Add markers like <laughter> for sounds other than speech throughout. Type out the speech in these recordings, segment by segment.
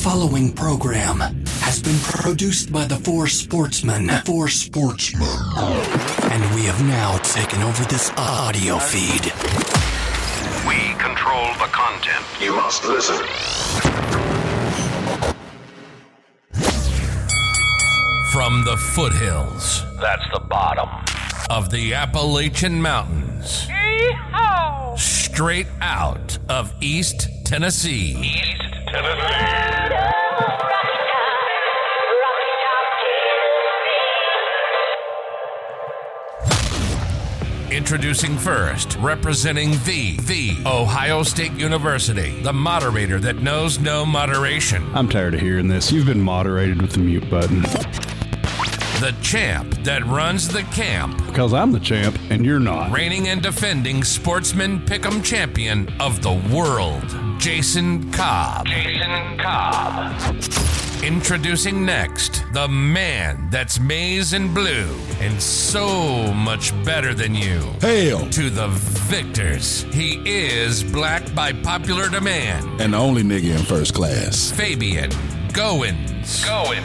following program has been produced by the Four Sportsmen. Four Sportsmen. And we have now taken over this audio feed. We control the content. You must listen. From the foothills That's the bottom. of the Appalachian Mountains, straight out of East Tennessee, East Tennessee. introducing first, representing the the Ohio State University, the moderator that knows no moderation, I'm tired of hearing this. You've been moderated with the mute button. the champ that runs the camp, Because I'm the champ and you're not. reigning and defending sportsman pick'em champion of the world, Jason Cobb. Jason Cobb. Introducing next, the man that's maize and blue and so much better than you. Hell, To the victors, he is black by popular demand. and the only nigga in first class. Fabian Goins. Goins.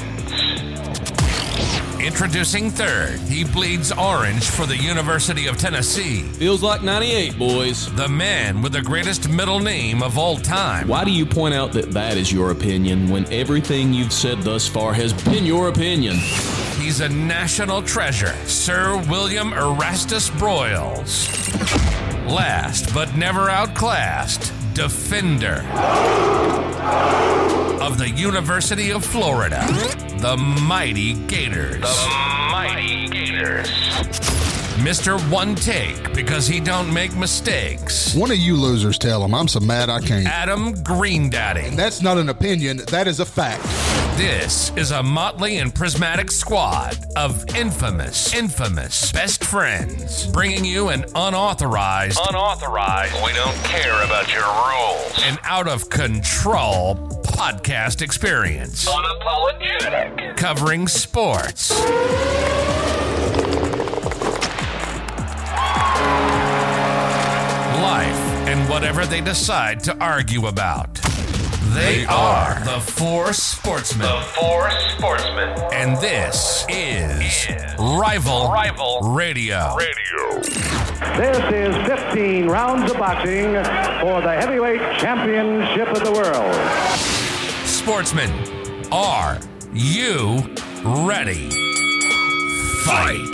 Introducing third, he bleeds orange for the University of Tennessee. Feels like 98, boys. The man with the greatest middle name of all time. Why do you point out that that is your opinion when everything you've said thus far has been your opinion? He's a national treasure, Sir William Erastus Broyles. Last but never outclassed, defender of the University of Florida, the mighty Gators. Mighty Gators. Mr. One Take, because he don't make mistakes. One of you losers tell them I'm so mad I can't. Adam Greendaddy. That's not an opinion, that is a fact. This is a motley and prismatic squad of infamous, infamous best friends, bringing you an unauthorized, Unauthorized. We don't care about your rules. an out of control podcast experience Unapologetic. covering sports, life, and whatever they decide to argue about. They are the four sportsmen, Four sportsmen. and this is Rival Rival Radio. Radio. This is 15 rounds of boxing for the heavyweight championship of the world. Sportsmen, are you ready? Fight.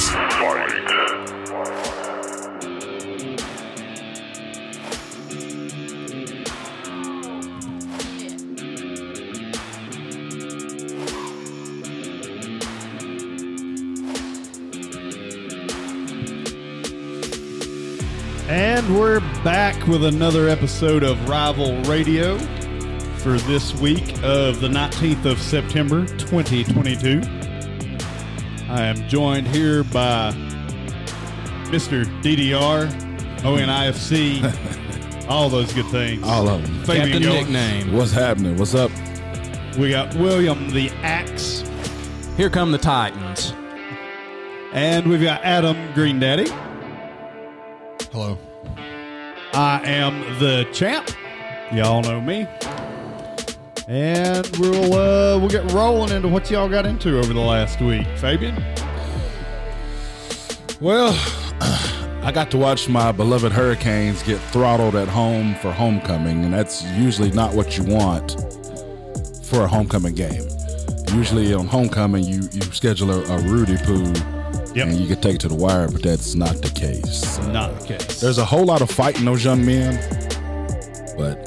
And we're back with another episode of Rival Radio for this week of the 19th of September 2022. I am joined here by Mr. DDR, ONIFC, all those good things. All of them. Fabian Captain Goins. Nickname. What's happening? What's up? We got William the Axe, Here come the Titans. and we've got Adam Greendaddy. Hello. I am the champ. Y'all know me. And we'll uh, we'll get rolling into what y'all got into over the last week. Fabian, Well, I got to watch my beloved Hurricanes get throttled at home for homecoming, and that's usually not what you want for a homecoming game. Usually on homecoming, you, you schedule a, a Rudy poo Yep. and you can take it to the wire, but that's not the case. not the case. There's a whole lot of fighting those young men, but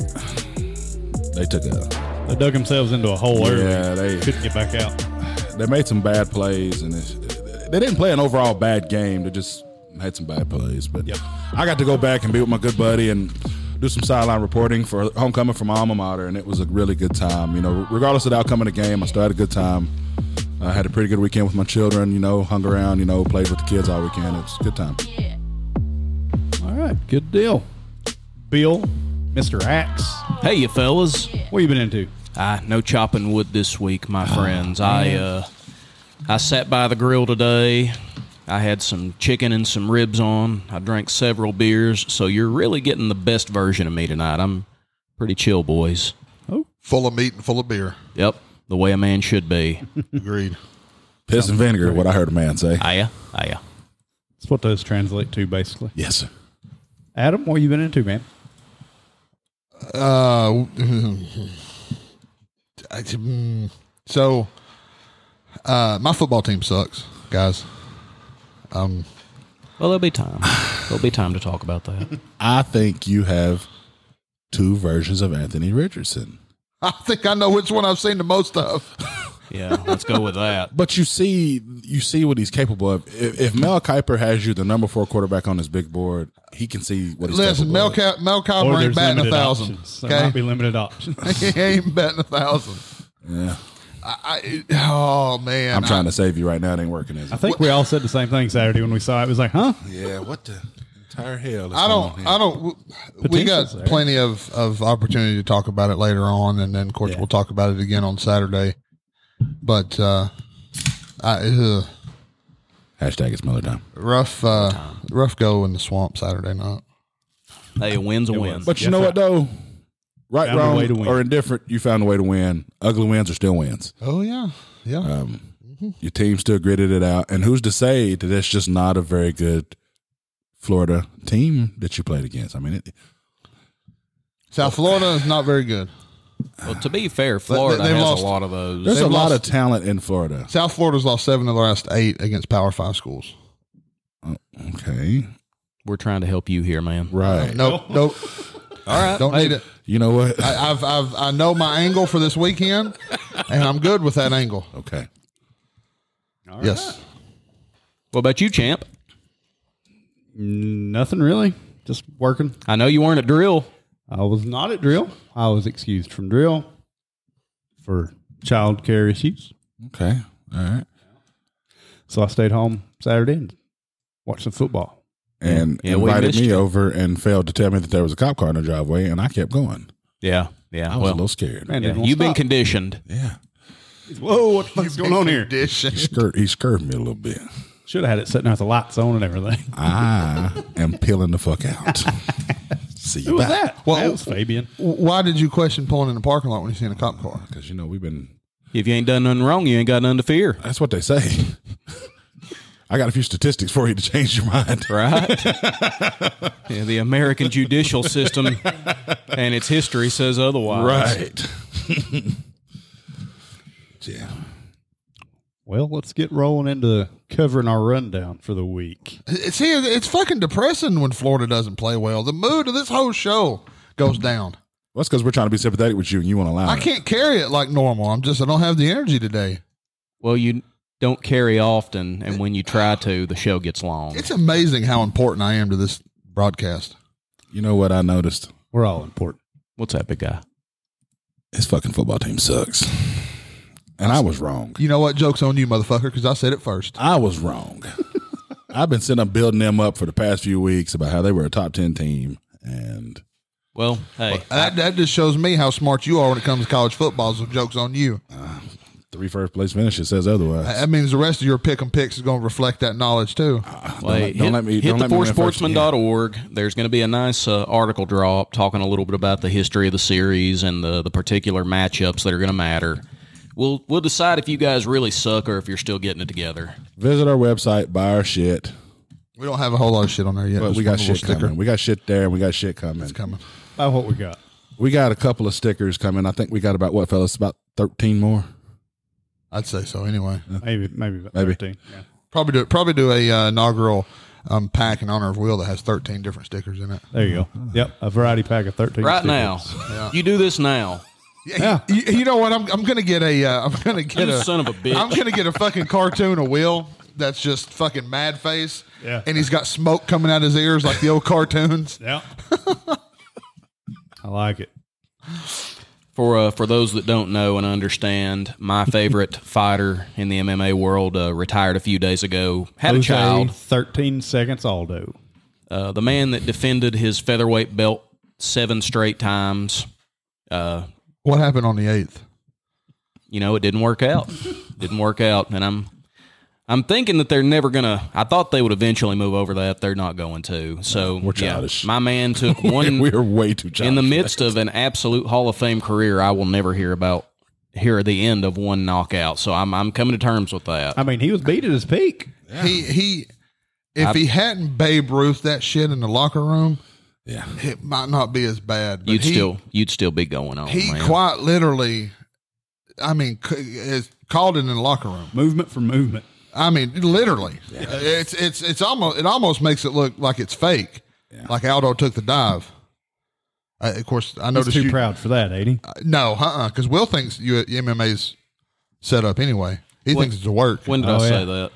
they took a They dug themselves into a hole early. yeah they Couldn't get back out. they made some bad plays and it's, they didn't play an overall bad game. They just had some bad plays. But Yep. I got to go back and be with my good buddy and do some sideline reporting for homecoming from my alma mater, and it was a really good time. You know, regardless of the outcome of the game, I still had a good time. I had a pretty good weekend with my children. You know, hung around. You know, played with the kids all weekend. It's a good time. All right, good deal. Bill, Mr. Axe, Hey, you fellas. what you been into? I no Oh, chopping wood this week, my friends. I uh, I sat by the grill today, I had some chicken and some ribs on. I drank several beers, so you're really getting the best version of me tonight. I'm pretty chill, boys. Oh. Full of meat and full of beer. Yep, the way a man should <laughs> be. Agreed. Piss and vinegar, what I heard a man say. Aya, aya. That's what those translate to, basically. yes, sir. Adam, what you been into, man? Uh, I- mm, so, uh, my football team sucks, guys. Well, there'll be time. There'll be time to talk about that. I think you have two versions of Anthony Richardson. I think I know which one I've seen the most of. Yeah, let's go <laughs> with that. But you see, you see what he's capable of. If, if Mel Kiper has you the number four quarterback on his big board, he can see what he's Listen, capable Mel, of. Cal- Mel Kiper ain't batting a thousand. options. There might be Okay, limited options. he <laughs> ain't batting a thousand. Yeah. I, I, oh man, I'm trying to save you right now. It ain't working, is I it? think we all said the same thing Saturday when we saw it. It was like, huh? Yeah. What the entire hell? Is I don't. I don't. We got Potential's there. plenty of of opportunity to talk about it later on, and then of course we'll talk about it again on Saturday. But uh, I, ugh, Hashtag it's Miller time. rough uh, rough go in the swamp Saturday night. Hey, a win's a win. But you know what though? Right, Found a wrong, way to win. or indifferent, you found a way to win. Ugly wins are still wins. Um, Oh yeah, yeah. Mm-hmm. Your team still gritted it out, and who's to say that that's just not a very good Florida team that you played against? I mean, it, South Florida is not very good. Well, to be fair, Florida they've has lost- a lot of those. there's They've a lot of lost- talent in Florida. South Florida's lost seven of the last eight against Power Five schools. Oh, Okay, We're trying to help you here, man. right. Nope, nope. All right, don't need it. You know what? I, I've I've I know my angle for this weekend, and I'm good with that angle. <laughs> okay. yes. What about you, champ? Nothing really. Just working. I know you weren't at drill. I was not at drill. I was excused from drill for child care issues. Okay. All right. So I stayed home Saturday and watched some football. And Yeah, we invited missed me you. over and failed to tell me that there was a cop car in the driveway, and I kept going. Yeah, yeah. I was a Well, little scared. Man, yeah, it won't you've been stop. conditioned. <laughs> Yeah. Whoa, what the fuck's going on here? Condition. He scurred, he scurred me a little bit. Should have had it sitting out with the lights on and everything. <laughs> I am peeling the fuck out. See you Who was back. that? Well- <laughs> that was Fabian. Why did you question pulling in the parking lot when you seen a cop car? Because you know we've been. If you ain't done nothing wrong, you ain't got nothing to fear. That's what they say. <laughs> I got a few statistics for you to change your mind. <laughs> Right? yeah, the American judicial system and its history says otherwise. <laughs> Right. yeah. Well, let's get rolling into covering our rundown for the week. See, it's fucking depressing when Florida doesn't play well. The mood of this whole show goes down. Well, that's because we're trying to be sympathetic with you, and you won't allow I it. can't carry it like normal. I'm just I don't have the energy today. Well, you don't carry often, and when you try to, the show gets long. It's amazing how important I am to this broadcast. You know what I noticed? We're all important. What's that big guy? His fucking football team sucks, and I was wrong. You know what? Joke's on you, motherfucker, because I said it first. I <laughs> was wrong. I've been sitting up building them up for the past few weeks about how they were a top ten team, and Well, hey, That, that just shows me how smart you are when it comes to college football. So joke's on you. three first place finishes says otherwise. That means the rest of your pick and picks is going to reflect that knowledge too. Well, hey, let- don't hit, let me- hit don't the let me win first. foursportsman.org. There's going to be a nice uh, article drop talking a little bit about the history of the series and the, the particular matchups that are going to matter. We'll we'll decide if you guys really suck or if you're still getting it together. Visit our website, buy our shit. We don't have a whole lot of shit on there yet. But Just we got one little shit coming. We got shit there, and we got shit coming. coming. By what we got. We got a couple of stickers coming. I think we got about what, fellas? About thirteen more. I'd say so. Anyway, Maybe, maybe, about Maybe. 13. Yeah. Probably do probably do a uh, inaugural um, pack in honor of Will that has thirteen different stickers in it. There you go. Yep. A variety pack of 13. Right stickers. now, you do this now. Yeah, you, you know what? I'm, I'm gonna get a uh, I'm gonna get You a son of a bitch. I'm gonna get a fucking cartoon of Will that's just fucking mad face. Yeah. and he's got smoke coming out his ears like the old cartoons. <laughs> Yeah. I like it. For uh, for those that don't know and understand, <laughs> my favorite fighter in the MMA world uh, retired a few days ago. Had a Jose, child. 13 seconds Aldo. Uh, the man that defended his featherweight belt seven straight times. Uh, What happened on the eighth? <laughs> you know, it didn't work out. didn't work out, and I'm I'm thinking that they're never gonna. I thought they would eventually move over that. They're not going to. So We're yeah, childish. my <laughs> man took one. we are way too childish. in the midst of an absolute Hall of Fame career. I will never hear about hear the end of one knockout. So I'm I'm coming to terms with that. Uh, I mean, he was beat at his peak. He he. If he hadn't Babe Ruth that shit in the locker room, Yeah. it might not be as bad. but you'd he- still you'd still be going on. he man. quite literally, I mean, c- is called it in the locker room. Movement for movement. I mean, literally, it's it's it's almost it almost makes it look like it's fake, like Aldo took the dive. Uh, of course, I He's noticed too you. proud for that, ain't he? No, uh, because Will thinks you MMA's set up anyway. He What- thinks it's a work. when did Oh, I say yeah. that?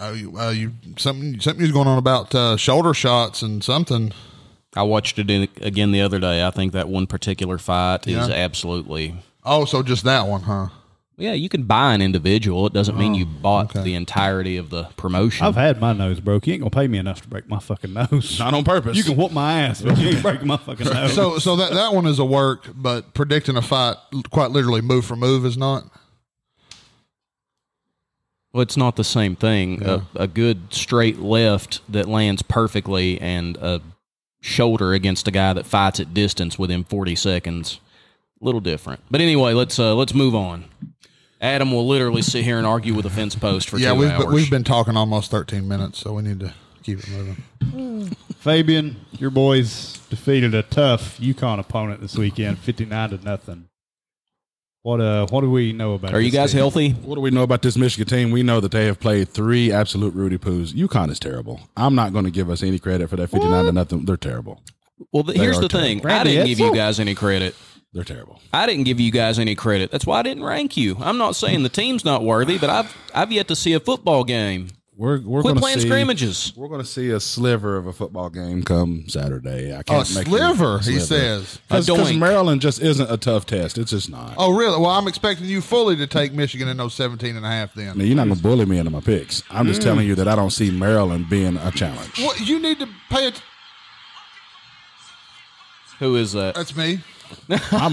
oh, you, uh, you something something was going on about uh, shoulder shots and something. I watched it in, again the other day. I think that one particular fight is absolutely. Oh, so just that one, huh? Oh, Yeah, you can buy an individual. It doesn't mean you bought the entirety of the promotion. I've had my nose broke. You ain't gonna pay me enough to break my fucking nose. Not on purpose. You can whoop my ass, but you ain't breaking my fucking nose. <laughs> So so that that one is a work, but predicting a fight quite literally move for move is not. Well, it's not the same thing. A, a good straight left that lands perfectly and a shoulder against a guy that fights at distance within 40 seconds. A little different. But anyway, let's uh, let's move on. Adam will literally sit here and argue with a fence post for Yeah, 2 we've hours. been, we've been talking almost 13 minutes, so we need to keep it moving. Fabian, your boys defeated a tough Yukon opponent this weekend, fifty nine to nothing. What uh what do we know about Are you this guys team? healthy? What do we know about this Michigan team? We know that they have played three absolute Rudy Poos. UConn is terrible. I'm not going to give us any credit for that 59 to nothing. They're terrible. Well, th- here's are the terrible. thing. I Randy didn't give you Edsel? guys any credit. They're terrible. I didn't give you guys any credit. That's why I didn't rank you. I'm not saying the team's not worthy, but I've I've yet to see a football game. We're we're Quit gonna playing see, scrimmages. We're going to see a sliver of a football game come Saturday. I A can't make sliver, he says. because doink. Maryland just isn't a tough test. It's just not. Oh, really? Well, I'm expecting you fully to take Michigan in those 17 and a half Now, then. you're not going to bully me into my picks. I'm just telling you that I don't see Maryland being a challenge. Well, you need to pay it. Who is that? That's me. I'm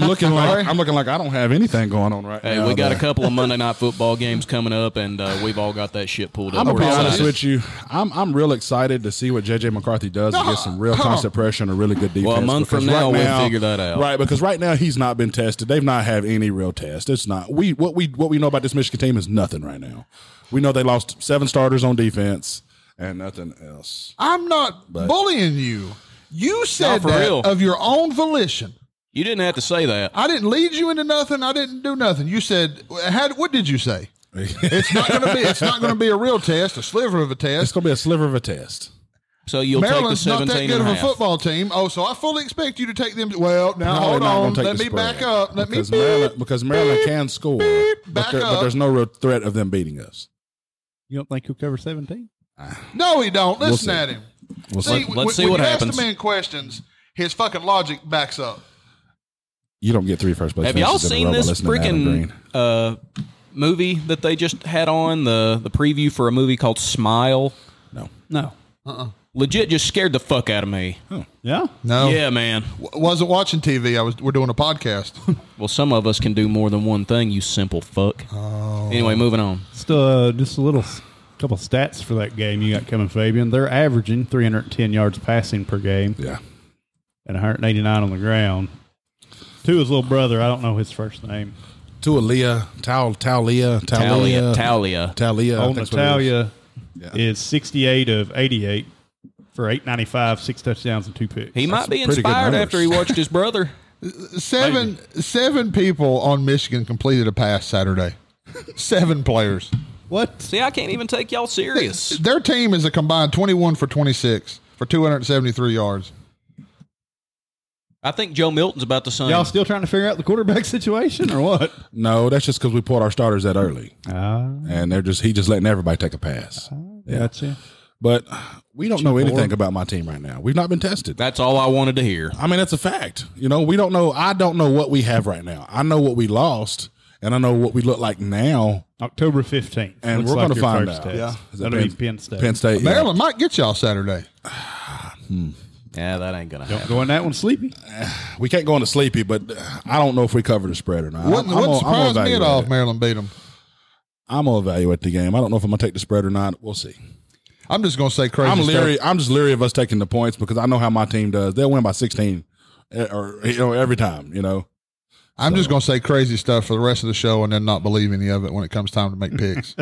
<laughs> looking like I'm looking like I don't have anything going on right Hey, now. we got a that- couple of Monday night football games coming up, and uh, we've all got that shit pulled up. I'm gonna be We're honest excited. with you. I'm I'm real excited to see what JJ McCarthy does and get some real come on. constant pressure and a really good defense. Well, a month from because now, we'll figure that out. Right, because right now he's not been tested. They've not had any real test. It's not we what we what we know about this Michigan team is nothing right now. We know they lost seven starters on defense and nothing else. I'm not But- <laughs> bullying you. You said for that real. of your own volition. You didn't have to say that. I didn't lead you into nothing. I didn't do nothing. You said, had, what did you say? it's not going to be. It's not going to be a real test, a sliver of a It's test. gonna be a sliver of a test. So you'll Maryland's take the not 17 that good of and a a half. football team. Oh, so I fully expect you to take them. Well, now Probably hold not on. gonna Let the me spread. back up. Let because me. beep. Maryland, because Maryland can score, but, back there, but up. there's no real threat of them beating us. You don't think he'll cover seventeen? No, he don't. We'll Listen see. at him. We'll see, see. when, let's see when what you happens. ask the man questions, his fucking logic backs up. You don't get three first place. Have y'all finishes in a row seen by this listening to Adam freaking Green. uh, movie that they just had on the the preview for a movie called Smile? No. No. Legit, just scared the fuck out of me. Yeah? No, Yeah, man. W- wasn't watching TV. I was. We're doing a podcast. <laughs> Well, some of us can do more than one thing. You simple fuck. Anyway, moving on. Just uh, just a little s- couple stats for that game you got coming, Fabian. They're averaging three hundred and ten yards passing per game Yeah. and one hundred and eighty nine on the ground. To his little brother, I don't know his first name. Tualia, Tal, Talia, Talia, Talia, Talia. Talia. I Oh, think that's what it is. Natalia Yeah. is 68 of 88 for 895, six touchdowns and two picks. He might be pretty good inspired numbers. after he watched his brother. seven seven people on Michigan completed a pass Saturday. <laughs> seven players. what? See, I can't even take <laughs> y'all serious. Their team is a combined twenty-one for twenty-six for two hundred seventy-three yards. I think Joe Milton's about the same. Y'all still trying to figure out the quarterback <laughs> situation or what? No, that's just because we pulled our starters that early, Ah, and they're just he just letting everybody take a pass. gotcha. But we don't know anything about my team right now. We've not been tested. That's all I wanted to hear. I mean, that's a fact. You know, we don't know. I don't know what we have right now. I know what we lost, and I know what we look like now. October 15th. And Looks like we're going to your find first out. test. Is it That'll be Penn State. Penn State. yeah. Maryland might get y'all Saturday. Yeah, that ain't gonna Don't happen. go in that one sleepy. We can't go into sleepy, but uh, I don't know if we cover the spread or not. Wouldn't, I'm- I'm wouldn't gonna- I'm gonna surprise me at all evaluate if it. Maryland beat them. I'm gonna evaluate the game. I don't know if I'm gonna take the spread or not. We'll see. I'm just gonna say crazy. I'm stuff. leery. I'm just leery of us taking the points because I know how my team does. They'll win by 16, eh, or you know every time. You know, I'm just gonna say crazy stuff for the rest of the show, and then not believe any of it when it comes time to make picks.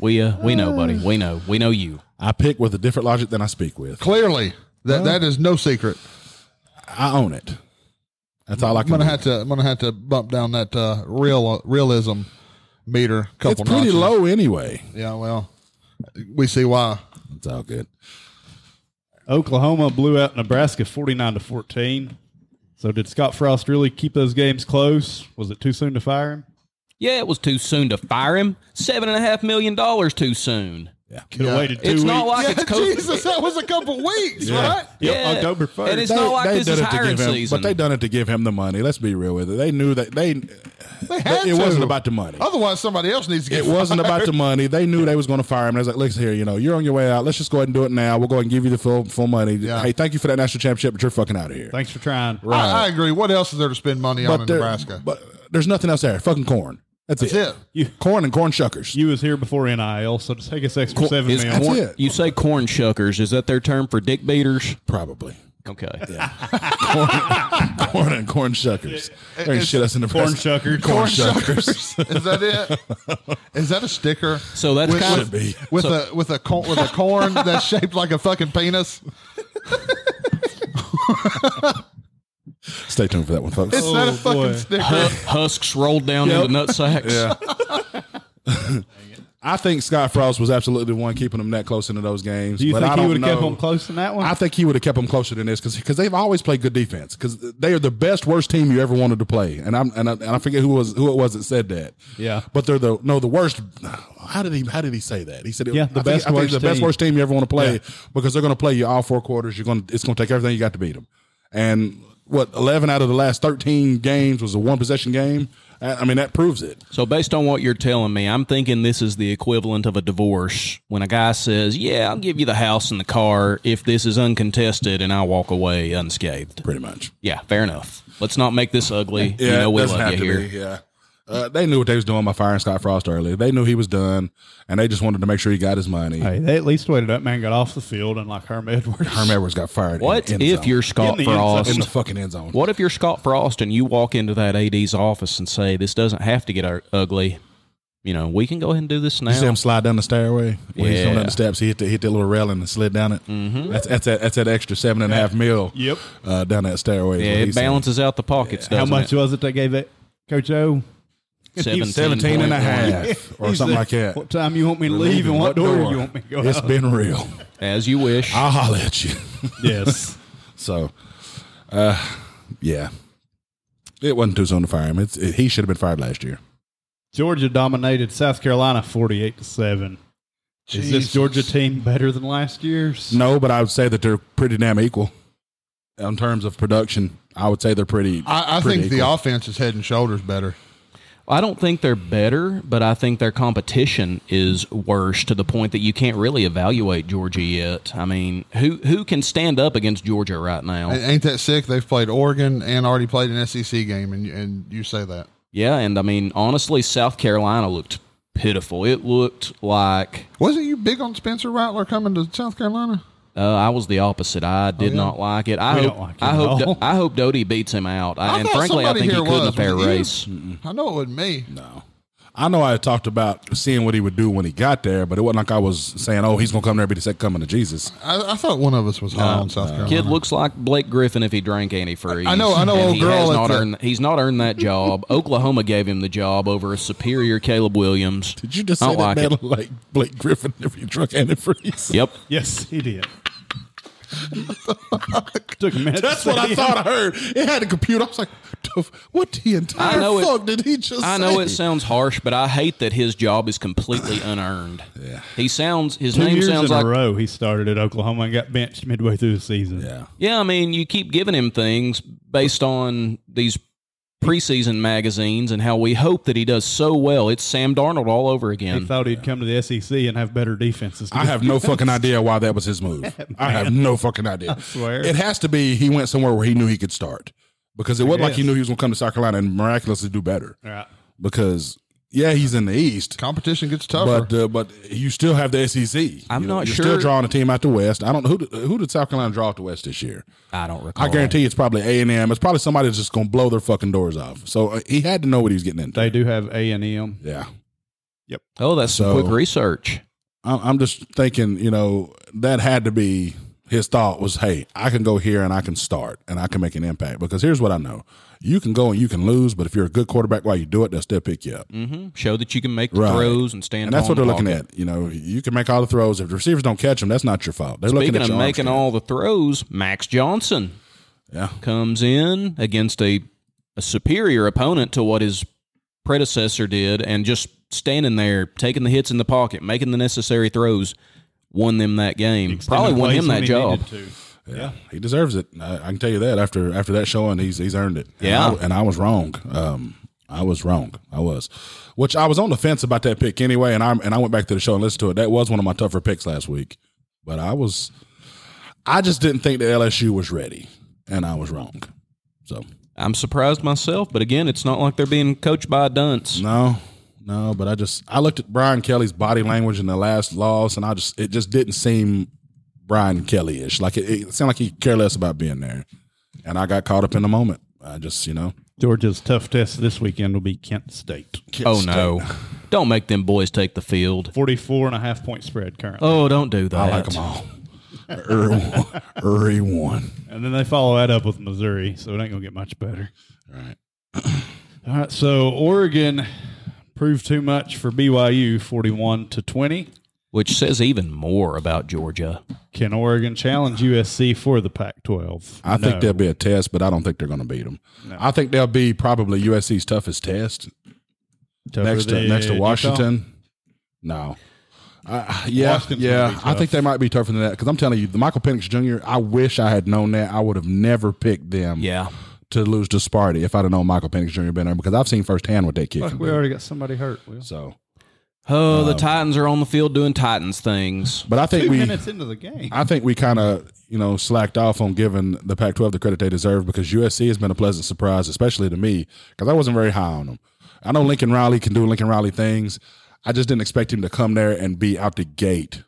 We uh, we know, buddy. We know. We know you. I pick with a different logic than I speak with. Clearly, that that is no secret. I own it. That's all I I'm can. gonna do. have to. I'm gonna have to bump down that uh, real realism meter. a It's Couple. pretty notches. low anyway. Yeah. Well, we see why. It's all good. Oklahoma blew out Nebraska 49 to 14. So did Scott Frost really keep those games close? Was it too soon to fire him? Yeah, it was too soon to fire him. Seven and a half million dollars too soon. Could have waited two It's weeks. not like it's COVID. Jesus, that was a couple weeks, right? Yeah. October 1st. And it's not like this done is it to hiring give him, season. but they done it to give him the money. Let's be real with it. They knew that they. They had to. it Oh, wasn't about the money. Otherwise, somebody else needs to get. It wasn't about the money. They knew they was going to fire him. They was like, "Listen here, you know, you're on your way out. Let's just go ahead and do it now. We'll go ahead and give you the full full money. Yeah. Hey, thank you for that national championship, but you're fucking out of here." Thanks for trying. I, I agree. What else is there to spend money on in there- Nebraska? But there's nothing else there. Fucking corn. That's, That's it. it. Corn and corn shuckers. You was here before NIL, so just take us extra Cor- seven is mil. That's corn- it. You say corn shuckers. Is that their term for dick beaters? Probably. Okay. Corn, <laughs> corn and corn shuckers. They're gonna It's- shit us in the Corn press. shucker. Corn, Corn shuckers. shuckers. is that it? Is that a sticker? So that's with, kind with, of be. with a with a corn with a <laughs> corn that's shaped like a fucking penis. Stay tuned for that one, folks. It's not a fucking boy. sticker. hu- husks rolled down into nut sacks. I think Scott Frost was absolutely the one keeping them that close into those games. Do you but I think he don't would have kept know. them close in that one? I think he would have kept them closer than this because they've always played good defense because they are the best worst team you ever wanted to play and I'm and I, and I forget who was who it was that said that Yeah. but they're the no the worst how did he how did he say that he said it- Yeah, the I think- best I think worst the best team. worst team you ever want to play Yeah. because they're going to play you all four quarters you're going to it's going to take everything you got to beat them and what eleven out of the last thirteen games was a one possession game I, I mean that proves it So based on what you're telling me, I'm thinking this is the equivalent of a divorce when a guy says, "Yeah, I'll give you the house and the car if this is uncontested and I walk away unscathed." pretty much Yeah, fair enough. Let's not make this ugly. Yeah, you know it we doesn't love have you to here. be. Yeah, uh, they knew what they was doing by firing Scott Frost early. They knew he was done, and they just wanted to make sure he got his money. hey, they at least waited up. Man got off the field, and like Herm <laughs> Edwards. Herm Edwards got fired. in What the end if zone. you're Scott In the end zone. <laughs> Frost? in the fucking end zone? What if you're Scott Frost and you walk into that AD's office and say, "This doesn't have to get u- ugly. You know, we can go ahead and do this now." You see him slide down the stairway. When he's going down Yeah. the steps, he hit that hit that little railing and slid down it. Mm-hmm. That's that's that, that's that extra seven and a half mil. Yep. uh, down that stairway. is yeah, what he it said. balances out the pockets. How doesn't much It? was it they gave it, Coach O? Seventeen, 17 and a point <laughs> one. half or He something said, like that. What time you want me to leave, and what, door, you want me to go It's out? been real. As you wish. I'll holler <laughs> at you. yes. So, uh, yeah, it wasn't too soon to fire him. It's, it, he should have been fired last year. Georgia dominated South Carolina 48 to 7. Is this Georgia team better than last year's? No, but I would say that they're pretty damn equal in terms of production. I would say they're pretty. I, I pretty think the equal. offense is head and shoulders better. I don't think they're better, but I think their competition is worse to the point that you can't really evaluate Georgia yet. I mean, who who can stand up against Georgia right now? Ain't that sick? They've played Oregon and already played an SEC game, and and you say that. Yeah, and I mean, honestly, South Carolina looked pitiful. It looked like Wasn't you big on Spencer Rattler coming to South Carolina? uh, I was the opposite. I did not like it. I We hope don't like it I at hope all. Do- I hope Doty beats him out. I, I Uh, and thought frankly, I somebody think he here could in a was. fair Was it you? race. I know it wasn't me. I know I had talked about seeing what he would do when he got there, but it wasn't like I was saying, "Oh, he's gonna come there and be the second coming to Jesus." I, I thought one of us was high on South Carolina. Kid looks like Blake Griffin if he drank antifreeze. I know- I know And old he girl Has at not the- earned, he's not earned <laughs> that job. Oklahoma gave him the job over a superior Caleb Williams. Did you just I say don't that like man it. looked <laughs> like Blake Griffin if you drunk antifreeze? Yep. Yes, he did. Took a minute. to <laughs> That's what say I it. thought I heard. It had a computer. I was like, "The- "What the entire I know it- fuck did he just?" I know say? it sounds harsh, but I hate that his job <clears throat> is completely unearned. Yeah. He sounds <laughs> his Two name years sounds in like a row he started at Oklahoma and got benched midway through the season. Yeah, Yeah, I mean, you keep giving him things based on these preseason magazines and how we hope that he does so well. It's Sam Darnold all over He again. thought he'd come to the SEC and have better defenses. I have no fucking idea why that was his move. <laughs> I have no fucking idea. I swear. It has to be he went somewhere where he knew he could start because it wasn't like he guess. <laughs> knew he was going to come to South Carolina and miraculously do better. Right. Because yeah, he's in the East, Competition gets tougher. but uh, but you still have the SEC. I'm You know, not you're sure- Still drawing a team out the West. I don't who did, who did South Carolina draw out the West this year? I don't recall. I guarantee you it's probably A and M. It's probably somebody that's just gonna blow their fucking doors off. So uh, he had to know what he was getting into. They do have A and M. yeah. Oh, that's some So- quick research. I'm, I'm just thinking, you know, that had to be his thought was, hey, I can go here and I can start and I can make an impact because here's what I know: you can go and you can lose, but if you're a good quarterback while you do it, they'll still pick you up. hmm Show that you can make the Right. throws and stand. And that's tall what they're in the looking pocket. at. You know, you can make all the throws. If the receivers don't catch them, that's not your fault. They're looking Speaking at of your arm making strength. all the throws, Max Johnson Yeah. comes in against a, a superior opponent to what his predecessor did and just standing there, taking the hits in the pocket, making the necessary throws, won them that game. Probably Extended won plays him when that he job. needed to. Yeah. He deserves it. I, I can tell you that after after that showing, he's he's earned it. And Yeah. I- and I was wrong. Um, I was wrong. I was, which I was on the fence about that pick anyway. And I and I went back to the show and listened to it. That was one of my tougher picks last week, but I was, I just didn't think that LSU was ready, and I was wrong. So I'm surprised myself, but again, it's not like they're being coached by a dunce. no, no. But I just I looked at Brian Kelly's body language in the last loss, and I just it just didn't seem Brian Kelly ish. Like it, it seemed like he cared less about being there, and I got caught up in the moment. I just you know. Georgia's tough test this weekend will be Kent State. oh no. Don't make them boys take the field. 44 and a half point spread currently. Oh, don't do that. I like them all. Uri won. Uri won. And then they follow that up with Missouri, so it ain't going to get much better. Right. <clears throat> All right, so Oregon proved too much for BYU 41 to 20. Which says even more about Georgia. Can Oregon challenge USC for the Pac 12? I think there'll be a test, but I don't think they're going to beat them. I think they'll be probably USC's toughest test next to next to Washington. No. Uh, yeah, Washington's gonna yeah. be I think tough. they might be tougher than that because I'm telling you, the Michael Penix Jr. I wish I had known that. I would have never picked them. Yeah. To lose to Sparty if I'd have known Michael Penix Jr. been there because I've seen firsthand what that kid can We do. already got somebody hurt. Will. So, Oh, Um, the Titans are on the field doing Titans things. but I think Two we minutes into the game. I think we kind of you know slacked off on giving the Pac-12 the credit they deserve because USC has been a pleasant surprise, especially to me, because I wasn't very high on them. I know Lincoln Riley can do Lincoln Riley things. I just didn't expect him to come there and be out the gate,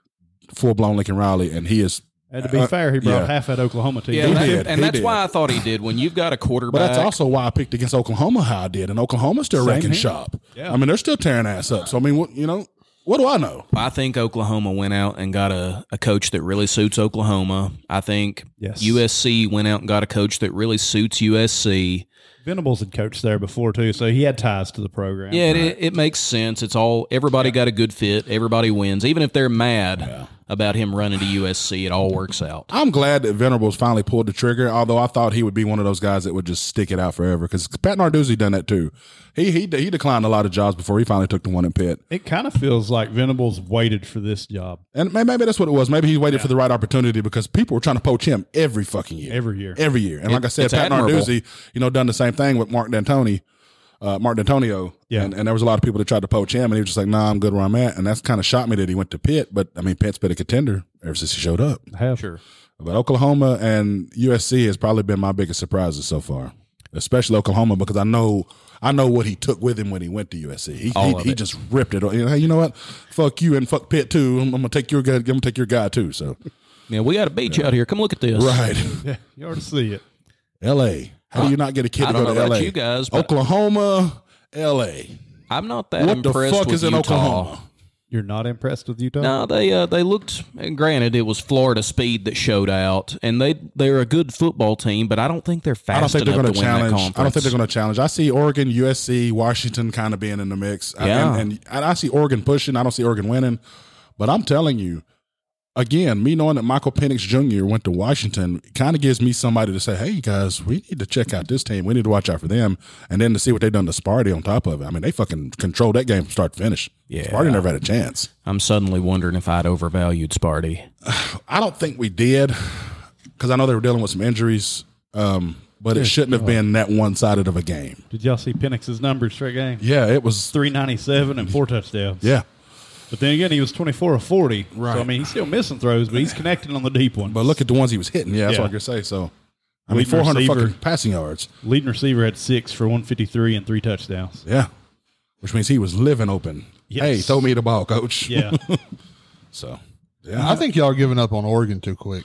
full blown Lincoln Riley, and he is. and to be uh, fair, he brought yeah. half that Oklahoma team. Yeah, He that- did. and He that's did. why I thought he did. When you've got a But quarterback, that's also why I picked against Oklahoma how I did, and Oklahoma's still wrecking here. shop. I mean, they're still tearing ass up. So I mean, what you know, what do I know? I think Oklahoma went out and got a, a coach that really suits Oklahoma. I think Yes. USC went out and got a coach that really suits USC. Venables had coached there before, too, so he had ties to the program. Yeah, it, it makes sense. It's all everybody got a good fit. Everybody wins, even if they're mad about him running to USC. It all works out. I'm glad that Venerables finally pulled the trigger, although I thought he would be one of those guys that would just stick it out forever because Pat Narduzzi done that too. He, he he declined a lot of jobs before he finally took the one in Pitt. It kind of feels like Venables waited for this job And may- maybe that's what it was. Maybe he waited for the right opportunity because people were trying to poach him every fucking year. Every year. Every year. And like I said, it's Pat admirable. Narduzzi, you know, done the same thing with Mark D'Antoni, uh, Mark D'Antonio. Yeah. And, and there was a lot of people that tried to poach him and he was just like, nah, I'm good where I'm at. And that's kind of shocked me that he went to Pitt. But I mean, Pitt's been a contender ever since he showed up. to have. Sure. But Oklahoma and USC has probably been my biggest surprises so far, especially Oklahoma because I know I know what he took with him when he went to USC. He All he, of he it. just ripped it. You know, hey, you know what? Fuck you and fuck Pitt too. I'm, I'm gonna take your guy. I'm gonna take your guy too. So Yeah, we got a beach out here. Come look at this. right, <laughs> You already see it. L.A. How do you not get a kid I to don't go know to about L.A.? you guys, but- Oklahoma, L.A. I'm not that What the impressed fuck with is in Utah. Oklahoma? You're not impressed with Utah? No, they uh, they looked. And granted, it was Florida speed that showed out, and they they're a good football team, but I don't think they're fast I don't think they're enough going to to win that challenge. conference. I don't think they're going to challenge. I see Oregon, USC, Washington kind of being in the mix. I- Yeah. and, and I I see Oregon pushing. I don't see Oregon winning. But I'm telling you, again, me knowing that Michael Penix Jr. went to Washington kind of gives me somebody to say, hey, guys, we need to check out this team. We need to watch out for them. And then to see what they've done to Sparty on top of it. I mean, they fucking controlled that game from start to finish. Yeah. Sparty never had a chance. I'm suddenly wondering if I'd overvalued Sparty. I don't think we did because I know they were dealing with some injuries. Um, but it shouldn't have been that one sided of a game. Did y'all see Penix's numbers straight game? Yeah, it was 397 and four touchdowns. Yeah. But then again, he was 24 of 40. Right. So, I mean, he's still missing throws, but he's connecting on the deep one. But look at the ones he was hitting. Yeah, that's Yeah. what I could say. So, I mean, Leading 400 receiver. fucking passing yards. Leading receiver had six for 153 and three touchdowns. Yeah. which means he was living open. Yes. Hey, throw me the ball, coach. Yeah. <laughs> So I think y'all are giving up on Oregon too quick.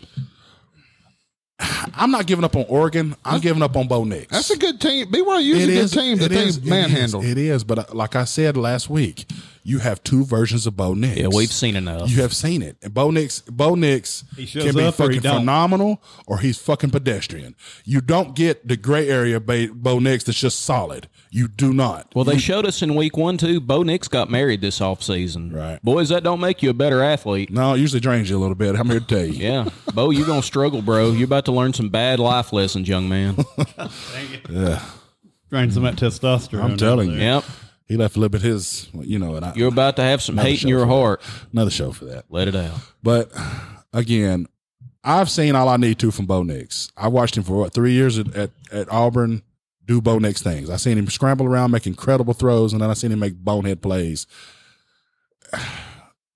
I'm not giving up on Oregon. I'm giving up on Bo Nix. That's a good team. BYU is a good team. The it is, team it manhandled. is, It is, but uh, like I said last week, you have two versions of Bo Nix. Yeah, we've seen enough. You have seen it. And Bo Nix, Bo Nix He shows can be up or he fucking don't. phenomenal or he's fucking pedestrian. You don't get the gray area ba- Bo Nix that's just solid. You do not. Well, they showed us in week one, too. Bo Nix got married this offseason. Right. Boys, that don't make you a better athlete. No, it usually drains you a little bit. I'm here to tell you. <laughs> Yeah. Bo, you're going to struggle, bro. You're about to learn some bad life lessons, young <laughs> man. Drains some of that testosterone. I'm telling out you. there. Yep. He left a little bit his, you know, and I, You're about to have some Another hate show in your for heart. another show for that. Let it out. But again, I've seen all I need to from Bo Nix. I watched him for what three years at, at, at Auburn do Bo Nix things. I seen him scramble around, make incredible throws, and then I seen him make bonehead plays.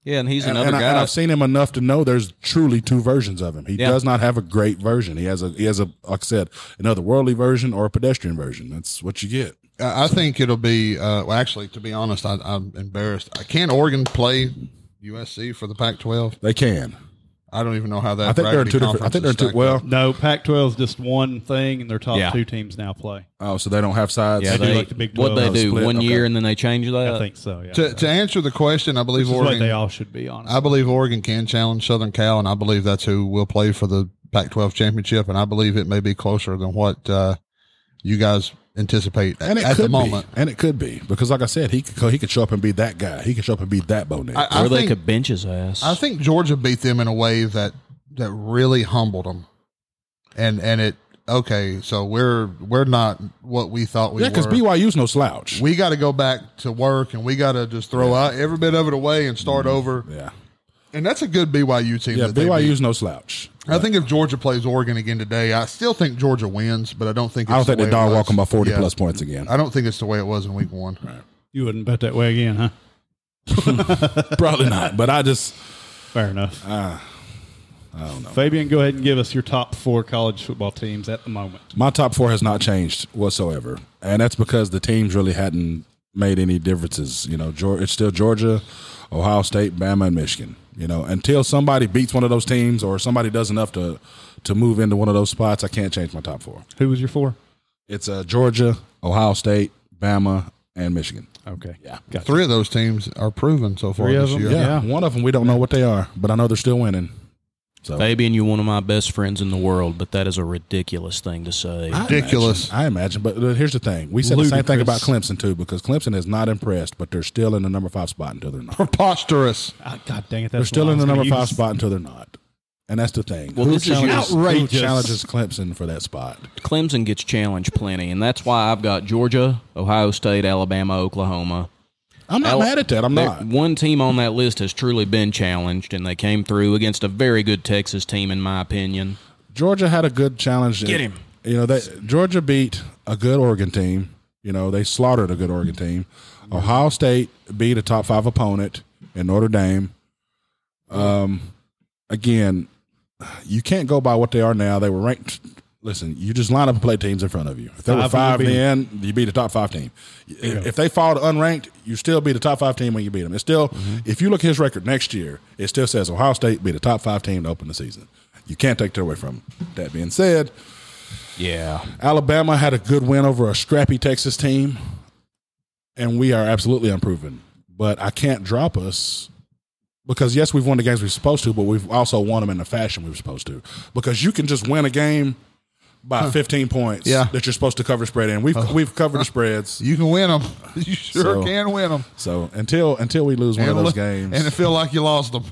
Yeah, and he's And, another and I, guy. and I've seen him enough to know there's truly two versions of him. He Yeah. does not have a great version. He has a he has a like I said, an otherworldly version or a pedestrian version. That's what you get. I I think it'll be. Uh, well, actually, to be honest, I, I'm embarrassed. I can't Oregon play USC for the Pac-12. They can. I don't even know how that. I think they're in two different. I think they're in two. Well, No, Pac 12 is just one thing, and their top Yeah. two teams now play. oh, so they don't have sides. yeah, do they, like the Big what they 12. do Split, one year okay. and then they change that. Uh, I think so, yeah. to, to answer the question, I believe Which is what they Oregon. all should be on. I believe Oregon can challenge Southern Cal, and I believe that's who will play for the Pac-12 championship. And I believe it may be closer than what uh, you guys anticipate and it at could the moment. be, and it could be because, like I said, he could he could show up and be that guy. He could show up and be that Bo Nix. I, I or they think- could bench his ass. I think Georgia beat them in a way that that really humbled them, and and it okay. So we're we're not what we thought we yeah, were. because BYU's no slouch. we got to go back to work, and we got to just throw out every bit of it away and start over. yeah, And that's a good BYU team. yeah. that they beat. BYU's no slouch. I think if Georgia plays Oregon again today, I still think Georgia wins, but I don't think it's I don't think the they way it Don was. walking by forty Yeah. plus <laughs> points again. I don't think it's the way it was in week one. you wouldn't bet that way again, huh? Probably not, but I just Fair enough. I Ah. don't know. Fabian, go ahead and give us your top four college football teams at the moment. my top four has not changed whatsoever, and that's because the teams really hadn't made any differences. You know, Geor- it's still Georgia, Ohio State, Bama, and Michigan. You know, until somebody beats one of those teams or somebody does enough to to move into one of those spots, I can't change my top four. Who was your four? It's uh, Georgia, Ohio State, Bama, and Michigan. Okay. Yeah. Gotcha. Three of those teams are proven so far Three of this them? year. Yeah, Yeah. one of them we don't know what they are, but I know they're still winning. So Fabian, you're one of my best friends in the world, but that is a ridiculous thing to say. I ridiculous. imagine- I imagine, but uh, here's the thing: we said the same thing about Ludicrous. Clemson too, because Clemson has not impressed, but they're still in the number five spot until they're not. They're Preposterous. Ah, God dang it. That's what still I in was the gonna number five use. spot until they're not, and that's the thing. Well, this is challenges, who outrageous. challenges Clemson for that spot? Clemson gets challenged plenty, and that's why I've got Georgia, Ohio State, Alabama, Oklahoma. I'm not Al- mad at that. I'm There- not. One team on that list has truly been challenged, and they came through against a very good Texas team, in <laughs> my opinion. Georgia had a good challenge. Get him. You know, they, Georgia beat a good Oregon team. You know, they slaughtered a good Oregon team. Ohio State beat a top five opponent in Notre Dame. Um, again, you can't go by what they are now. They were ranked. Listen, you just line up and play teams in front of you. If there were Five, five you beat then, you beat a top five team. If if they fall to unranked, you still beat a top five team when you beat them. It's still, Mm-hmm. if you look at his record next year, it still says Ohio State beat a top five team to open the season. You can't take that away from them. That being said, Yeah. Alabama had a good win over a scrappy Texas team, and we are absolutely unproven. But I can't drop us because yes, we've won the games we're supposed to, but we've also won them in the fashion we were supposed to. Because you can just win a game by 15 points Yeah. that you're supposed to cover spread in. We've we've covered the <laughs> spreads. You can win them. You sure So- can win them. So until until we lose one of and, those lo- games, and it feel like you lost them.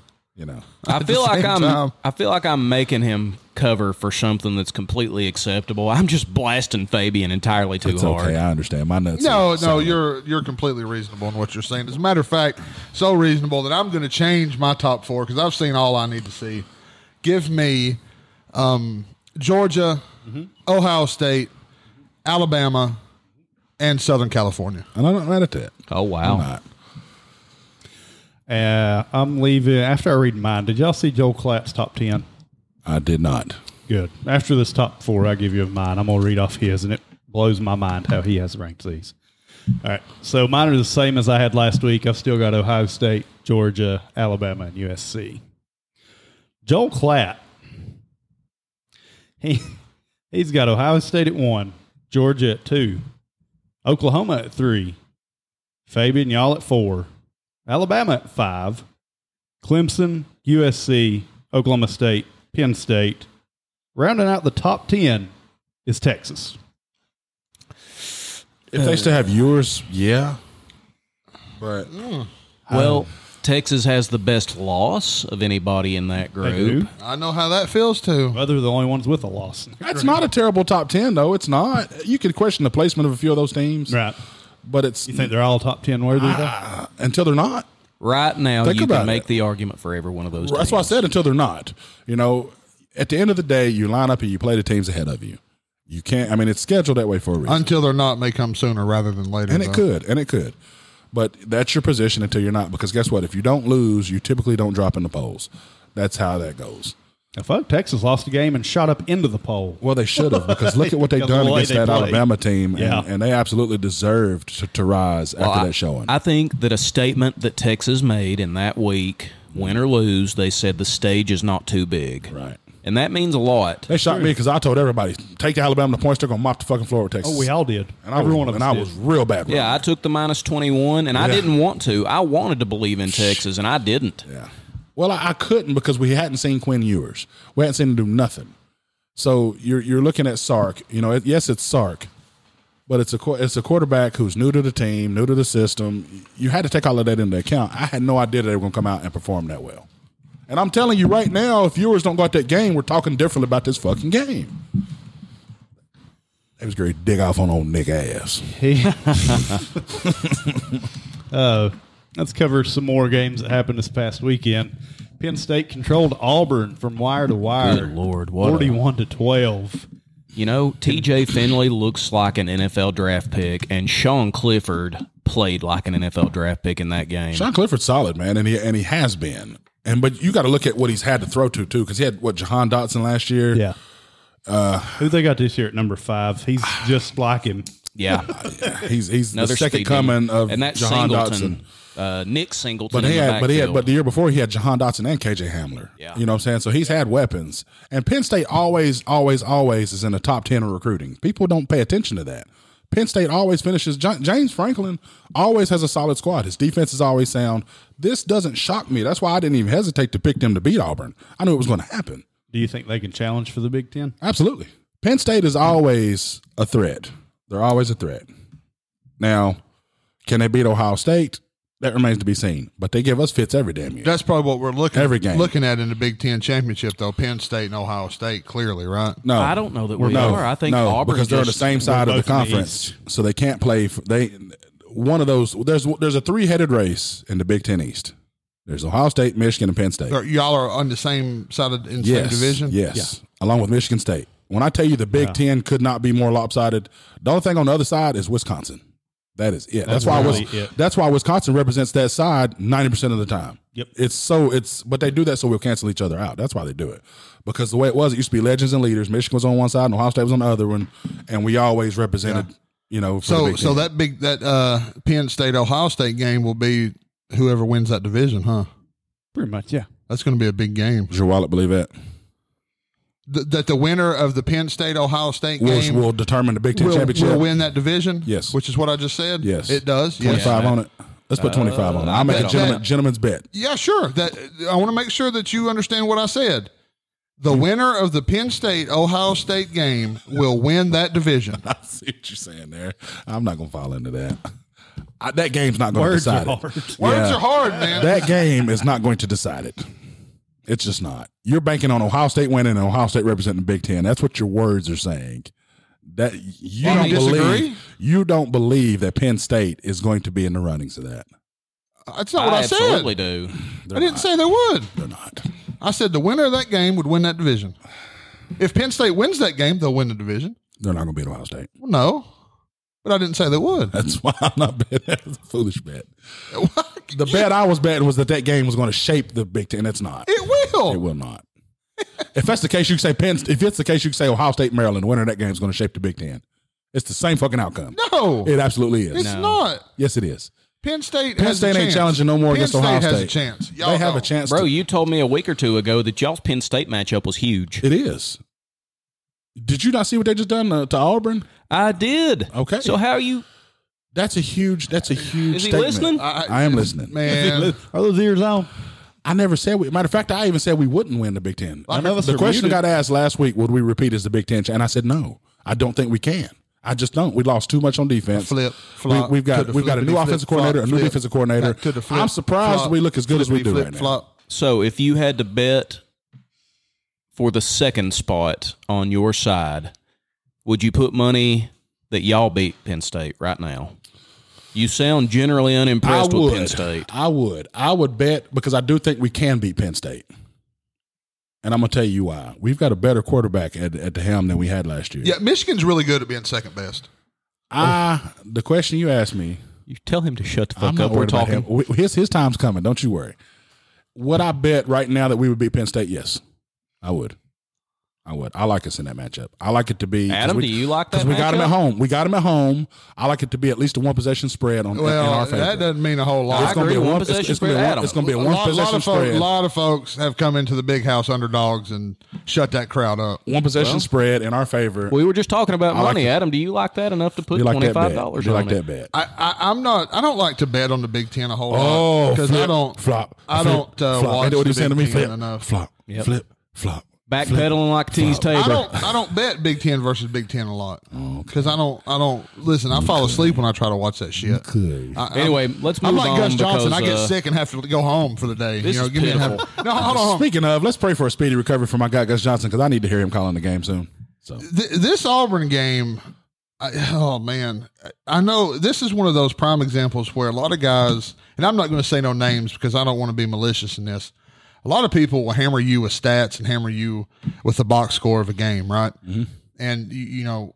<laughs> you know, I At the feel like same I'm. time. I feel like I'm making him cover for something that's completely acceptable. I'm just blasting Fabian entirely too it's hard. okay. I understand. My nuts. are No, no, solid. you're you're completely reasonable in what you're saying. As a matter of fact, so reasonable that I'm going to change my top four because I've seen all I need to see. Give me um, Georgia, Mm-hmm. Ohio State, Alabama, and Southern California. and I'm not mad at that. Oh wow! I'm not. Uh, I'm leaving. After I read mine, did y'all see Joel Klatt's top 10? I did not. Good. After this top four, I give you mine. I'm going to read off his, and it blows my mind how he has ranked these. All right. So mine are the same as I had last week. I've still got Ohio State, Georgia, Alabama, and USC. Joel Klatt. He he's got Ohio State at one, Georgia at two, Oklahoma at three, Fabian y'all at four, Alabama at five, Clemson, USC, Oklahoma State, Penn State. Rounding out the top ten is Texas. If Uh, they still have yours, yeah. But Well, Texas has the best loss of anybody in that They group. do. I know how that feels too. Well, they're the only ones with a loss. that's not a terrible top ten, though. It's not. You could question the placement of a few of those teams, Right. But it's Ah, You think they're all top 10 worthy? though? until they're not. Right now, Think you about can make it. the argument for every one of those. That's why I teams. said until they're not. You know, at the end of the day, you line up and you play the teams ahead of you. You can't. I mean, it's scheduled that way for a reason, Until they're not may come sooner rather than later. and it though. could, and it could. But that's your position until you're not. Because guess what? If you don't lose, you typically don't drop in the polls. That's how that goes. Now, fuck, Texas lost a game and shot up into the poll. Well, they should have because look at <laughs> what they've Because of done the way against they that played. Alabama team, Yeah. and, and they absolutely deserved to, to rise Well, after I- that showing. I think that a statement that Texas made in that week, win or lose, they said the stage is not too big. Right. And that means a lot. they shot me because I told everybody take Alabama the points. They're gonna mop the fucking floor with Texas. Oh, we all did. and I Every was, one of us. and I did. was real bad. with Yeah, I took the minus 21, and I Yeah. didn't want to. I wanted to believe in Texas, and I didn't. Yeah. Well, I, I couldn't because we hadn't seen Quinn Ewers. We hadn't seen him do nothing. So you're you're looking at Sark. You know, it, yes, it's Sark, but it's a qu- it's a quarterback who's new to the team, new to the system. You had to take all of that into account. I had no idea they were going to come out and perform that well. And I'm telling you right now, if Ewers don't go out that game, we're talking differently about this fucking game. It was great dig off on old Nick ass. He- uh, let's cover some more games that happened this past weekend. Penn State controlled Auburn from wire to wire. Good Lord, what a- 41 to 12. You know, TJ Finley looks like an NFL draft pick, and Sean Clifford played like an NFL draft pick in that game. Sean Clifford's solid, man, and he and he has been. And but you got to look at what he's had to throw to too, because he had what Jahan Dotson last year. Yeah. Uh, Who they got this year at number five? He's just like him. Yeah. he's he's <laughs> the Another second speed coming demon. of and that's Jahan Singleton, Dotson. Uh, Nick Singleton. But he in the had, but he had, backfield. but the year before he had Jahan Dotson and KJ Hamler. Yeah. you know what I'm saying. So he's had weapons, and Penn State always, always, always is in the top ten in recruiting. People don't pay attention to that. Penn State always finishes. Ja- James Franklin always has a solid squad. His defense is always sound. This doesn't shock me. That's why I didn't even hesitate to pick them to beat Auburn. I knew it was going to happen. Do you think they can challenge for the Big Ten? Absolutely. Penn State is always a threat. They're always a threat. Now, can they beat Ohio State? That remains to be seen. But they give us fits every damn year. That's probably what we're looking Every game. looking at in the Big Ten championship though. Penn State and Ohio State, clearly, right? no, I don't know that we no, are. I think no, Auburn because they're on the just- same side of the both in the conference, so they can't play. For, they one of those. There's there's a three headed race in the Big Ten East. There's Ohio State, Michigan, and Penn State. Or Y'all are on the same side of in the same yes, division. Yes, along with Michigan State. When I tell you the Big Ten could not be more lopsided, the only thing on the other side is Wisconsin. That is it. That's, why really Wis- it. that's why Wisconsin represents that side ninety percent of the time. Yep. It's so it's but they do that so we'll cancel each other out. That's why they do it. Because the way it was, it used to be legends and leaders. Michigan was on one side and Ohio State was on the other one, and we always represented, you know, for the So Big so Ten. that big that uh Penn State Ohio State game will be whoever wins that division, huh? Pretty much, yeah. That's going to be a big game. Does your wallet believe that? Th- that the winner of the Penn State Ohio State Will game will determine the Big Ten will, championship. will win that division. Yes. which is what I just said. Yes. it does. Twenty Yes. five on it. Let's put twenty five on it. I'll make a bet on gentleman, that. gentleman's bet. Yeah, sure. That I want to make sure that you understand what I said. The winner of the Penn State Ohio State game will win that division. <laughs> I see what you're saying there. I'm not gonna fall into that. I, that game's not going to Words decide are hard. it. Words Yeah. are hard, man. <laughs> That game is not going to decide it. It's just not. You're banking on Ohio State winning and Ohio State representing the Big Ten. That's what your words are saying. That you Well, don't you disagree? believe you don't believe that Penn State is going to be in the runnings of that. That's not I what I, said. absolutely do. I didn't say they would. They're not. I said the winner of that game would win that division. If Penn State wins that game, they'll win the division. They're not going to beat Ohio State. Well, no, but I didn't say they would. <laughs> <laughs> That's why I'm not betting. That's a foolish bet. The bet I was betting was that that game was going to shape the Big Ten. It's not. It will. It will not. if that's the case, you can say Penn. If it's the case, you can say Ohio State, Maryland, winner of that game is going to shape the Big Ten. It's the same fucking outcome. No, It absolutely is. it's not. Yes, it is. Penn State. Penn has State a ain't chance. challenging no more Penn against State Ohio State. has a chance. <laughs> Y'all they have a don't. chance. Bro, to- you told me a week or two ago that y'all's Penn State matchup was huge. it is. Did you not see what they just done uh, to Auburn? I did. Okay. So how you? That's a huge. That's a huge. Is he statement. listening? I, I am listening, Man, Are those ears on? I never said we. Matter of fact, I even said we wouldn't win the Big Ten. I know that's the a question muted- got asked last week: Would we repeat as the Big Ten? And I said no. I don't think we can. I just don't. We lost too much on defense. Flip, flop, we, have got coulda we've got a new flippity offensive flip, coordinator, flop, a new flip, defensive coordinator. back to the flip, I'm surpity flop, we look as good as we flippity do flip, right now. flop. So if you had to bet for the second spot on your side, would you put money that y'all beat Penn State right now? You sound generally I unimpressed would. with Penn State. I would. I would bet because I do think we can beat Penn State. And I'm gonna tell you why. We've got a better quarterback at, at the helm than we had last year. Yeah, Michigan's really good at being second best. I the question you asked me, You tell him to shut the I'm fuck not up. We're worried about talking. him. We- His his time's coming. Don't you worry. Would I bet right now that we would beat Penn State? Yes, I would. I would. I like us in that matchup. I like it to be. 'cause Adam, we- do you like Because that we got him matchup? at home. We got him at home. I like it to be at least a one possession spread on in Well, our favor. that doesn't mean a whole lot. it's I gonna agree. be a One one. possession It's, it's gonna be a spread, one, Adam. it's gonna be A a one lot, possession lot of folk, spread. lot of folks have come into the big house underdogs and shut that crowd up. one possession spread in our favor. We were just talking about like money, it. Adam. Do you like that enough to put you like twenty that five bet? dollars You on like it? Uh, that bet? I, I, I'm not. I don't like to bet on the Big Ten a whole lot Oh, because flip, I don't flop. I flip, don't uh, flop. watch Ain't that what the you saying to Big me? Ten Flip, enough. flop, Yep. flip, flop. Backpedaling like T's <laughs> I Taylor. don't. I don't bet Big Ten versus Big Ten a lot because I don't. I don't listen. I fall asleep when I try to watch that shit. Could. I- I'm- Anyway, let's move I'm like on Gus Johnson. because, I get uh, sick and have to go home for the day. This you know, is give me a hand. pitiful. No, hold Uh-huh. on. hold on. Speaking of, let's pray for a speedy recovery for my guy Gus Johnson because I need to hear him calling the game soon. So Th- this Auburn game, I, oh man, I know this is one of those prime examples where a lot of guys, and I'm not going to say no names because I don't want to be malicious in this. A lot of people will hammer you with stats and hammer you with the box score of a game, right? Mm-hmm. And you, you know,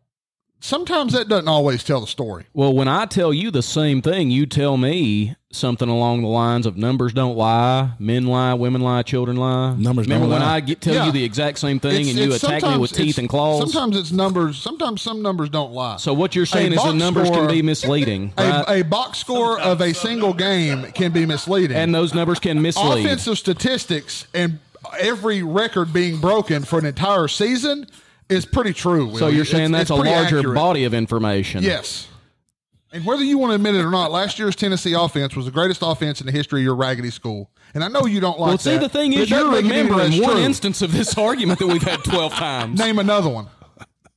sometimes that doesn't always tell the story. Well, when I tell you the same thing, you tell me something along the lines of numbers don't lie, men lie, women lie, children lie. Numbers Remember don't when lie. I get, tell Yeah. you the exact same thing It's- and you it's attack me sometimes- with teeth it's- and claws? Sometimes it's numbers. Sometimes some numbers don't lie. so what you're saying A is the box numbers score- can be misleading, right? <laughs> a, a box score of a single game can be misleading. and those <laughs> numbers can mislead. offensive statistics and every record being broken for an entire season is pretty true. Will. so you're saying It's- that's it's a pretty larger accurate. body of information. Yes. And whether you want to admit it or not, last year's Tennessee offense was the greatest offense in the history of your raggedy school. And I know you don't like Well, see, that, the thing but is, it doesn't you're make it any remembering less one true. instance of this <laughs> argument that we've had <laughs> 12 times. Name another one.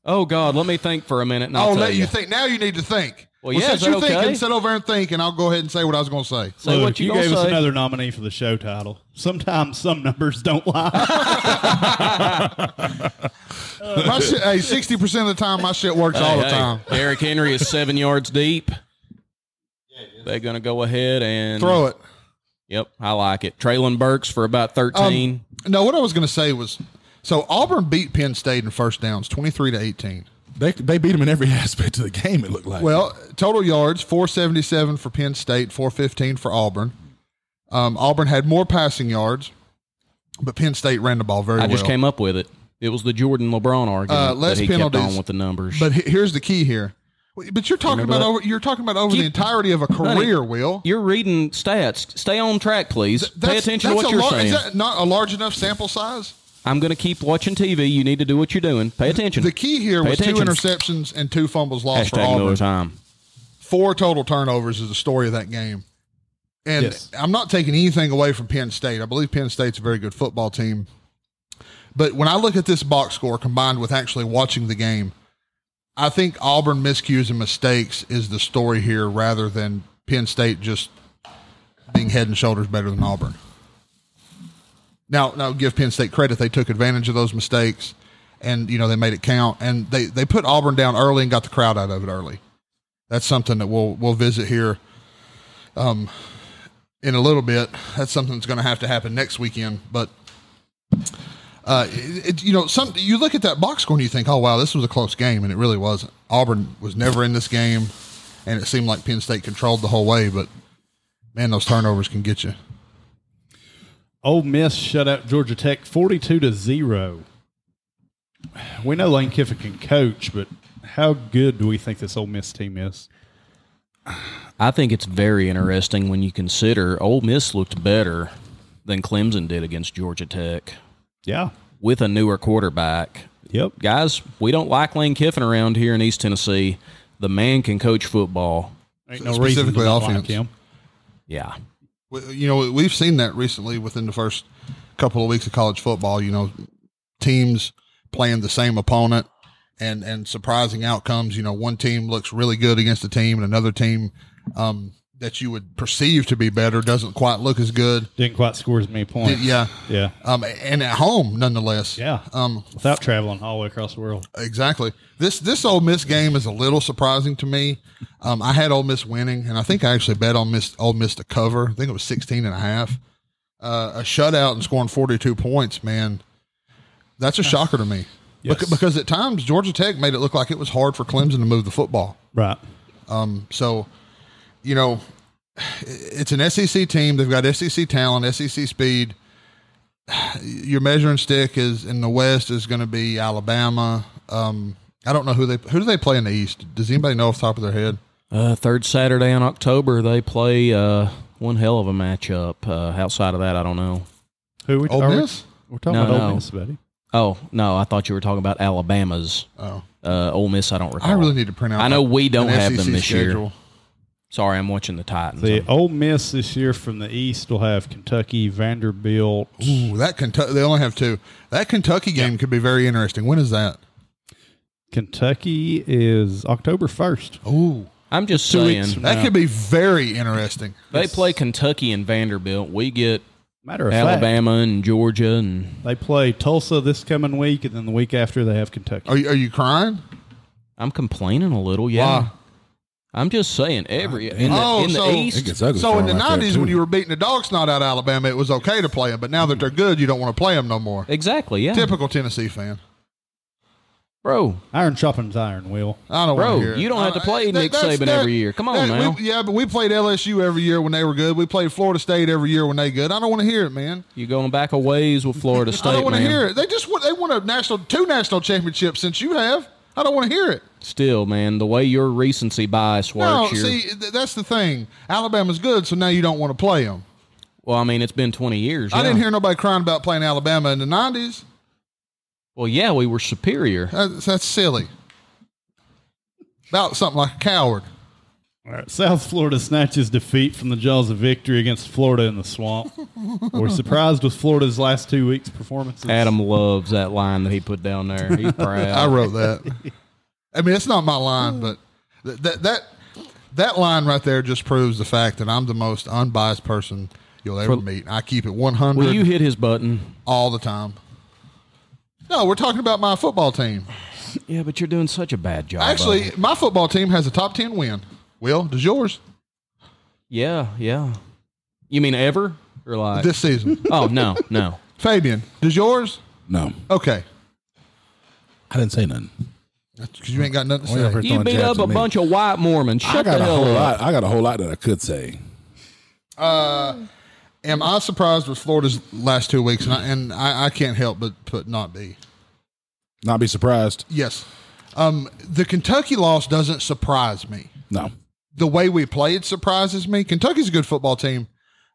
Oh, God, let me think for a minute. And I'll I'll tell Oh, let you. you think. Now you need to think. Well, yeah, since is that you're okay? thinking, sit over and think, and I'll go ahead and say what I was going to say. Say Look, what you, you gonna gave us say. another nominee for the show title. Sometimes some numbers don't lie. <laughs> My shit, hey, sixty percent of the time, my shit works all the Hey, hey, time. Derrick Henry is seven yards deep. They're going to go ahead and Throw it. Yep, I like it. Traylon Burks for about 13. No, what I was going to say was so Auburn beat Penn State in first downs, 23 to 18. they they beat him in every <laughs> aspect of the game. It looked like. Well, total yards, 477 for Penn State, 415 for Auburn. Um, Auburn had more passing yards, but Penn State ran the ball very I well. just came up with it. It was the Jordan LeBron argument Uh, less that he penalties, kept on with the numbers. But he- here's the key here. But you're talking Remember about that? over, you're talking about over the Keep- entirety of a Honey, career, Will. You're reading stats. Stay on track, please. Pay attention to that's what a you're lar- saying. Is that not a large enough sample size? I'm going to keep watching TV. You need to do what you're doing. Pay attention. The key here Pay was attention. two interceptions and two fumbles lost for Hashtag Auburn. no time. four total turnovers is the story of that game. And Yes. I'm not taking anything away from Penn State. I believe Penn State's a very good football team. But when I look at this box score combined with actually watching the game, I think Auburn miscues and mistakes is the story here rather than Penn State just being head and shoulders better than Auburn. Now, now give Penn State credit. They took advantage of those mistakes and, you know, they made it count. And they, they put Auburn down early and got the crowd out of it early that's something that we'll we'll visit here um in a little bit that's something that's going to have to happen next weekend but uh it, it- you know some you look at that box score and you think oh wow this was a close game and it really wasn't auburn was never in this game and it seemed like penn state controlled the whole way but man those turnovers can get you Ole Miss shut out Georgia Tech forty-two to zero. We know Lane Kiffin can coach, but How good do we think this Ole Miss team is? I think it's very interesting when you consider Ole Miss looked better than Clemson did against Georgia Tech Yeah. with a newer quarterback. Yep. Guys, we don't like Lane Kiffin around here in East Tennessee. The man can coach football. Ain't no reason to Specifically not like offense. him. Yeah. We- you know we've seen that recently within the first couple of weeks of college football you know teams playing the same opponent and and surprising outcomes you know one team looks really good against a team and another team um that you would perceive to be better doesn't quite look as good Didn't quite score as many points. yeah Yeah. um and at home nonetheless Yeah. um Without traveling all the way across the world. Exactly. This this Ole Miss game is a little surprising to me. Um, I had Ole Miss winning, and I think I actually bet on Miss Ole Miss to cover. I think it was 16 and a half. Uh, a shutout and scoring 42 points, man. That's a shocker to me. Yes. Bec- Because at times Georgia Tech made it look like it was hard for Clemson to move the football. Right. So, you know, it's an SEC team. They've got SEC talent, SEC speed. Your measuring stick is in the West is going to be Alabama. Um, I don't know who they who do they play in the East. Does anybody know off the top of their head? Uh, third Saturday in October, they play uh, one hell of a matchup. Uh, outside of that, I don't know. Who we Ole are we- Miss? We're talking No, about no. Ole Miss, buddy. Oh, no, I thought you were talking about Alabama's. Oh, Uh, Ole Miss, I don't recall. I really need to print out. I know we don't an have SEC them this year. schedule. Sorry, I'm watching the Titans. The Ole Miss this year from the East will have Kentucky, Vanderbilt. Ooh, that Kentucky. They only have two. That Kentucky game could be very interesting. When is that? Kentucky is October 1st. Ooh, I'm just Two weeks saying, from that could be very interesting. they play Kentucky and Vanderbilt. We get Matter of fact, Alabama and Georgia and they play Tulsa this coming week, and then the week after they have Kentucky. Are you, are you crying? I'm complaining a little, yeah. Why? I'm just saying every in the, Oh, in the so- It East. gets ugly So for in the them out there, nineties, when too. you were beating the dog snot out of Alabama, it was okay to play them. But now that they're good, you don't want to play them no more. Exactly, yeah. Typical Tennessee fan. Bro, Iron sharpens iron, Will. I don't Bro, want to hear it. you don't I have to play Nick that's- Saban every year. Come on, we- man. yeah, but we played LSU every year when they were good. We played Florida State every year when they good. I don't want to hear it, man. you're going back a ways with Florida <laughs> State, I don't want to man. hear it. They just want, they won a national two national championships since you have. I don't want to hear it. Still, man, the way your recency bias No, works. you're- see, th- that's the thing. Alabama's good, so now you don't want to play them. well, I mean, it's been 20 years. I yeah. didn't hear nobody crying about playing Alabama in the nineties. Well, yeah, we were superior. That's, that's silly. About something like a coward. All right. South Florida snatches defeat from the jaws of victory against Florida in the swamp. We're surprised with Florida's last two weeks' performances. Adam loves that line that he put down there. <laughs> He's I proud. wrote that. I mean, it's not my line, but th- that that that line right there just proves the fact that I'm the most unbiased person you'll ever meet. I keep it 100 Will you hit his button? all the time. No, we're talking about my football team. Yeah, but you're doing such a bad job. of it. Actually, my football team has a top 10 win. Will, does yours yeah, yeah. You mean ever or like? this season? oh no, no. Fabian, does yours? No, Okay. I didn't say nothing. That's because you ain't got nothing to Why y'all say. ever You throwing beat jabs up at a me? bunch of white Mormons. I Shut got a the hell whole up. lot. I got a whole lot that I could say. Am I surprised with Florida's last two weeks? And I, and I, I can't help but put not be. Not be surprised. Yes. Um, the Kentucky loss doesn't surprise me. No. The way we played surprises me. Kentucky's a good football team.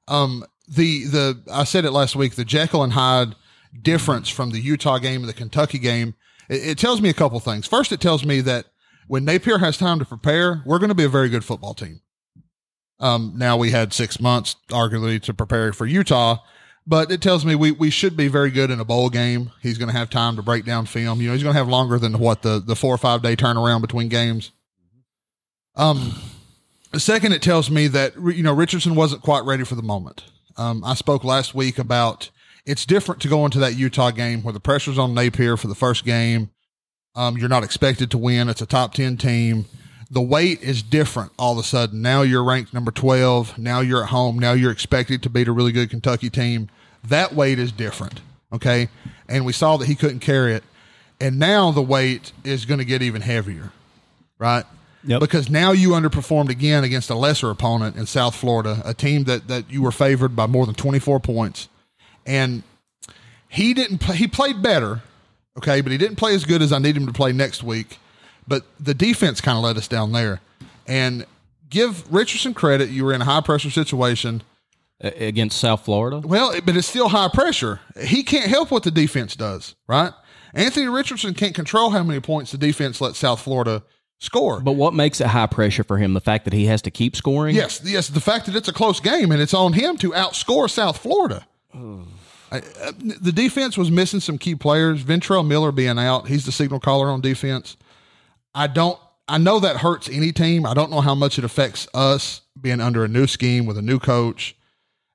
Um, the the I said it last week. The Jekyll and Hyde difference from the Utah game and the Kentucky game. It, it tells me a couple things. First, it tells me that when Napier has time to prepare, we're going to be a very good football team. Um, now we had six months arguably to prepare for Utah, but it tells me we, we should be very good in a bowl game. He's going to have time to break down film. You know, he's going to have longer than what the, the four or five day turnaround between games. Um, second, it tells me that, you know, Richardson wasn't quite ready for the moment. Um, I spoke last week about it's different to go into that Utah game where the pressure's on Napier for the first game. Um, you're not expected to win. It's a top 10 team. The weight is different all of a sudden. Now you're ranked number 12. Now you're at home. Now you're expected to beat a really good Kentucky team. That weight is different. Okay. And we saw that he couldn't carry it. And now the weight is going to get even heavier. Right. Yep. Because now you underperformed again against a lesser opponent in South Florida, a team that, that you were favored by more than 24 points. And he didn't play, he played better okay but he didn't play as good as i need him to play next week But the defense kind of let us down there. And give Richardson credit. You were in a high pressure situation. A- against South Florida. Well, it- but it's still high pressure. He can't help what the defense does, right? Anthony Richardson can't control how many points the defense lets South Florida score. But what makes it high pressure for him? The fact that he has to keep scoring. Yes, yes. The fact that it's a close game and it's on him to outscore South Florida. I- uh, the defense was missing some key players. Ventrell Miller being out, he's the signal caller on defense. I don't. I know that hurts any team. I don't know how much it affects us being under a new scheme with a new coach,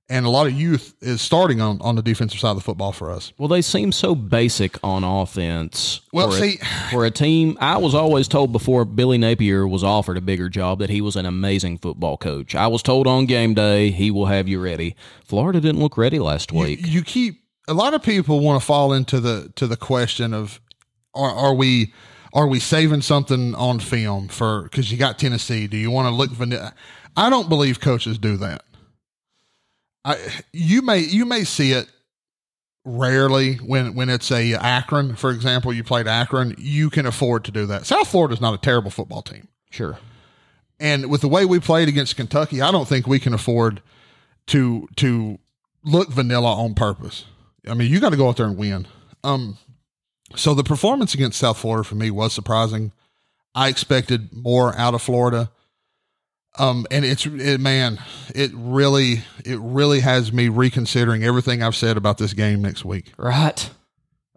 and a lot of youth is starting on on the defensive side of the football for us. Well, they seem so basic on offense. Well, for see- a, for a team, I was always told before Billy Napier was offered a bigger job that he was an amazing football coach. I was told on game day he will have you ready. Florida didn't look ready last You- week. You, keep a lot of people want to fall into the to the question of are, are we are we saving something on film for because you got Tennessee? Do you want to look vanilla? I don't believe coaches do that. I you may you may see it rarely when when it's a Akron, for example. You played Akron, you can afford to do that. South Florida's not a terrible football team. sure. And with the way we played against Kentucky, I don't think we can afford to to look vanilla on purpose. I mean, you got to go out there and win. Um, so the performance against South Florida for me was surprising. I expected more out of Florida. Um, and it's it, man, it really it really has me reconsidering everything I've said about this game next week. Right.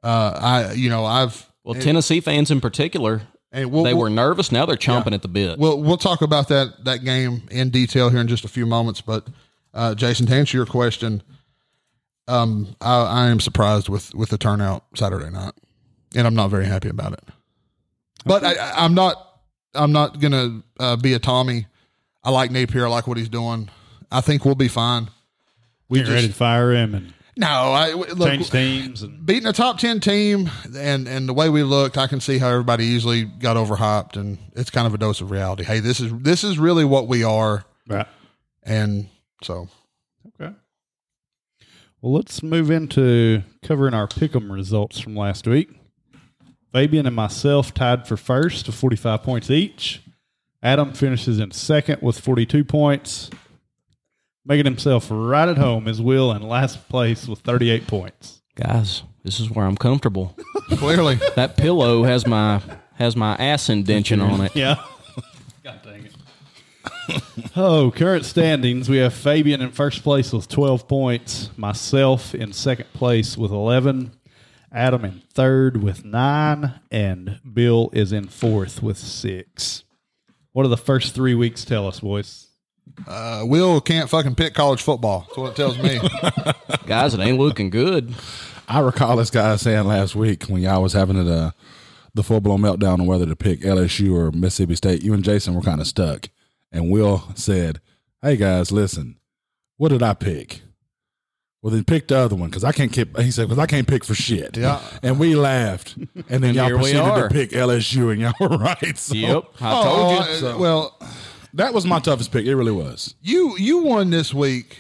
Uh, I you know I've Well, Tennessee fans in particular, and we'll- they we'll- were nervous. Now they're chomping at the bit. We'll we'll talk about that that game in detail here in just a few moments. But uh, Jason, to answer your question, um, I, I am surprised with with the turnout Saturday night, and I'm not very happy about it. But I- I, I'm not I'm not gonna uh, be a Tommy. I like Napier. I like what he's doing. I think we'll be fine. We just- ready to fire him and No, I w- look, change teams and beating a top 10 team and and the way we looked i can see how everybody easily got overhyped and it's kind of a dose of reality hey this is this is really what we are right. and so Okay. Well, let's move into covering our pick'em results from last week. Fabian and myself tied for first to 45 points each. Adam finishes in second with 42 points, making himself right at home as Will in last place with 38 points. Guys, this is where I'm comfortable. clearly that pillow has my has my ass indention <laughs> on it. Yeah. <laughs> God dang it. oh, current standings. We have Fabian in first place with 12 points, myself in second place with 11, Adam in third with nine, and Bill is in fourth with six. What do the first three weeks tell us, boys? uh, will can't fucking pick college football that's what it tells <laughs> me Guys, it ain't looking good. I recall this guy saying last week when y'all was having the the full blown meltdown on whether to pick LSU or Mississippi State. You and Jason were kind of stuck, and Will said, "Hey guys, listen, what did I pick?" Well, then pick the other one because I can't. Keep, he said because I can't pick for shit. Yeah. and we laughed, and then y'all here we proceeded to are. pick LSU, and y'all <laughs> were right. So Yep. I told you. oh, uh, well that was my toughest pick. It really was. you you won this week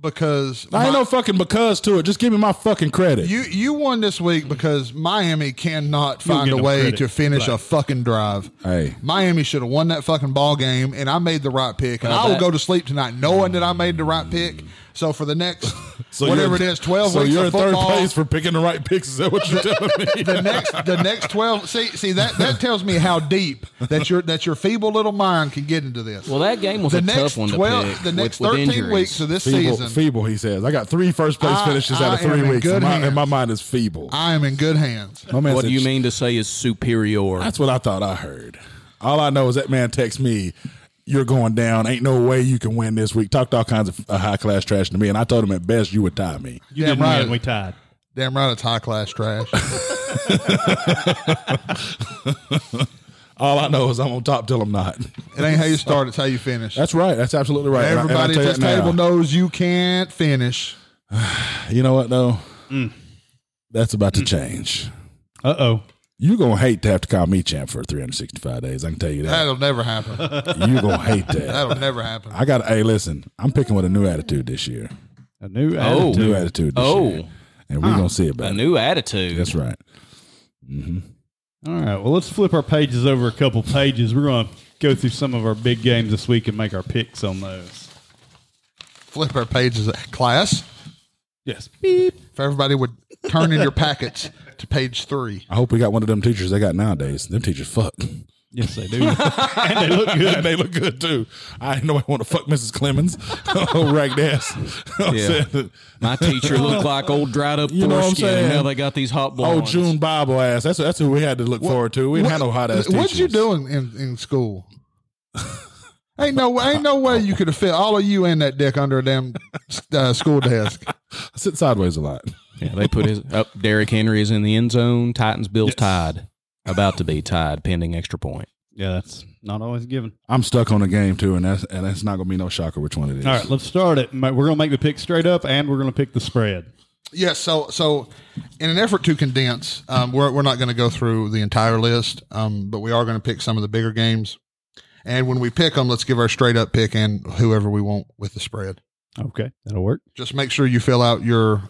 because I ain't Mi- no fucking because to it. Just give me my fucking credit. you you won this week because Miami cannot You'll find get a no way credit. to finish a Right. fucking drive. Hey. Miami should have won that fucking ball game, and I made the right pick. And I will that- go to sleep tonight knowing that I made the right pick. So for the next whatever it you're- is, twelve <laughs> So weeks you're of in third football, place for picking the right picks. Is that what you're telling me? <laughs> the next the next twelve. See, see that that tells me how deep that your that your feeble little mind can get into this. Well, that game was the a next tough one to pick. the next with, with thirteen injuries. weeks of this feeble, season, feeble, he says. I got three first place I- finishes out of I am three in weeks, good and my, and hands. my mind is feeble. I am in good hands. My man what said, do you mean to say is superior? That's what I thought I heard. All I know is that man texts me, "You're going down. Ain't no way you can win this week." Talked all kinds of uh, high class trash to me, and I told him at best you would tie me. You Damn didn't right. win. We tied. Damn right, it's high class <laughs> trash. All I know is I'm on top till I'm not. <laughs> it ain't how you start; it's how you finish. That's right. That's absolutely right. And I- and I'll Everybody tell at you this that now. table knows you can't finish. You know what though? Mm. That's about to change. Uh oh. You're gonna hate to have to call me champ for 365 days. I can tell you that. That'll never happen. You're gonna hate that. <laughs> That'll never happen. I got. Hey, listen. I'm picking with a new attitude this year. A new Oh. attitude. New attitude. This Oh. year. and we're gonna see A about it. new attitude. That's right. All right. Well, let's flip our pages over a couple pages. We're going to go through some of our big games this week and make our picks on those. Flip our pages. Class, Yes. Beep. if everybody would turn in your packets to page three. I hope we got one of them teachers they got nowadays. Them teachers fuck. Yes, they do. and they look good. and they look good too. I know I want to fuck Mrs. Clemens. <laughs> oh, ragged ass. I'm Yeah. saying? My teacher looked like old dried up <laughs> You know what I'm foreskin. saying? and now they got these hot boys. Oh, June Bible ass. That's that's who we had to look forward to. We didn't have no hot ass. What'd you teachers. do in, in, in school? <laughs> ain't no ain't no way you could have fit all of you and that dick under a damn uh, school desk. I sit sideways a lot. Yeah, they put his up. Derrick Henry is in the end zone. Titans Bills tied, about to be tied, pending extra point. yeah, that's not always given. I'm stuck on the game too, and that's and that's not gonna be no shocker which one it is. All right, let's start it. Ma- We're going to make the pick straight up, and we're going to pick the spread. Yes. So, so in an effort to condense, um, we're, we're not going to go through the entire list, um, but we are going to pick some of the bigger games. And when we pick them, let's give our straight up pick and whoever we want with the spread. Okay, that'll work. Just make sure you fill out your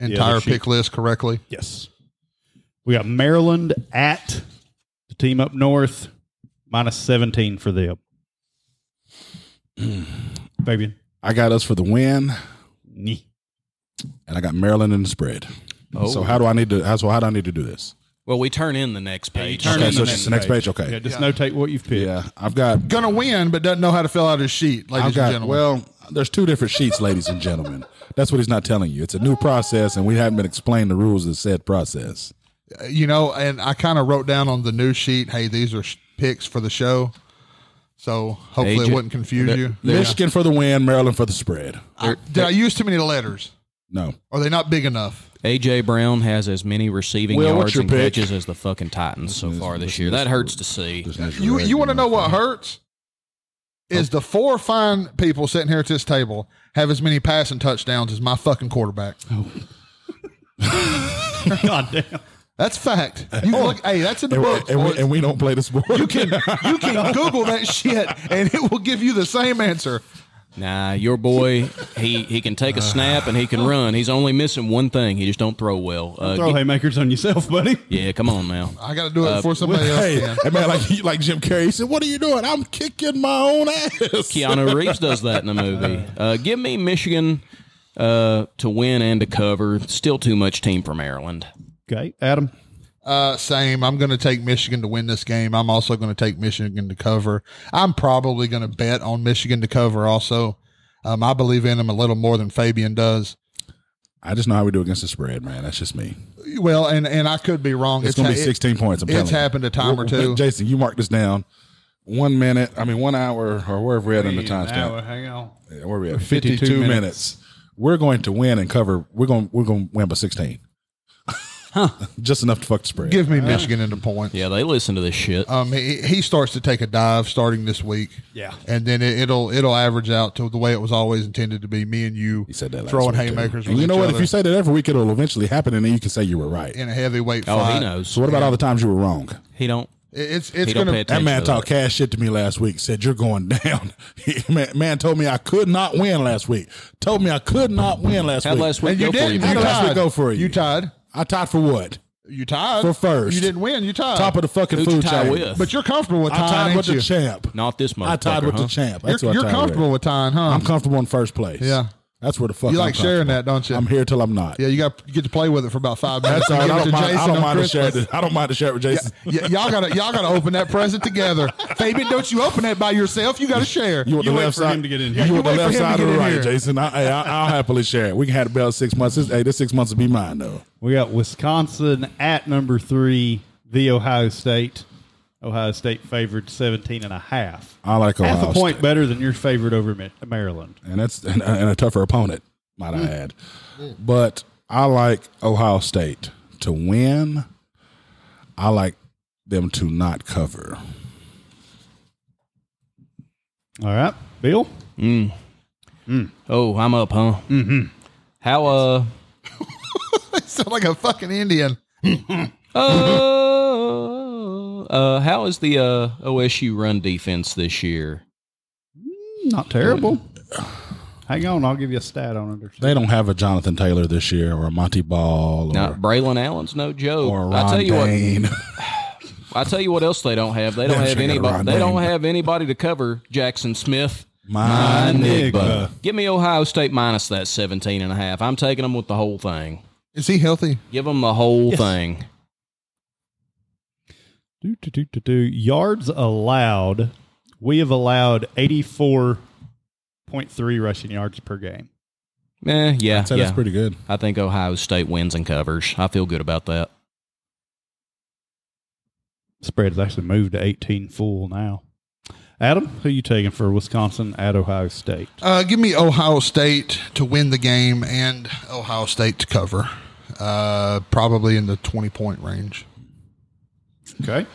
entire sheet. pick list correctly. Yes. We got Maryland at the team up north, minus 17 for <clears throat> them. Fabian. I got us for the win, Nyeh. and I got Maryland in the spread. Oh. So how do I need to? How, so how do I need to do this? Well, we turn in the next page. turn Okay, in the so it's next the next page. Okay. Yeah, Yeah, just notate what you've picked. I've got. Gonna win, but doesn't know how to fill out his sheet, ladies I've got. and gentlemen. Well, there's two different sheets, ladies and gentlemen. That's what he's not telling you. It's a new process, and we haven't been explained the rules of the said process. you know, and I kind of wrote down on the new sheet, hey, these are sh- picks for the show. So hopefully Agent- it wouldn't confuse you. Michigan for the win, Maryland for the spread. I- did I use too many letters? No. Are they not big enough? AJ Brown has as many receiving Will, what's yards your and pick? catches as the fucking Titans so far this year. That hurts to see. You you want to know what hurts? Is the four fine people sitting here at this table have as many passing touchdowns as my fucking quarterback? Oh. <laughs> God damn. That's fact. You can look, hey, that's in the Oh. And, book. and we, and we don't play the sport. you <laughs> can you can Google that shit and it will give you the same answer. <laughs> Nah, your boy, he, he <sighs> can take a snap and he can run. He's only missing one thing. He just don't throw well. Uh, Throw haymakers on yourself, buddy. yeah, come on now. I got to do it before somebody else. Uh, Hey, can. and man, like he- like Jim Carrey, he said, "What are you doing? I'm kicking my own ass." Keanu Reeves does that in the <laughs> movie. Uh, give me Michigan uh, to win and to cover. Still too much team for Maryland. Okay, Adam. Uh, same. I'm going to take Michigan to win this game. I'm also going to take Michigan to cover. I'm probably going to bet on Michigan to cover. Also, um, I believe in them a little more than Fabian does. I just know how we do against the spread, man. That's just me. Well, and and I could be wrong. It's, gonna ha- be it- 16 points. I'm it's telling you. happened a time or two. Jason, you mark this down. One minute, I mean one hour, or wherever we're at in the timestamp. hang on. Yeah, Where we at? 52 52, minutes. We're going to win and cover. We're going. We're going to win by 16. <laughs> just enough to fuck the spread. Give me Michigan into points. Yeah, they listen to this shit. Uh, Um, he, he starts to take a dive starting this week. Yeah. and then it, it'll it'll average out to the way it was always intended to be. Me and you. he said that last throwing week, too. haymakers. And with you know each what? If other you say that every week, it'll eventually happen, and then you can say you were right. in a heavyweight oh, fight, he knows. So what about all the times you were wrong? He don't. It- It's He it's don't going pay to That attention. man to talked cash shit to me last week. Said you're going <laughs> down. He- man, man told me I could not win last week. Told me I could not win last How'd week. last week you go for you? didn't. How Brandon? did last week go for you? You tied. I tied for what? You tied For first. You didn't win. You tied. Top of the fucking Who'd you food tie chain. with? but you're comfortable with I tying, tied ain't with you? the champ. Not this I tied motherfucker, with huh? the champ. That's You're, who you're I tied comfortable with tying, huh? I'm comfortable in first place. Yeah. That's where the fuck You I'm like sharing comfortable. that, don't you? I'm here till I'm not. yeah, you got you get to play with it for about five minutes. That's all. right. Give I it don't to mind. I Jason don't on mind to share. Christmas. This. I don't mind to share it with Jason. Y- y'all gotta y'all gotta open that present together. Fabian, don't you open that by yourself. You gotta share. You want You the wait left for him side to get in here. You You want the wait for left him to side or get the in right, here. Jason? I, hey, I, I'll happily share it. We can have the bell six months. This, hey, this six months will be mine though. We got Wisconsin at number three, the Ohio State. Ohio State favored 17 and a half. I like Ohio half a point State. better than your favorite over Ma- Maryland. and that's and, and a tougher opponent, might I add. But I like Ohio State to win. I like them to not cover. All right, Bill. Oh, I'm up, huh? Mm-hmm. How uh <laughs> sound like a fucking Indian. uh, uh how is the uh OSU run defense this year? Not terrible. Hang on, I'll give you a stat on it. or two. They don't have a Jonathan Taylor this year or a Monty Ball or Now Braylon Allen's no joke. or I Ron tell you what, Dane. <laughs> I tell you what else they don't have. They don't Damn have sure got a anybody. rotten They don't name. have anybody to cover Jackson Smith. My Nigga. nigga. Give me Ohio State minus that 17 and a half. I'm taking them with the whole thing. Is he healthy? Give them the whole thing. Do, do, do, do, do. Yards allowed. We have allowed 84.3 rushing yards per game. Eh, yeah, So yeah. that's pretty good. I think Ohio State wins and covers. I feel good about that. Spread has actually moved to 18 full now. Adam, who you taking for Wisconsin at Ohio State? Uh, give me Ohio State to win the game and Ohio State to cover, uh, probably in the 20 point range. Okay.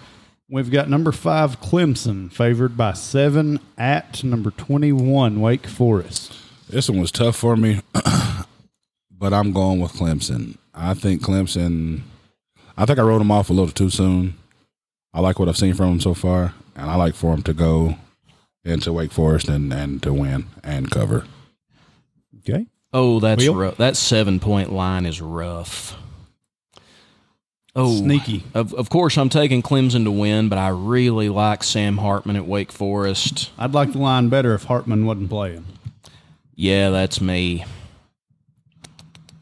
We've got number five, Clemson, favored by seven at number 21, Wake Forest. This one was tough for me, <clears throat> but I'm going with Clemson. I think Clemson. I think I wrote them off a little too soon. I like what I've seen from them so far, and I like for them to go into Wake Forest and, and to win and cover. Okay. Oh, that's Will? rough. That seven point line is rough. Oh, Sneaky. Of, of course, I'm taking Clemson to win, but I really like Sam Hartman at Wake Forest. I'd like the line better if Hartman wasn't playing. Yeah, that's me.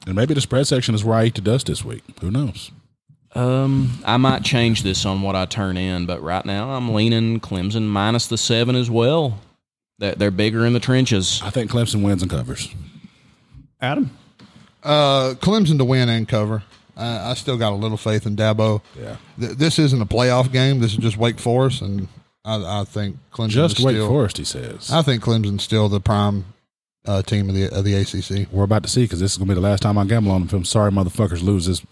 And maybe the spread section is where I eat the dust this week. Who knows? Um, I might change this on what I turn in, but right now I'm leaning Clemson minus the seven as well. They're, they're bigger in the trenches. I think Clemson wins and covers. Adam? Uh, Clemson to win and cover. I I still got a little faith in Dabo. Yeah. Th- this isn't a playoff game. This is just Wake Forest, and I, I think Clemson Just is Wake still, Forest, he says. I think Clemson's still the prime uh, team of the of the ACC. We're about to see because this is gonna be the last time I gamble on them. If I'm sorry, motherfuckers lose this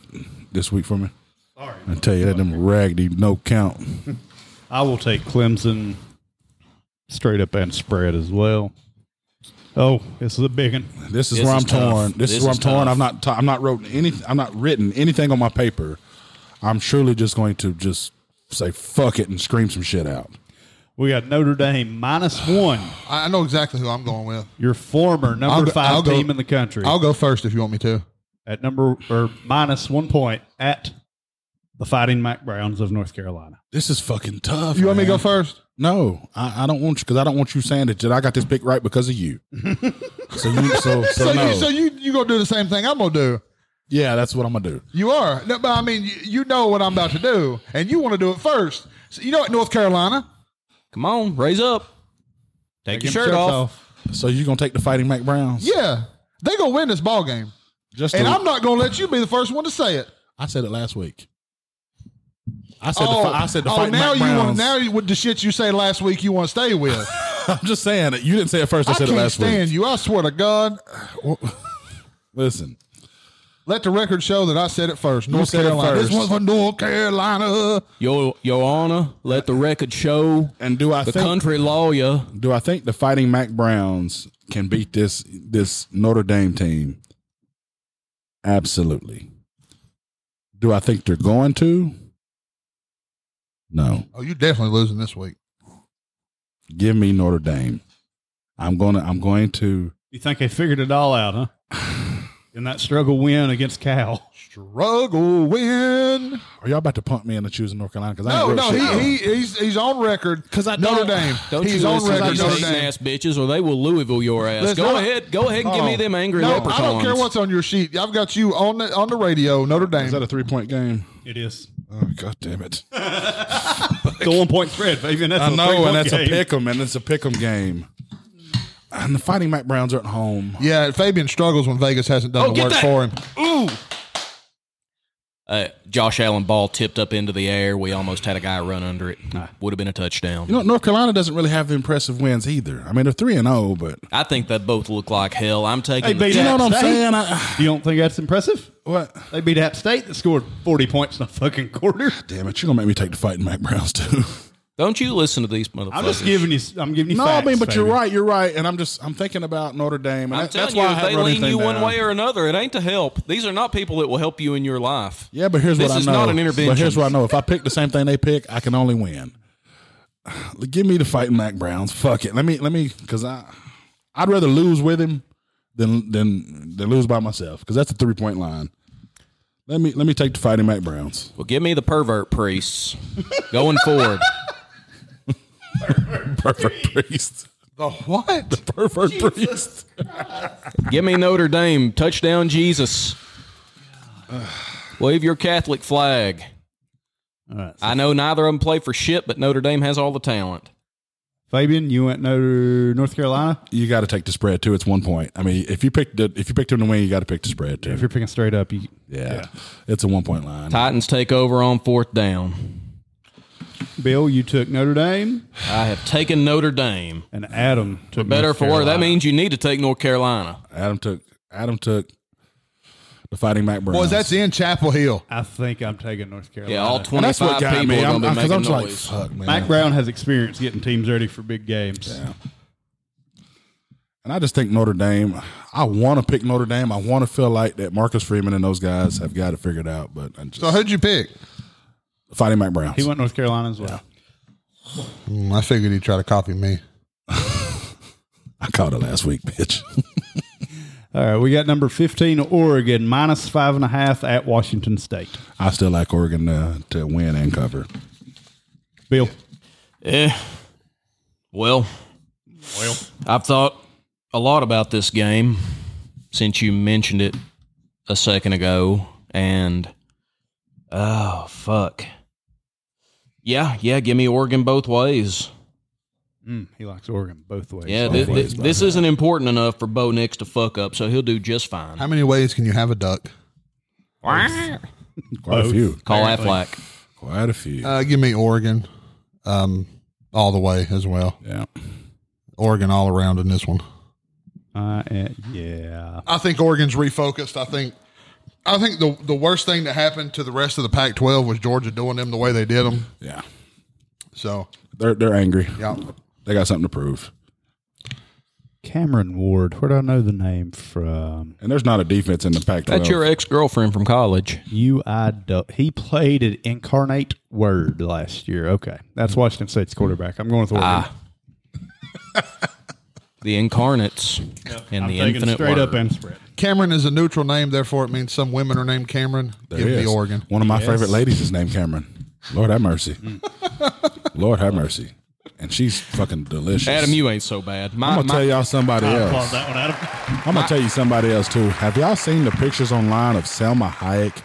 this week for me. Sorry, I tell you that them raggedy no count. I will take Clemson straight up and spread as well. Oh, this is a big one. This is This where is I'm tough. torn. This, This is where is I'm torn. tough. I'm not. T- I'm not written any. I'm not written anything on my paper. I'm surely just going to just say fuck it and scream some shit out. We got Notre Dame minus one, I I know exactly who I'm going with. your former number go- 5 I'll go- team in the country, I'll go first if you want me to. at number or minus one point at the Fighting Mac Browns of North Carolina. This is fucking tough. You want me to man. go first? No, I, I don't want you because I don't want you saying that, that I got this pick right because <laughs> of you. so you. So, so, So no. you so you you gonna do the same thing I'm gonna do. yeah, that's what I'm gonna do. You are, no, but I mean, you, you know what I'm about to do, and you want to do it first. So you know what, North Carolina, Come on, raise up. Take, your Get shirt off. So you gonna take the fighting Mac Browns? Yeah, they gonna win this ball game, Just and to- I'm not gonna let you be the first one to say it. I said it last week. I said. the, fi- I said the oh, fighting now Mac you want Browns. now you, with the shit you say last week, you want to stay with. <laughs> I'm just saying that you didn't say it first. I, I said can't it last week. stand you. I swear to God, Listen. let the record show that I said it first. North said it Carolina. first. This one's for North Carolina. Oh, Your Your Honor, let the record show And do I the think country lawyer. do I think the Fighting Mac Browns can beat this this Notre Dame team? Absolutely. Do I think they're going to? No. Oh, you definitely losing this week. Give me Notre Dame. I'm gonna I'm going to You think they figured it all out, huh? <sighs> In that struggle win against Cal. Struggle win. are y'all about to pump me into choosing North Carolina? Because I ain't No, no, wrote shit down. he, he he's he's on record. 'Cause I Notre don't- Dame. Don't he's you on listen to record. these Notre hating Dame. ass bitches, or they will Louisville your ass. Listen, go I- ahead, go ahead and give me them angry No, leprechauns. I don't care what's on your sheet. I've got you on the on the radio, Notre Dame. Is that a three point game? It is. Oh god damn <laughs> it. The one point spread, baby. and that's I a know, three-point and that's a game. pick 'em, and it's a pick 'em game. And the fighting Mac Browns are at home. yeah, Fabian struggles when Vegas hasn't done Oh, the get work that. for him. Uh, Josh Allen ball tipped up into the air. We almost had a guy run under it. Would have been a touchdown. You know, North Carolina doesn't really have impressive wins either. I mean, they're three and zero, but I think they both look like hell. I'm taking. They the- beat you know App what I'm State. saying? I, <sighs> You don't think that's impressive? what? They beat App State that scored 40 points in a fucking quarter. Damn it! You're gonna make me take the fighting Mac Browns too. don't you listen to these motherfuckers? I'm just giving you, I'm giving you <laughs> no, facts, I mean, but you're baby. right. You're right, and I'm just I'm thinking about Notre Dame, and I'm that- that's telling you, why I if haven't they wrote lean anything you one down. way or another, it ain't to help. These are not people that will help you in your life. yeah, but here's This what I is know. not an intervention. But here's what I know: if I pick the same thing they pick, I can only win. <sighs> Give me the fighting Mac Browns. Fuck it. Let me let me because I I'd rather lose with him than than than lose by myself because that's a three point line. Let me let me take the fighting Mac Browns. Well, give me the pervert priests going forward. <laughs> Pervert priest. The what? Pervert priest. Give me Notre Dame. Touchdown, <sighs> Jesus. Wave your Catholic flag. All right. I know neither of them play for shit, but Notre Dame has all the talent. Fabian, you went to North Carolina? You got to take the spread too. It's one point. I mean, if you picked the, if you picked him to win, you got to pick the spread too. If you're picking straight up, you, Yeah. It's a one point line. Titans take over on fourth down. Bill, you took Notre Dame, I have taken Notre Dame. and Adam took Better North for Carolina. that means you need to take North Carolina. Adam took Adam took the fighting Mac Browns. Boys, that's in Chapel Hill. I think I'm taking North Carolina. Yeah, all And that's what twenty-five got people me. are I'm, going to be because I'm making just like, noise. fuck, man. Mac Brown has experience getting teams ready for big games. And I just think Notre Dame. I want to pick Notre Dame. I want to feel like that Marcus Freeman and those guys have got it figured out. But I'm just So who'd you pick? fighting Mac Browns. He went North Carolina as well. Mm, I figured he'd try to copy me. I called it last week, bitch. <laughs> All right, we got number 15, Oregon, minus five and a half at Washington State. I still like Oregon uh, to win and cover. Bill, Eh. Well, well, I've thought a lot about this game since you mentioned it a second ago, and oh fuck, yeah, yeah, give me Oregon both ways. he likes Oregon both ways. Yeah, thi- thi- this isn't important enough for Bo Nix to fuck up, so he'll do just fine. How many ways can you have a duck? Quite a few. Call Affleck. Quite a few. Uh, give me Oregon, um, all the way as well. yeah. Oregon all around in this one. Uh, eh, yeah. I think Oregon's refocused. I think, I think the the worst thing that happened to the rest of the Pac-12 was Georgia doing them the way they did them. Yeah. So They're they're angry. yeah, They got something to prove. Cameron Ward, where do I know the name from? And there's not a defense in the Pac-12. That's your ex girlfriend from college. UI Duck. He played at Incarnate Word last year. Okay, that's Washington State's quarterback. I'm going with Oregon. Ah, The incarnates and I'm the taking infinite straight word. up and spread. Cameron is a neutral name, therefore it means some women are named Cameron. There give it me is. Oregon. One of my favorite ladies is named Cameron. Lord have mercy. <laughs> Lord have mercy. And she's fucking delicious. Adam, you ain't so bad. I'm My, gonna my, tell y'all somebody Love else. that one, Adam. <laughs> I'm gonna tell you somebody else too. Have y'all seen the pictures online of Selma Hayek?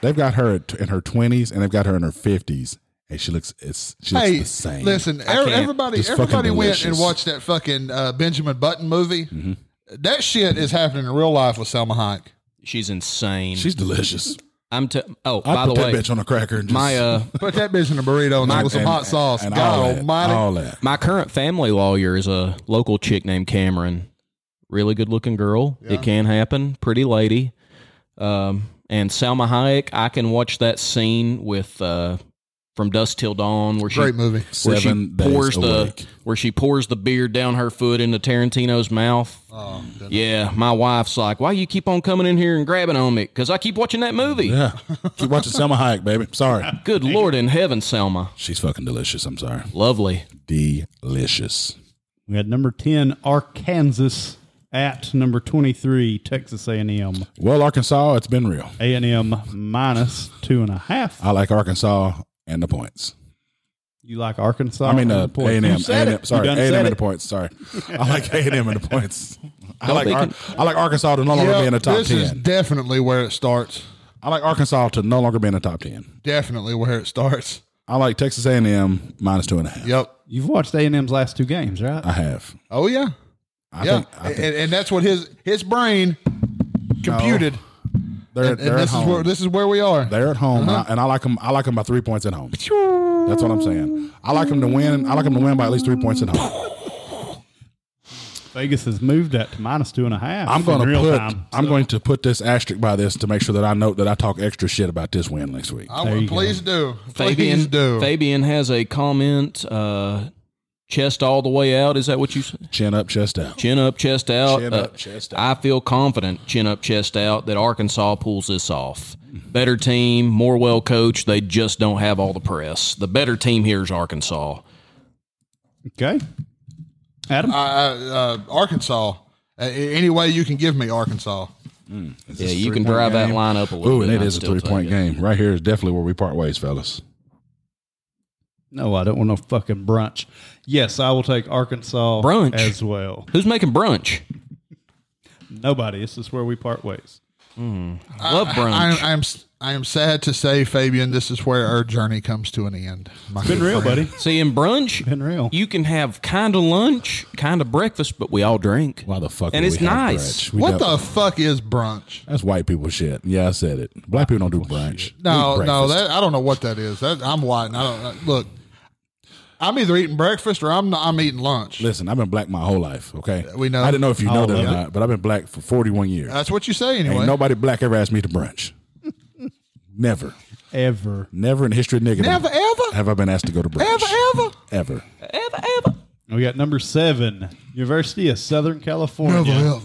They've got her at- in her 20s and they've got her in her 50s, and she looks it's she looks Hey, the same. listen, ev- can't. everybody, It's everybody fucking went and delicious. Mm-hmm. watched that fucking uh, Benjamin Button movie. That shit is happening in real life with Selma Hayek. she's insane. she's delicious. I'm t- oh, by I the put that way, bitch on a cracker. And just, <laughs> my uh, Put that bitch in a burrito and with some and- hot sauce. and all God that, Oh, Almighty! all that. my current family lawyer is a local chick named Cameron. Really good looking girl. It can happen. Pretty lady. Um, and Salma Hayek, I can watch that scene with uh, from Dusk Till Dawn, where she Great movie. where she Seven days pours the awake. where she pours the beer down her foot into Tarantino's mouth. Oh, yeah, my wife's like, "Why you keep on coming in here and grabbing on me? Because I keep watching that movie." Yeah, keep watching Selma Hayek, baby. Sorry, Good Lord in heaven, Selma, she's fucking delicious. I'm sorry, lovely. delicious. We had number 10, Arkansas, at number 23, Texas A&M. Well, Arkansas, it's been real. A&M minus two and a half. I like Arkansas and the points. You like Arkansas? I mean, and uh, the A points? and M. You said it. Sorry, A You done and M said and the it. points. Sorry, I like A and M and the points. I like be Ar- con- I like Arkansas to no longer be in the top this is ten. definitely where it starts. I like Arkansas to no longer be in the top ten. Definitely where it starts. I like Texas A and M minus two and a half. Yep. You've watched A&M's last two games, right? I have. Oh yeah. I yeah. think, I think and, and that's what his his brain computed. they're, and Oh, this they're at is home. where this is where we are. They're at home, Uh-huh. and, I, and I like them. I like them by three points at home. That's what I'm saying. I like them to win. I like them to win by at least three points at home. Vegas has moved that to minus two and a half. I'm going in to real put. time. I'm going to put this asterisk by this to make sure that I note that I talk extra shit about this win next week. I There would- you go. please do. Fabian, Please do. Fabian has a comment. Uh, chest all the way out. Is that what you said? Chin up, chest out. Chin up, chest out. Uh, Chin up, chest I feel confident, chin up, chest out, that Arkansas pulls this off. Better team, more well coached. They just don't have all the press. The better team here is Arkansas. Okay. Adam? uh, uh, Arkansas. Uh, any way you can give me Arkansas. Is Yeah, this a you can three-point drive that game? line up a little Ooh, bit. and it I'd is a still three take point it. game. Right here is definitely where we part ways, fellas. No, I don't want no fucking brunch. Yes, I will take Arkansas Brunch? as well. Who's making brunch? Nobody. This is where we part ways. I love brunch. I, I am s- I am sad to say, Fabian, this is where our journey comes to an end. My Been good real, friend. buddy. See, in brunch, Been real. you can have kind of lunch, kind of breakfast, but we all drink. Why the fuck? And would it's we have nice. brunch? We What don't- the fuck is brunch? That's white people shit. Yeah, I said it. Black people don't do brunch. No, We no, breakfast. that I don't know what that is. That I'm white. And I don't uh, look. I'm either eating breakfast or I'm not, I'm eating lunch. Listen, I've been black my whole life. Okay, We know. I didn't know if you All know that or of it. not, but I've been black for forty-one years. That's what you say Ain't anyway. nobody black ever asked me to brunch. never, Ever. never in the history of nigga. Never, ever? have I been asked to go to brunch. Ever, ever? ever. Ever, ever. We got number seven, University of Southern Never, California, ever,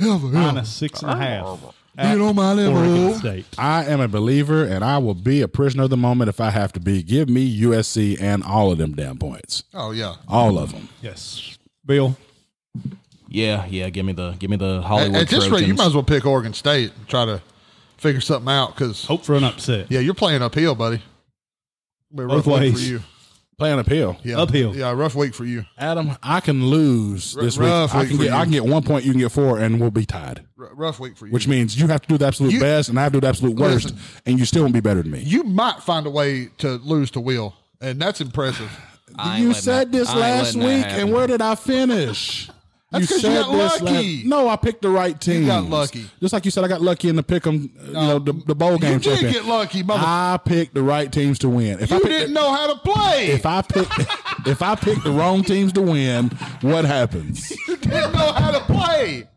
ever, ever. minus six Oh. and a half. You know my Oregon level. State. I am a believer, and I will be a prisoner of the moment if I have to be. Give me USC and all of them damn points, Oh yeah. all of them. Yes, Bill. Yeah, yeah. Give me the, give me the At, Hollywood. at this rate, you Trojans. might as well pick Oregon State and try to figure something out because Hope for an upset. yeah, you're playing uphill, buddy. Be a rough Both week for ways. you. Playing appeal. Yeah, Uphill. Yeah, rough week for you. Adam, I can lose this week. rough I week can for get you. I can get one point, you can get four, and we'll be tied. R- rough week for you. Which means you have to do the absolute You- best, and I have to do the absolute worst, Listen. and you still won't be better than me. you might find a way to lose to Will, and that's impressive. I ain't You letting said that- this I ain't last letting that week, happen. and where did I finish? That's 'cause you said got this lucky. last- no, I picked the right team. got lucky. Just like you said, I got lucky in the pick 'em, uh, you know, the, the bowl game. did champion. get lucky, mother- I picked the right teams to win. If I You picked didn't the- know how to play. If I pick, if I pick the wrong teams to win, <laughs> what happens? you didn't know how to play.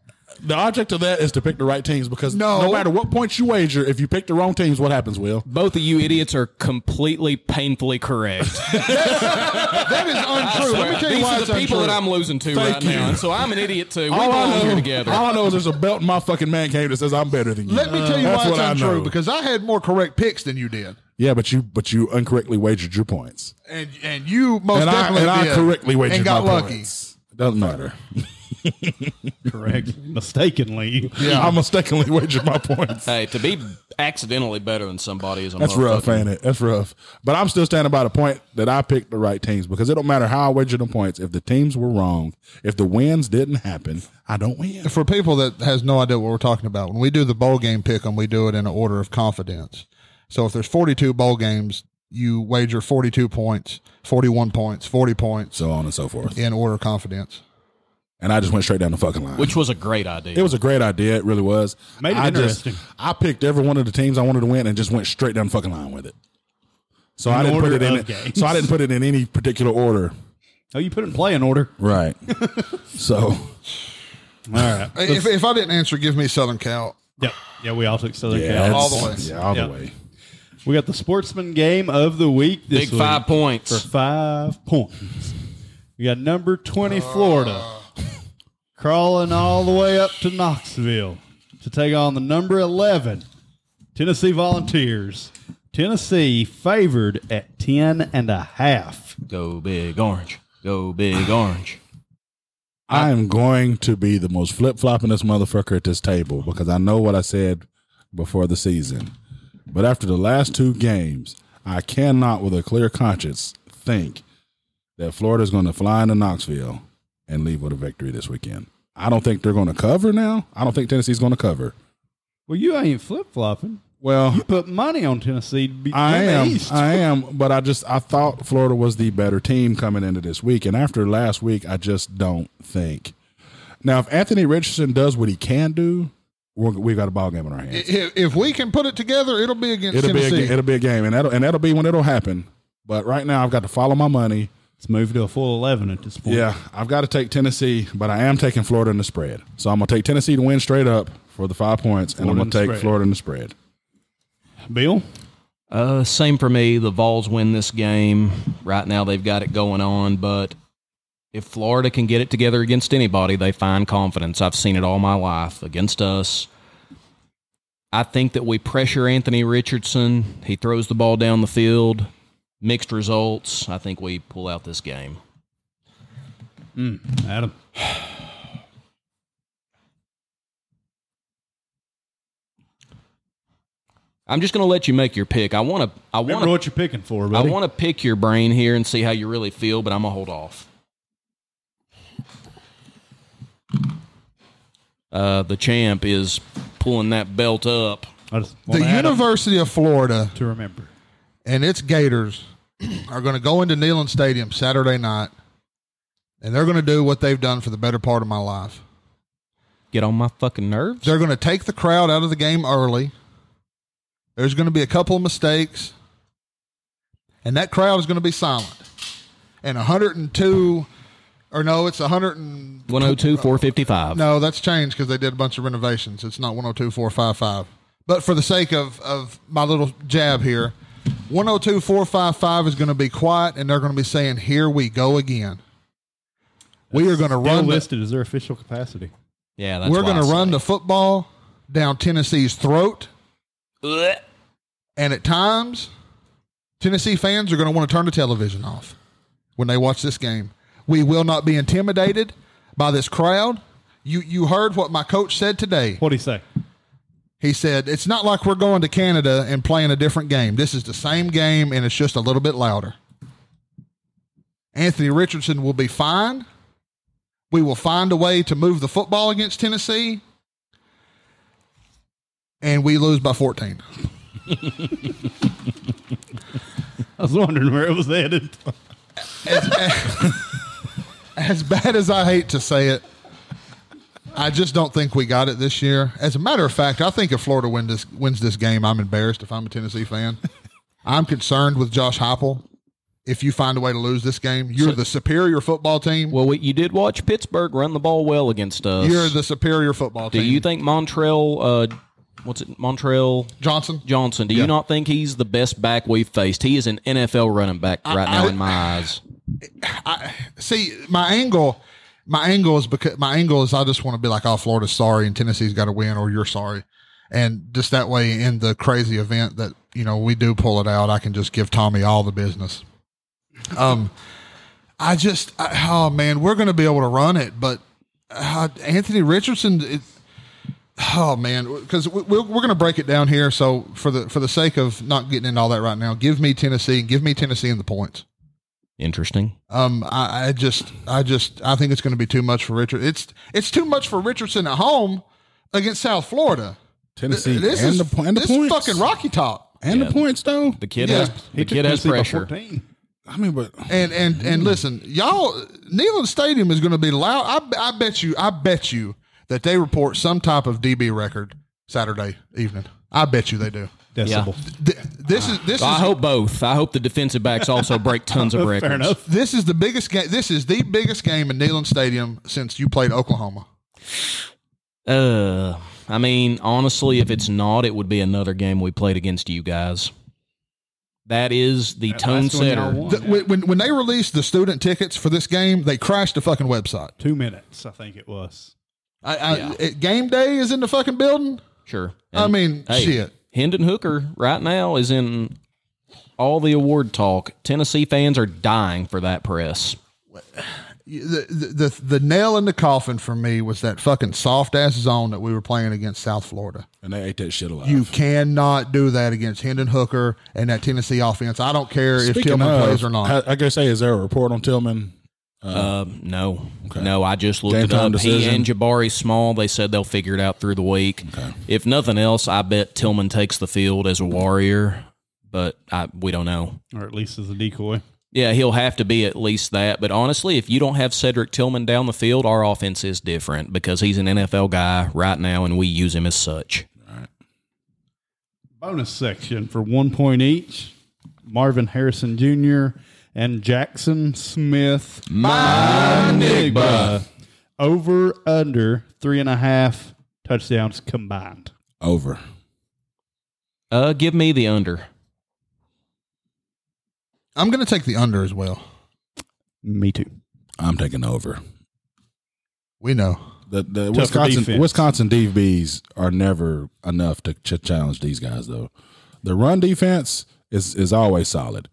The object of that is to pick the right teams because No. no, matter what points you wager, if you pick the wrong teams, what happens? Will Both of you idiots are completely painfully <laughs> correct. That is untrue. Let me tell you These why are it's the people untrue. that I'm losing to Thank right you. now, and so I'm an idiot too. We belong here together. all I know is there's a belt in my fucking man cave that says I'm better than you. Let me tell you That's why it's what I untrue know. because I had more correct picks than you did, yeah, but you but you incorrectly wagered your points, and and you most and I definitely and I did correctly wagered and got my lucky. points. Doesn't matter. Correct. Mistakenly. Yeah, <laughs> I mistakenly wagered my <laughs> points. hey, to be accidentally better than somebody is a That's rough, motherfucking- ain't it? That's rough. But I'm still standing by the point that I picked the right teams because it don't matter how I wagered the points. If the teams were wrong, if the wins didn't happen, I don't win. for people that has no idea what we're talking about, when we do the bowl game pick 'em, we do it in an order of confidence. So if there's 42 bowl games, you wager 42 points, 41 points, 40 points So on and so forth. in order of confidence. And I just went straight down the fucking line. Which was a great idea. it was a great idea. It really was. Made it I interesting. Just, I picked every one of the teams I wanted to win and just went straight down the fucking line with it. So I didn't put order it in. of games. So I didn't put it in any particular order. Oh, you put it in play in order. Right. <laughs> so All right. If, if I didn't answer, give me Southern Cal. Yep. Yeah, we all took Southern yeah, Cal. all the that's- way. Yeah, all Yeah. the way. We got the sportsman game of the week. This big five week points. for five points. We got number twenty Florida crawling all the way up to Knoxville to take on the number eleven Tennessee Volunteers. Tennessee favored at ten and a half. Go big orange. Go big orange. I am going to be the most flip flopping this motherfucker at this table because I know what I said before the season. But after the last two games, I cannot, with a clear conscience, think that Florida's going to fly into Knoxville and leave with a victory this weekend. I don't think they're going to cover now. I don't think Tennessee's going to cover. Well, you ain't flip flopping. Well, You put money on Tennessee. To be I in the am. <laughs> East. I am. But I just I thought Florida was the better team coming into this week, and after last week, I just don't think. Now, if Anthony Richardson does what he can do, we're, we've got a ball game in our I- hands. If, if we can put it together, it'll be against It'll be a, Tennessee. ga- it'll be a game, and that'll and that'll be when it'll happen. But right now, I've got to follow my money. Let's move to a full eleven at this point. Yeah, I've got to take Tennessee, but I am taking Florida in the spread. So I'm gonna take Tennessee to win straight up for the five points, and Florida in I'm the gonna take spread. Florida in the spread. Bill. Uh, same for me. The Vols win this game. Right now, they've got it going on, but if Florida can get it together against anybody, they find confidence. I've seen it all my life against us. I think that we pressure Anthony Richardson. He throws the ball down the field. Mixed results. I think we pull out this game. Adam. I'm just going to let you make your pick. I want to. I want Remember to. what you're picking for, I buddy. want to pick your brain here and see how you really feel, but I'm gonna hold off. Uh, the champ is pulling that belt up. I just The want Adam University of Florida to remember. and its Gators are going to go into Neyland Stadium Saturday night, and they're going to do what they've done for the better part of my life. Get on my fucking nerves. They're going to take the crowd out of the game early. There's going to be a couple of mistakes, and that crowd is going to be silent. And 102, or no, it's 100 and 102, 455. No, that's changed because they did a bunch of renovations. It's not 102455. But for the sake of, of my little jab here, 102455 is going to be quiet and they're going to be saying, Here we go again. we are going to They're run. The, listed as their official capacity. Yeah, that's we're why I going to said run it. the football down Tennessee's throat. Blech. And at times, Tennessee fans are going to want to turn the television off when they watch this game. We will not be intimidated by this crowd. You, you heard what my coach said today. What do you say? He said, It's not like we're going to Canada and playing a different game. This is the same game, and it's just a little bit louder. Anthony Richardson will be fine. We will find a way to move the football against Tennessee. And we lose by 14. I was wondering where it was headed. As bad as I hate to say it, I just don't think we got it this year. As a matter of fact, I think if Florida win this, wins this game, I'm embarrassed if I'm a Tennessee fan. I'm concerned with Josh Heupel. If you find a way to lose this game, you're the superior football team. Well, we, you did watch Pittsburgh run the ball well against us. you're the superior football Do team. you think Montrell, uh, what's it, Montrell Johnson? Johnson, do you not think he's the best back we've faced? He is an NFL running back right now I- in my eyes. See, my angle, my angle is because my angle is I just want to be like, oh, Florida's sorry and Tennessee's got to win, or you're sorry, and just that way in the crazy event that you know we do pull it out, I can just give Tommy all the business. Um, I just, I, oh man, we're going to be able to run it, but uh, Anthony Richardson. It, Oh man, because we, we're, we're going to break it down here. So for the for the sake of not getting into all that right now, give me Tennessee and give me Tennessee in the points. Interesting. Um, I, I just, I just, I think it's going to be too much for Richard. It's, it's too much for Richardson at home against South Florida. Tennessee This and is the, po- and the this points. fucking Rocky Top. And the points, though. The kid Yeah. has the took kid has Tennessee by pressure. 14. I mean, but And and and listen, y'all, Neyland Stadium is going to be loud. I, I bet you, I bet you that they report some type of DB record Saturday evening. I bet you they do. Decibel. Th- This is this is I hope both. I hope the defensive backs also break tons of records. <laughs> Fair enough. this is the biggest game. This is the biggest game in Neyland Stadium since you played Oklahoma. Uh, I mean, honestly, if it's not, it would be another game we played against you guys. That is the tone That's when y'all setter. won. The- when, when- when they released the student tickets for this game, they crashed the fucking website. Two minutes, I think it was. I, I, it- game day is in the fucking building. Sure. I mean, hey, shit. Hendon Hooker right now is in all the award talk. Tennessee fans are dying for that press. The, the the the nail in the coffin for me was that fucking soft ass zone that we were playing against South Florida. and they ate that shit alive. You cannot do that against Hendon Hooker and that Tennessee offense. I don't care if Tillman plays or not. I, I guess hey, is there a report on Tillman? Um, no, no. I just looked Game it time up. He decision. and Jabari Small. They said they'll figure it out through the week. If nothing else, I bet Tillman takes the field as a warrior, but I, we don't know. Or at least as a decoy. Yeah, he'll have to be at least that. But honestly, if you don't have Cedric Tillman down the field, our offense is different because he's an NFL guy right now, and we use him as such. Bonus section for one point each. Marvin Harrison Jr. and Jackson Smith. Manigba. Over under three and a half touchdowns combined. Over. Uh, give me the under. I'm going to take the under as well. Me too. I'm taking over. We know. The, the Tougher Wisconsin defense. Wisconsin DBs are never enough to ch- challenge these guys though. The run defense is is always solid.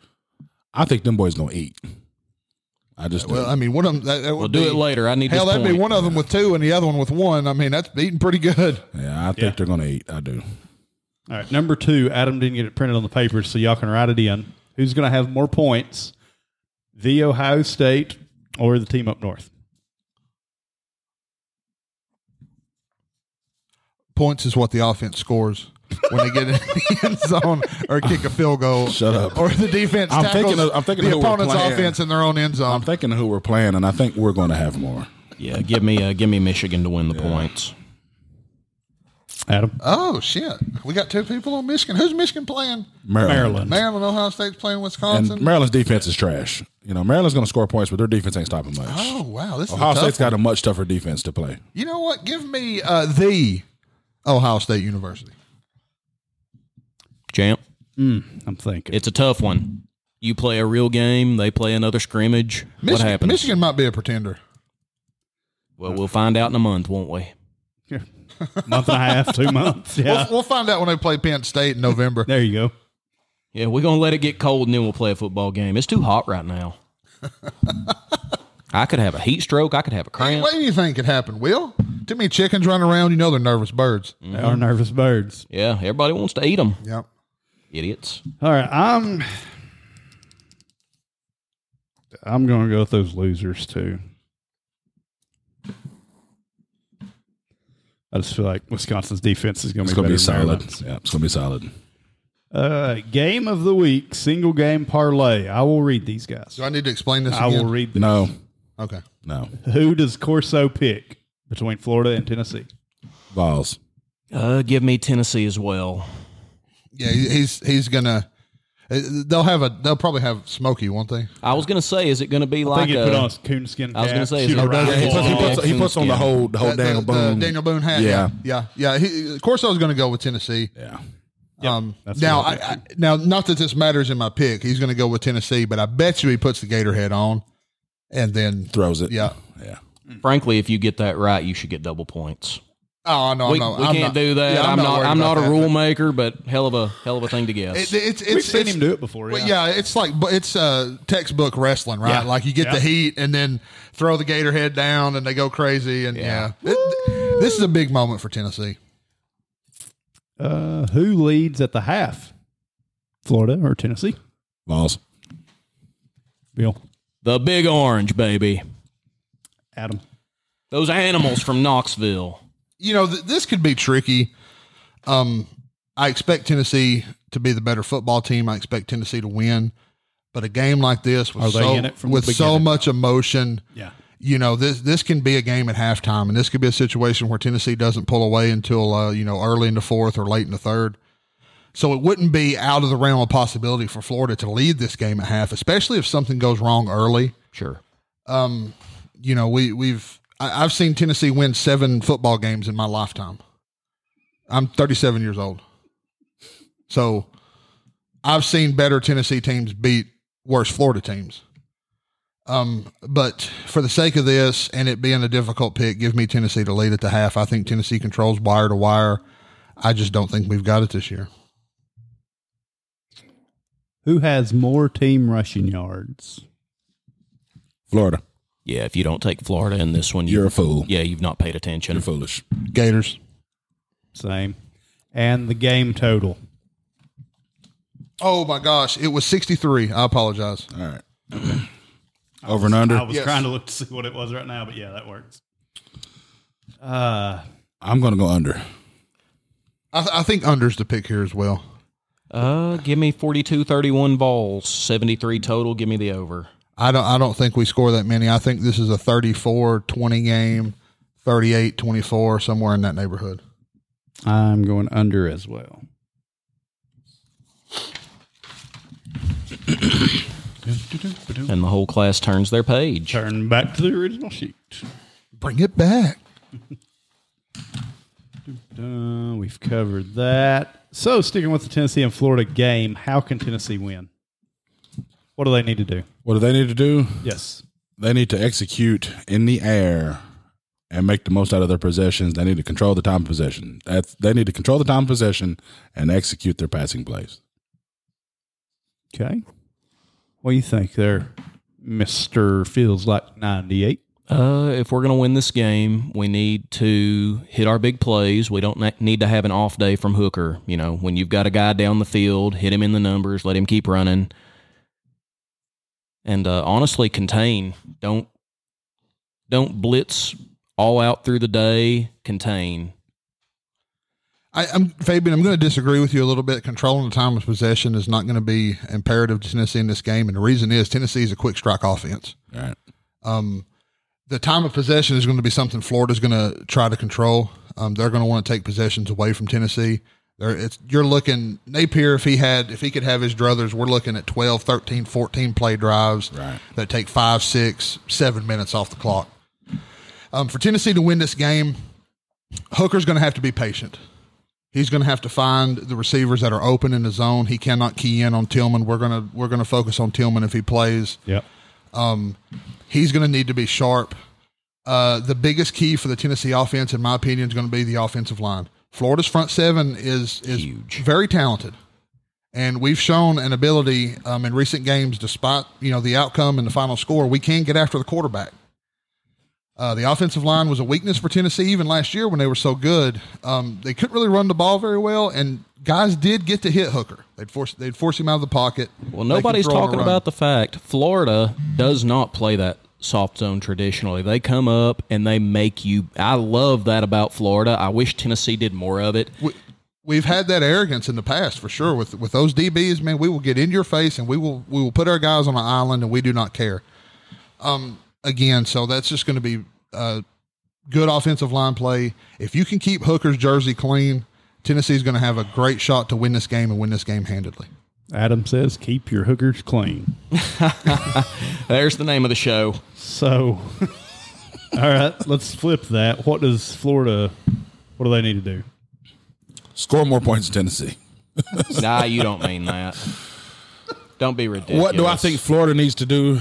I think them boys gonna eat. I just do. Well, I mean, one of them. That, that We'll would do be- it later. I need Hell, this that'd be point. one of them with two and the other one with one. I mean, that's beating pretty good. yeah, I think Yeah. they're gonna eat. I do. All right, number two. Adam didn't get it printed on the paper, so y'all can write it in. Who's going to have more points, the Ohio State or the team up north? Points is what the offense scores when they get in <laughs> the end zone or kick a field goal. Shut up. Or the defense I'm tackles thinking of- I'm thinking the of who we're opponent's playing. offense in their own end I'm zone. thinking of who we're playing, and I think we're going to have more. Yeah, give me uh, give me Michigan to win the points. Adam, oh shit, we got two people on Michigan. Who's Michigan playing? Maryland. Maryland. Maryland, Ohio State's playing Wisconsin. And Maryland's defense is trash. You know, Maryland's going to score points, but their defense ain't stopping much. oh wow, this Ohio is a tough State's one. got a much tougher defense to play. You know what? Give me uh, the Ohio State University. Champ, I'm thinking. it's a tough one. You play a real game, they play another scrimmage. what Michigan, happens? Michigan might be a pretender. Well, we'll find out in a month, won't we? month and a half, <laughs> two months. Yeah, We'll, we'll find out when they play Penn State in <laughs> November. there you go. Yeah, we're gonna let it get cold and then we'll play a football game. It's too hot <laughs> right now. I could have a heat stroke. I could have a cramp. What do you think could happen, Will? Too many chickens running around. You know they're nervous birds. They are nervous birds. Yeah, everybody wants to eat them. Yep. Idiots. All right, I'm. I'm going to go with those losers too. I just feel like Wisconsin's defense is going to It's be going to better than be solid. Maryland's. Yeah, it's going to be solid. Uh, game of the week, single game parlay. I will read these guys. Do I need to explain this? I will again? read them. No, Okay. no. Who does Corso pick between Florida and Tennessee? Balls. Uh, give me Tennessee as well. Yeah, he- he's he's gonna. uh, They'll have a. They'll probably have Smokey, won't they? I was gonna say, is it gonna be I like uh, think he put on a, his coonskin. I was cap, gonna say, shoot a is it- rifle. He puts, he puts, he puts on the whole, the Oh, whole That- Daniel the- Boone. The Daniel Boone hat. Yeah. Yeah. Yeah. He, Corso's going to go with Tennessee. Yeah. um, that's now, what I, I, now, not that this matters in my pick. He's going to go with Tennessee, but I bet you he puts the Gator head on, and then Throws it. Yeah. Yeah. frankly, if you get that right, you should get double points. Oh no, we I'm not, we I'm not- can't do that. Yeah, I'm, not. worried I'm about not a that. rule maker, but hell of a hell of a thing to guess. It, it's, it's, We've seen it's- him do it before. Yeah. Well, yeah, it's like but it's uh, textbook wrestling, right? Yeah. Like you get Yeah. the heat and then throw the gator head down, and they go crazy. And yeah, It- this is a big moment for Tennessee. Uh, who leads at the half? Florida or Tennessee? Balls. Bill, the Big Orange, baby. Adam. Those animals from Knoxville. You know, th- this could be tricky. Um, I expect Tennessee to be the better football team. I expect Tennessee to win, but a game like this Are with they so in it from the with so beginning? much emotion. Yeah. you know this this can be a game at halftime, and this could be a situation where Tennessee doesn't pull away until uh, you know early in the fourth or late in the third. So it wouldn't be out of the realm of possibility for Florida to lead this game at half, especially if something goes wrong early. Sure. You know, we we've I, I've seen Tennessee win seven football games in my lifetime. I'm 37 years old, so I've seen better Tennessee teams beat worse Florida teams. Um, but for the sake of this and it being a difficult pick, give me Tennessee to lead at the half. I think Tennessee controls wire to wire. I just don't think we've got it this year. Who has more team rushing yards? Florida. Yeah, if you don't take Florida in this one, you, You're a fool. yeah, you've not paid attention. You're foolish. Gators. Same. And the game total. Oh my gosh, it was 63. I apologize. All right. Over and under. I was trying to look to see what it was right now, but yeah, that works. Uh, I'm going to go under. I, I think under's the pick here as well. Uh, give me 42 31 balls, 73 total. Give me the over. I don't I don't think we score that many. I think this is a 34-20 game, 38-24 somewhere in that neighborhood. I'm going under as well. And the whole class turns their page. Turn back to the original sheet. Bring it back. Uh, we've covered that. So, sticking with the Tennessee and Florida game, how can Tennessee win? What do they need to do? What do they need to do? Yes. They need to execute in the air and make the most out of their possessions. They need to control the time of possession. That's, they need to control the time of possession and execute their passing plays. Okay. What do you think there, Mr. Feels Like 98? uh, if we're going to win this game, we need to hit our big plays. We don't ne- need to have an off day from Hooker. You know, when you've got a guy down the field, hit him in the numbers, let him keep running, and uh, honestly contain. Don't don't blitz all out through the day. Contain. I, I'm Fabian. I'm going to disagree with you a little bit. Controlling the time of possession is not going to be imperative to Tennessee in this game, and the reason is Tennessee is a quick strike offense. All right. The time of possession is going to be something Florida's going to try to control. Um, they're going to want to take possessions away from Tennessee. They're, it's, you're looking Napier if he had if he could have his druthers, we're looking at 12, 13, 14 play drives Right. that take five, six, seven minutes off the clock. Um, for Tennessee to win this game, Hooker's going to have to be patient. He's going to have to find the receivers that are open in the zone. He cannot key in on Tillman. We're going to we're going to focus on Tillman if he plays Yep. he's going to need to be sharp. Uh, the biggest key for the Tennessee offense, in my opinion, is going to be the offensive line. Florida's front seven is is very talented, and we've shown an ability um, in recent games. Despite you know the outcome and the final score, we can get after the quarterback. Uh, the offensive line was a weakness for Tennessee even last year when they were so good. Um, they couldn't really run the ball very well, and guys did get to hit Hooker. They'd force they'd force him out of the pocket. Well, nobody's about talking the. about the fact Florida does not play that soft zone traditionally. They come up and they make you. I love that about Florida. I wish Tennessee did more of it. we, we've had that arrogance in the past for sure with with those DBs man we will get in your face and we will we will put our guys on an island and we do not care um again so that's just going to be uh good offensive line play if you can keep Hooker's jersey clean Tennessee's going to have a great shot to win this game and win this game handedly Adam says, keep your hookers clean. There's the name of the show. So, <laughs> all right, let's flip that. What does Florida, what do they need to do? Score more points in Tennessee. nah, you don't mean that. Don't be ridiculous. What do I think Florida needs to do?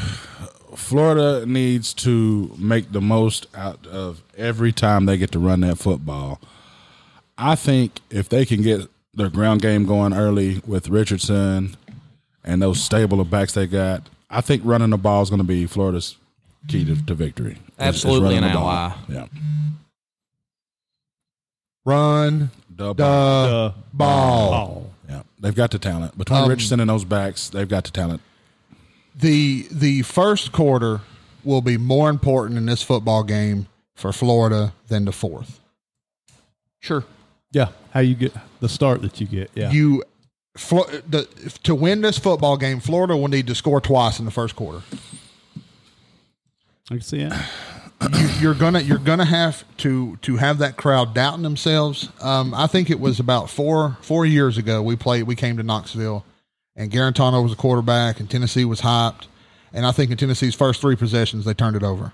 Florida needs to make the most out of every time they get to run that football. I think if they can get their ground game going early with Richardson and those stable of backs they got, I think running the ball is going to be Florida's key to, to victory. It's- it's Absolutely running an the ball. ally. Yeah. run Double. the ball Oh, Yeah. They've got the talent. Between Um, Richardson and those backs, they've got the talent. the the first quarter will be more important in this football game for Florida than the fourth Sure. yeah. How you get the start that you get? Yeah. you Flo- the, if- to win this football game, Florida will need to score twice in the first quarter. I can see it. You, you're gonna you're gonna have to to have that crowd doubting themselves. Um, I think it was about four four years ago we played we came to Knoxville, and Garantano was a quarterback, and Tennessee was hyped, and I think in Tennessee's first three possessions they turned it over.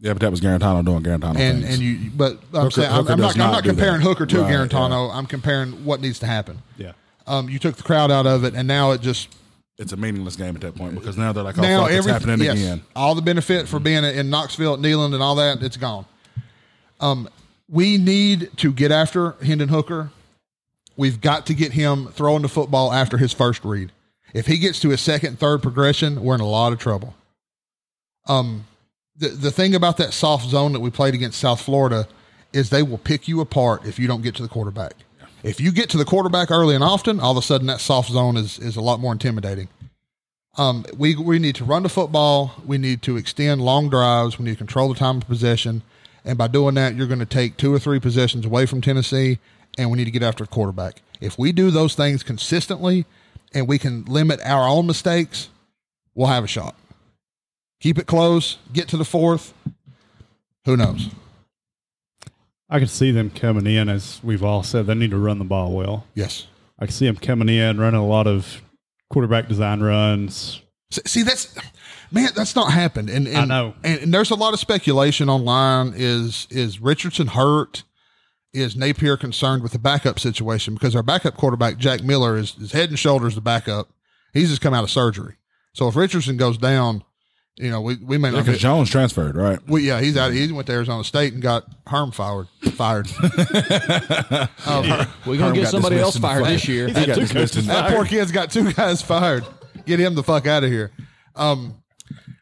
Yeah, but that was Garantano doing Garantano and things. and you but I'm Hooker- saying I'm, Hooker I'm does not, I'm not not do that. comparing Hooker to Right, Garantano. I'm comparing what needs to happen. <clears throat> Yeah. Um, you took the crowd out of it, and now it just it's a meaningless game at that point because now they're like, oh, now fuck, it's everything happening yes, again. All the benefit for being in Knoxville, at Neyland, and all that, it's gone. Um, we need to get after Hendon Hooker. We've got to get him throwing the football after his first read. If he gets to his second, third progression, we're in a lot of trouble. Um, the the thing about that soft zone that we played against South Florida is they will pick you apart if you don't get to the quarterback. If you get to the quarterback early and often, all of a sudden that soft zone is is a lot more intimidating. Um, we we need to run the football. We need to extend long drives. We need to control the time of possession. And by doing that, you're going to take two or three possessions away from Tennessee, and we need to get after the quarterback. If we do those things consistently, and we can limit our own mistakes, we'll have a shot. Keep it close. Get to the fourth. Who knows? I can see them coming in, as we've all said, they need to run the ball well. Yes. I can see them coming in, running a lot of quarterback design runs. S- See, that's man, that's not happened. And, and I know. And, and there's a lot of speculation online. Is is Richardson hurt? Is Napier concerned with the backup situation because our backup quarterback Jack Miller is, is head and shoulders the backup. He's just come out of surgery. So if Richardson goes down, you know we we may not. Because Be, Jones transferred, right? we, yeah, he's out. He went to Arizona State and got Herm fired. Fired. Um, We're going Herm to get got somebody dismissed else in the fired flag. this year. He got dismissed <laughs> in- That poor kid's got two guys fired. Get him the fuck out of here. Um,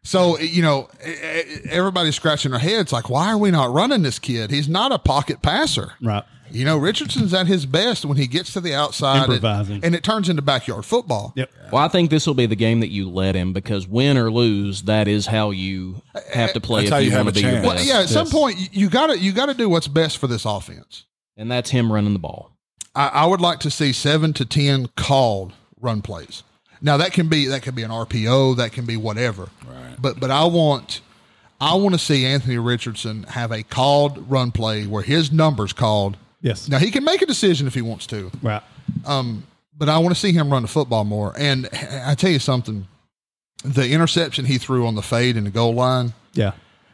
So you know, e- e- everybody's scratching their heads like, why are we not running this kid? He's not a pocket passer, Right. You know, Richardson's at his best when he gets to the outside, and- Improvising. and, it turns into backyard football. Yep. Well, I think this will be the game that you let him because win or lose, that is how you have to play That's if how you, you have want to a be your chance. best. Well, But yeah, at some Yes. point you- you got to you got to do what's best for this offense. And that's him running the ball. I, I would like to see seven to ten called run plays. Now that can be that can be an RPO, that can be whatever. Right. But but I want I want to see Anthony Richardson have a called run play where his number's called. Yes. Now he can make a decision if he wants to, Right. but I want to see him run the football more. And I tell you something, the interception he threw on the fade in the goal line, Yeah.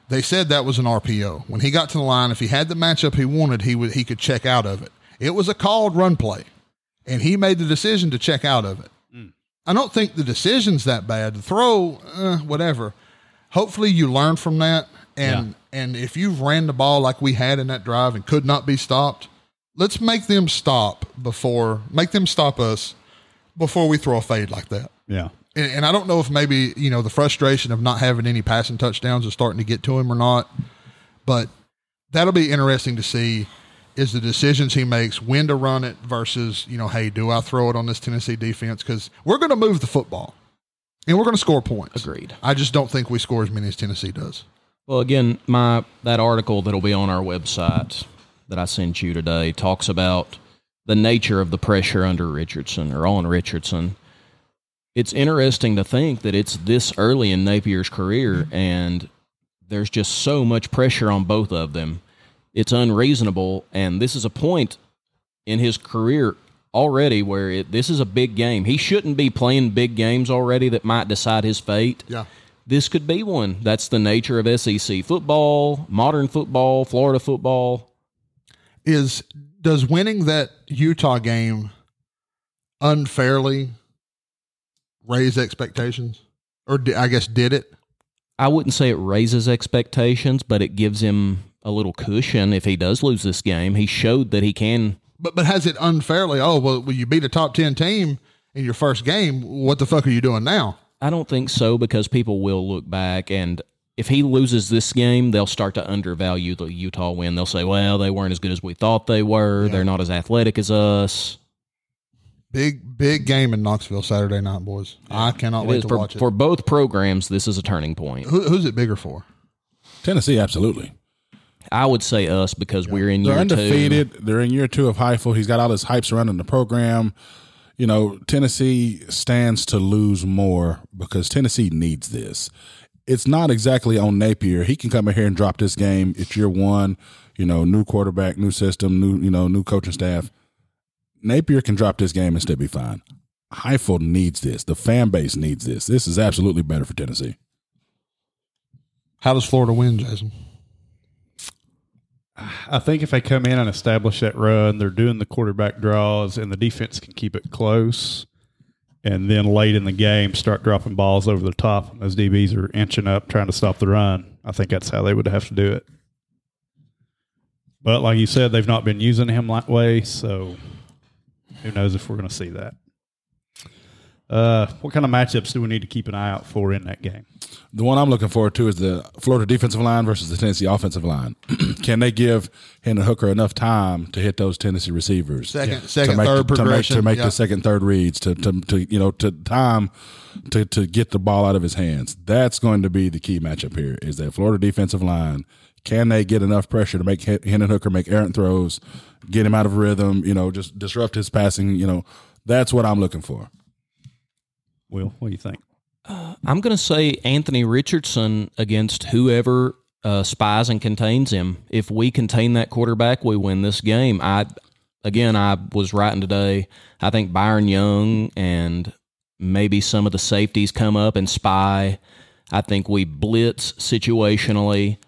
they said that was an RPO. When he got to the line, if he had the matchup he wanted, he would he could check out of it. It was a called run play, and he made the decision to check out of it. I don't think the decision's that bad. The throw, uh, whatever. Hopefully, you learn from that, and and if you've ran the ball like we had in that drive and could not be stopped, let's make them stop before make them stop us before we throw a fade like that Yeah. and, and I don't know if maybe you know the frustration of not having any passing touchdowns is starting to get to him or not, but that'll be interesting to see is the decisions he makes when to run it versus you know hey do I throw it on this Tennessee defense because we're going to move the football and we're going to score points. Agreed. I just don't think we score as many as Tennessee does. Well, again, my that article that'll be on our website that I sent you today talks about the nature of the pressure under Richardson or on Richardson. It's interesting to think that it's this early in Napier's career and there's just so much pressure on both of them. It's unreasonable and this is a point in his career already where it, this is a big game. He shouldn't be playing big games already that might decide his fate Yeah. this could be one. That's the nature of SEC football, modern football, Florida football. is does winning that Utah game unfairly raise expectations or di- I guess did it? I wouldn't say it raises expectations, but it gives him a little cushion if he does lose this game. He showed that he can. But but has it unfairly? Oh well, well, you beat a top ten team in your first game. What the fuck are you doing now? I don't think so because people will look back and if he loses this game, they'll start to undervalue the Utah win. They'll say, "Well, they weren't as good as we thought they were. They're not as athletic as us." Big big game in Knoxville Saturday night, boys. I cannot It wait is to for, watch it. for both programs. This is a turning point. Who, who's it bigger for? Tennessee, absolutely. I would say us because we're in They're year two. undefeated. They're in year two of Heifel. He's got all his hype surrounding the program. You know, Tennessee stands to lose more because Tennessee needs this. It's not exactly on Napier. He can come in here and drop this game. It's year one. You know, new quarterback, new system, new you know, new coaching staff. Napier can drop this game and still be fine. Heifel needs this. The fan base needs this. This is absolutely better for Tennessee. How does Florida win, Jason? I think if they come in and establish that run, they're doing the quarterback draws, and the defense can keep it close. And then late in the game, start dropping balls over the top. and Those DBs are inching up, trying to stop the run. I think that's how they would have to do it. But like you said, they've not been using him that way, so who knows if we're going to see that. Uh, what kind of matchups do we need to keep an eye out for in that game? The one I'm looking forward to is the Florida defensive line versus the Tennessee offensive line. <clears throat> Can they give Hendon Hooker enough time to hit those Tennessee receivers? Second, to second, make, third to make, progression. to make Yeah. the second, third reads, to, to, to you know, to time to, to get the ball out of his hands. That's going to be the key matchup here. Is that Florida defensive line? Can they get enough pressure to make Hen- Hendon Hooker make errant throws, get him out of rhythm? You know, just disrupt his passing. You know, that's what I'm looking for. Will, what do you think? I'm going to say Anthony Richardson against whoever uh, spies and contains him. If we contain that quarterback, we win this game. I again, I was writing today. I think Byron Young and maybe some of the safeties come up and spy. I think we blitz situationally.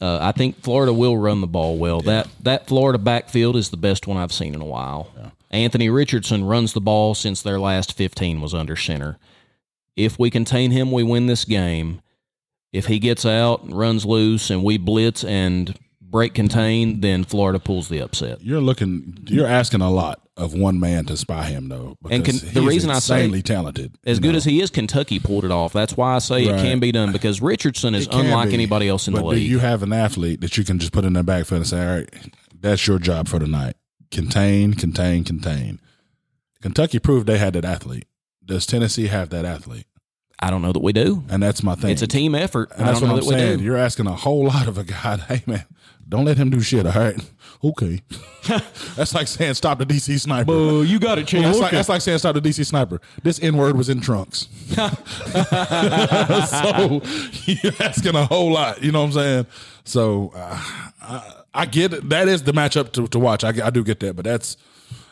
Uh, I think Florida will run the ball well. That that Florida backfield is the best one I've seen in a while. Anthony Richardson runs the ball since their last 15 was under center. If we contain him, we win this game. If he gets out and runs loose and we blitz and break contain, then Florida pulls the upset. You're looking. You're asking a lot of one man to spy him though. And can- because the he's reason I say- insanely talented, As you good know. as he is, Kentucky pulled it off. That's why I say it Right. can be done because Richardson is It can unlike be, anybody else in the but league. Do you have an athlete that you can just put in the backfield and say, "All right, that's your job for tonight. Contain, contain, contain." Kentucky proved they had that athlete. Does Tennessee have that athlete? I don't know that we do. And that's my thing. It's a team effort. And I that's don't know what I'm that we saying. do. You're asking a whole lot of a guy. <laughs> Hey man, don't let him do shit. All right, <laughs> okay. that's like saying stop the DC sniper. Well, you got it, Chance. That's like, that's like saying stop the DC sniper. This N word was in <laughs> trunks. so you're asking a whole lot. You know what I'm saying? So uh, I, I get it. That is the matchup to, to watch. I, I do get that, but that's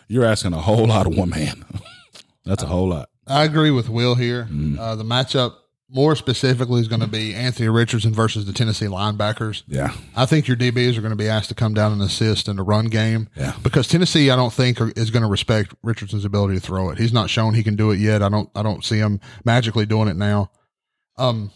you're asking a whole lot of one man. <laughs> that's a whole lot. I agree with Will here. Mm. Uh, the matchup more specifically is going to be Anthony Richardson versus the Tennessee linebackers. Yeah. I think your DBs are going to be asked to come down and assist in the run game. Yeah. Because Tennessee, I don't think are, is going to respect Richardson's ability to throw it. He's not shown he can do it yet. I don't. I don't see him magically doing it now. Um,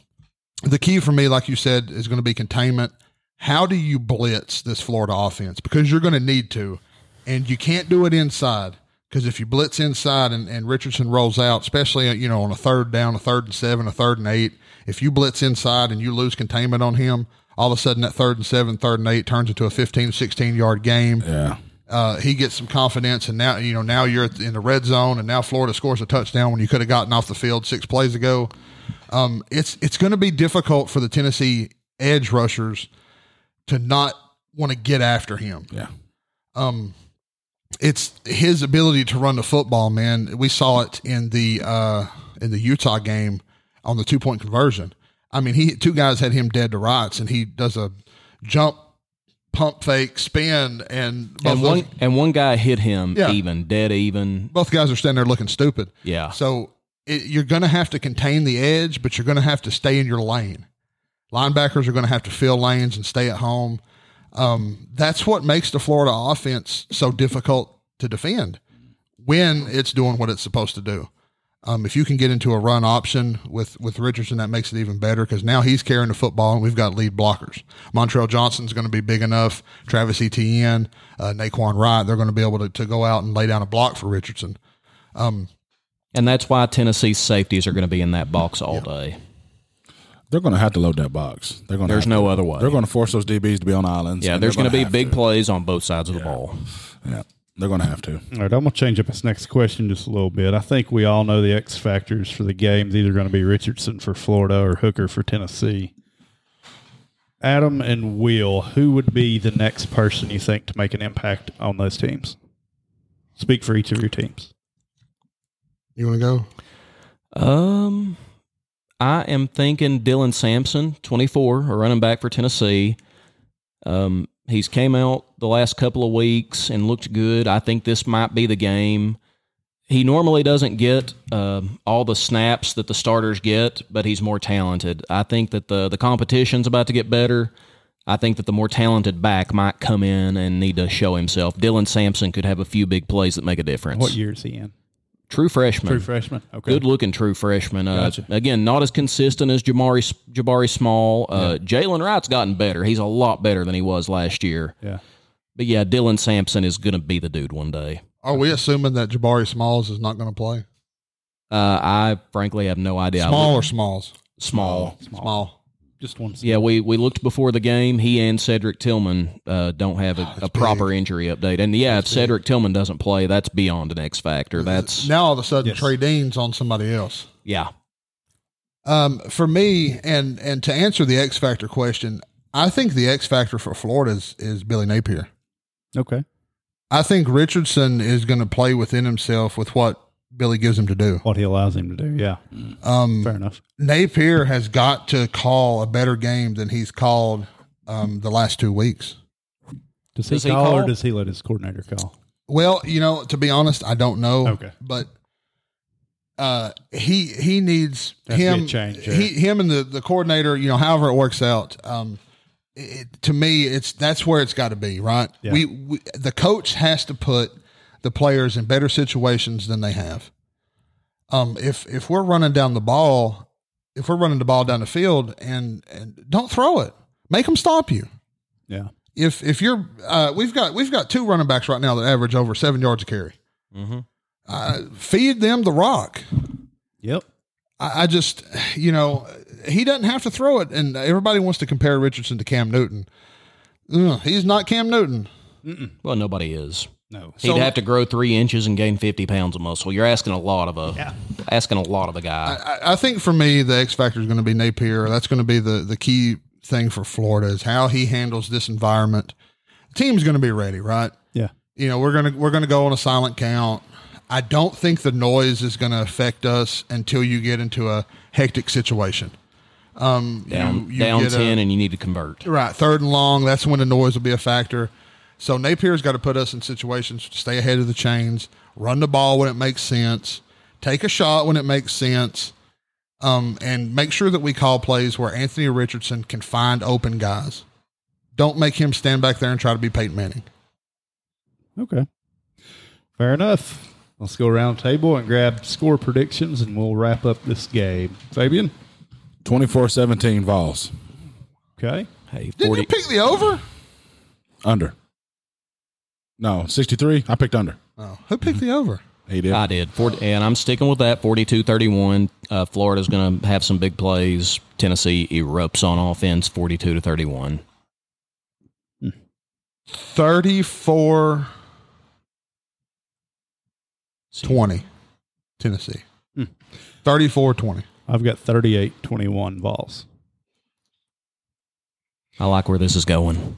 the key for me, like you said, is going to be containment. How do you blitz this Florida offense? Because you're going to need to, and you can't do it inside. Because if you blitz inside and, and Richardson rolls out, especially you know on a third down, a third and seven, a third and eight, if you blitz inside and you lose containment on him, all of a sudden that third and seven, third and eight turns into a 15, 16 yard game Yeah. uh, he gets some confidence, and now you know now you're at- in the red zone, and now Florida scores a touchdown when you could have gotten off the field six plays ago. Um, it's it's going to be difficult for the Tennessee edge rushers to not want to get after him. Yeah. Um, it's his ability to run the football, man. We saw it in the uh, in the Utah game on the two point conversion. I mean, he two guys had him dead to rights, and he does a jump, pump fake, spin, and both and those- one and one guy hit him Yeah. even, dead even. both guys are standing there looking stupid. Yeah. So it, you're going to have to contain the edge, but you're going to have to stay in your lane. Linebackers are going to have to fill lanes and stay at home. Um, that's what makes the Florida offense so difficult to defend when it's doing what it's supposed to do. Um, if you can get into a run option with, with Richardson, that makes it even better because now he's carrying the football and we've got lead blockers. Montrell Johnson's going to be big enough. Travis Etienne, uh, Naquan Wright, they're going to be able to, to go out and lay down a block for Richardson. And that's why Tennessee's safeties are going to be in that box all day. They're going to have to load that box. They're going. to There's have no to. other way. They're going to force those DBs to be on islands. Yeah, and there's they're going to be have big to. plays on both sides of the ball. Yeah. They're going to have to. All right, I'm going to change up this next question just a little bit. I think we all know the X factors for the games either going to be Richardson for Florida or Hooker for Tennessee. Adam and Will, who would be the next person you think to make an impact on those teams? Speak for each of your teams. You want to go? Um, I am thinking Dylan Sampson, 24, a running back for Tennessee. Um, he's came out the last couple of weeks and looked good. I think this might be the game. He normally doesn't get um all the snaps that the starters get, but he's more talented. I think that the the competition's about to get better. I think that the more talented back might come in and need to show himself. Dylan Sampson could have a few big plays that make a difference. What year is he in? True freshman True freshman. Okay. good looking true freshman. Uh, Again, not as consistent as Jamari Jabari Small. Uh, Jalen Wright's gotten better. He's a lot better than he was last year. Yeah. But yeah, Dylan Sampson is going to be the dude one day. Are we assuming that Jabari Smalls is not going to play? Uh, I frankly have no idea. I Small look- or Smalls? small. Small. Just one. Yeah, we, we looked before the game. He and Cedric Tillman uh, don't have Oh, a, a proper injury update. And yeah, if Cedric Tillman doesn't play, that's beyond an X factor. That's Now all of a sudden, Yes. Trey Dean's on somebody else. yeah. Um, for me, and and to answer the X factor question, I think the X factor for Florida is, is Billy Napier. Okay. I think Richardson is going to play within himself with what Billy gives him to do. What he allows him to do. Yeah. Um, Fair enough. Napier has got to call a better game than he's called um, the last two weeks. Does he, Does he call, or call? does he let his coordinator call? Well, you know, to be honest, I don't know. Okay. but uh, he he needs Has to be a him change, he him and the the coordinator. You know, however it works out. Um, it, to me, it's that's where it's got to be. Right. Yeah. We, we the coach has to put the players in better situations than they have. Um, if if we're running down the ball, if we're running the ball down the field, and and don't throw it, make them stop you Yeah. if if you're uh, we've got we've got two running backs right now that average over seven yards a carry. Uh, feed them the rock. Yep. I, I just, you know, he doesn't have to throw it. And everybody wants to compare Richardson to Cam Newton. Ugh, he's not Cam Newton. Well, nobody is. No. He'd So- have to grow three inches and gain fifty pounds of muscle. You're asking a lot of a asking a lot of a guy. I, I think for me, the X factor is going to be Napier. That's going to be the the key thing for Florida is how he handles this environment. team's going to be ready, right? Yeah. You know, we're gonna we're gonna go on a silent count. I don't think the noise is going to affect us until you get into a hectic situation. Um, down you- you down get a- ten, and you need to convert. Right, third and long. That's when the noise will be a factor. So Napier's got to put us in situations to stay ahead of the chains, run the ball when it makes sense, take a shot when it makes sense, um, and make sure that we call plays where Anthony Richardson can find open guys. Don't make him stand back there and try to be Peyton Manning. Okay. Fair enough. Let's go around the table and grab score predictions and we'll wrap up this game. Fabian? 24 17 Vols. Okay. Hey, Didn't forty. you pick the over? Under. No, 63. I picked under. Oh, who picked the over? He did. I did. 40, and I'm sticking with that. 42 31. Uh, Florida's going to have some big plays. Tennessee erupts on offense 42 to 31. Thirty-four twenty, Hmm. Tennessee. Thirty-four twenty. I've got 38 21 Vols. I like where this is going.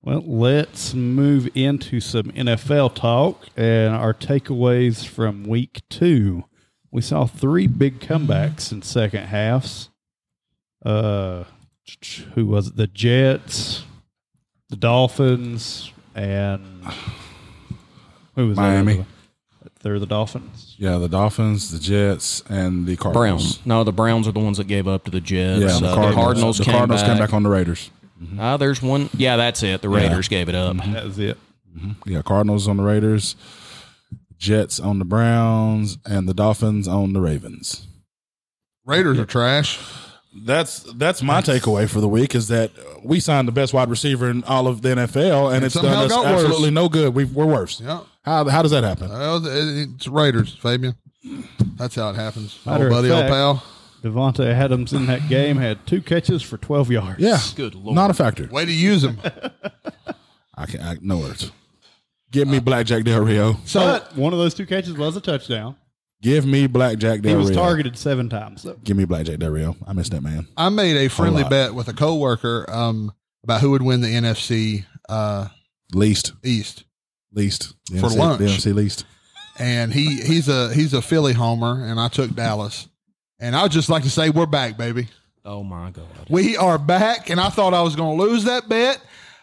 Well, let's move into some NFL talk and our takeaways from week two. We saw three big comebacks in second halves. Uh, who was it? The Jets, the Dolphins, and who was the other Miami. one? They're the Dolphins. Yeah, the Dolphins, the Jets, and the Cardinals. Browns. No, the Browns are the ones that gave up to the Jets. Yeah, Uh, and the The Cardinals, The came, Cardinals back. came back on Mm-hmm. the Raiders. Ah, there's one. Yeah, that's it. The Raiders gave it up. That was it. Yeah, Cardinals on the Raiders, Jets on the Browns, and the Dolphins on the Ravens. Raiders are trash. That's that's my takeaway for the week is that we signed the best wide receiver in all of the NFL, and it's somehow done us got worse. absolutely no good. We've, we're worse. Yeah. How how does that happen? Well, it- it's Raiders, Fabian. That's how it happens. Matter Old of buddy, fact- old Devonta Adams in that game had two catches for 12 yards. yeah, Good Lord. not a factor. pal. Way to use him. I can I, no words. Give me Blackjack Del Rio. So But one of those two catches was a touchdown. Give me Blackjack Del He Rio. was targeted seven times. though. Give me Blackjack Del Rio. I miss that man. I made a friendly lot. bet with a coworker um, about who would win the NFC uh, Least East, least the For NFC, lunch. The NFC least. and he he's a he's a Philly homer, and I took Dallas. And I would just like to say we're back, baby. Oh, my God. We are back, and I thought I was going to lose that bet,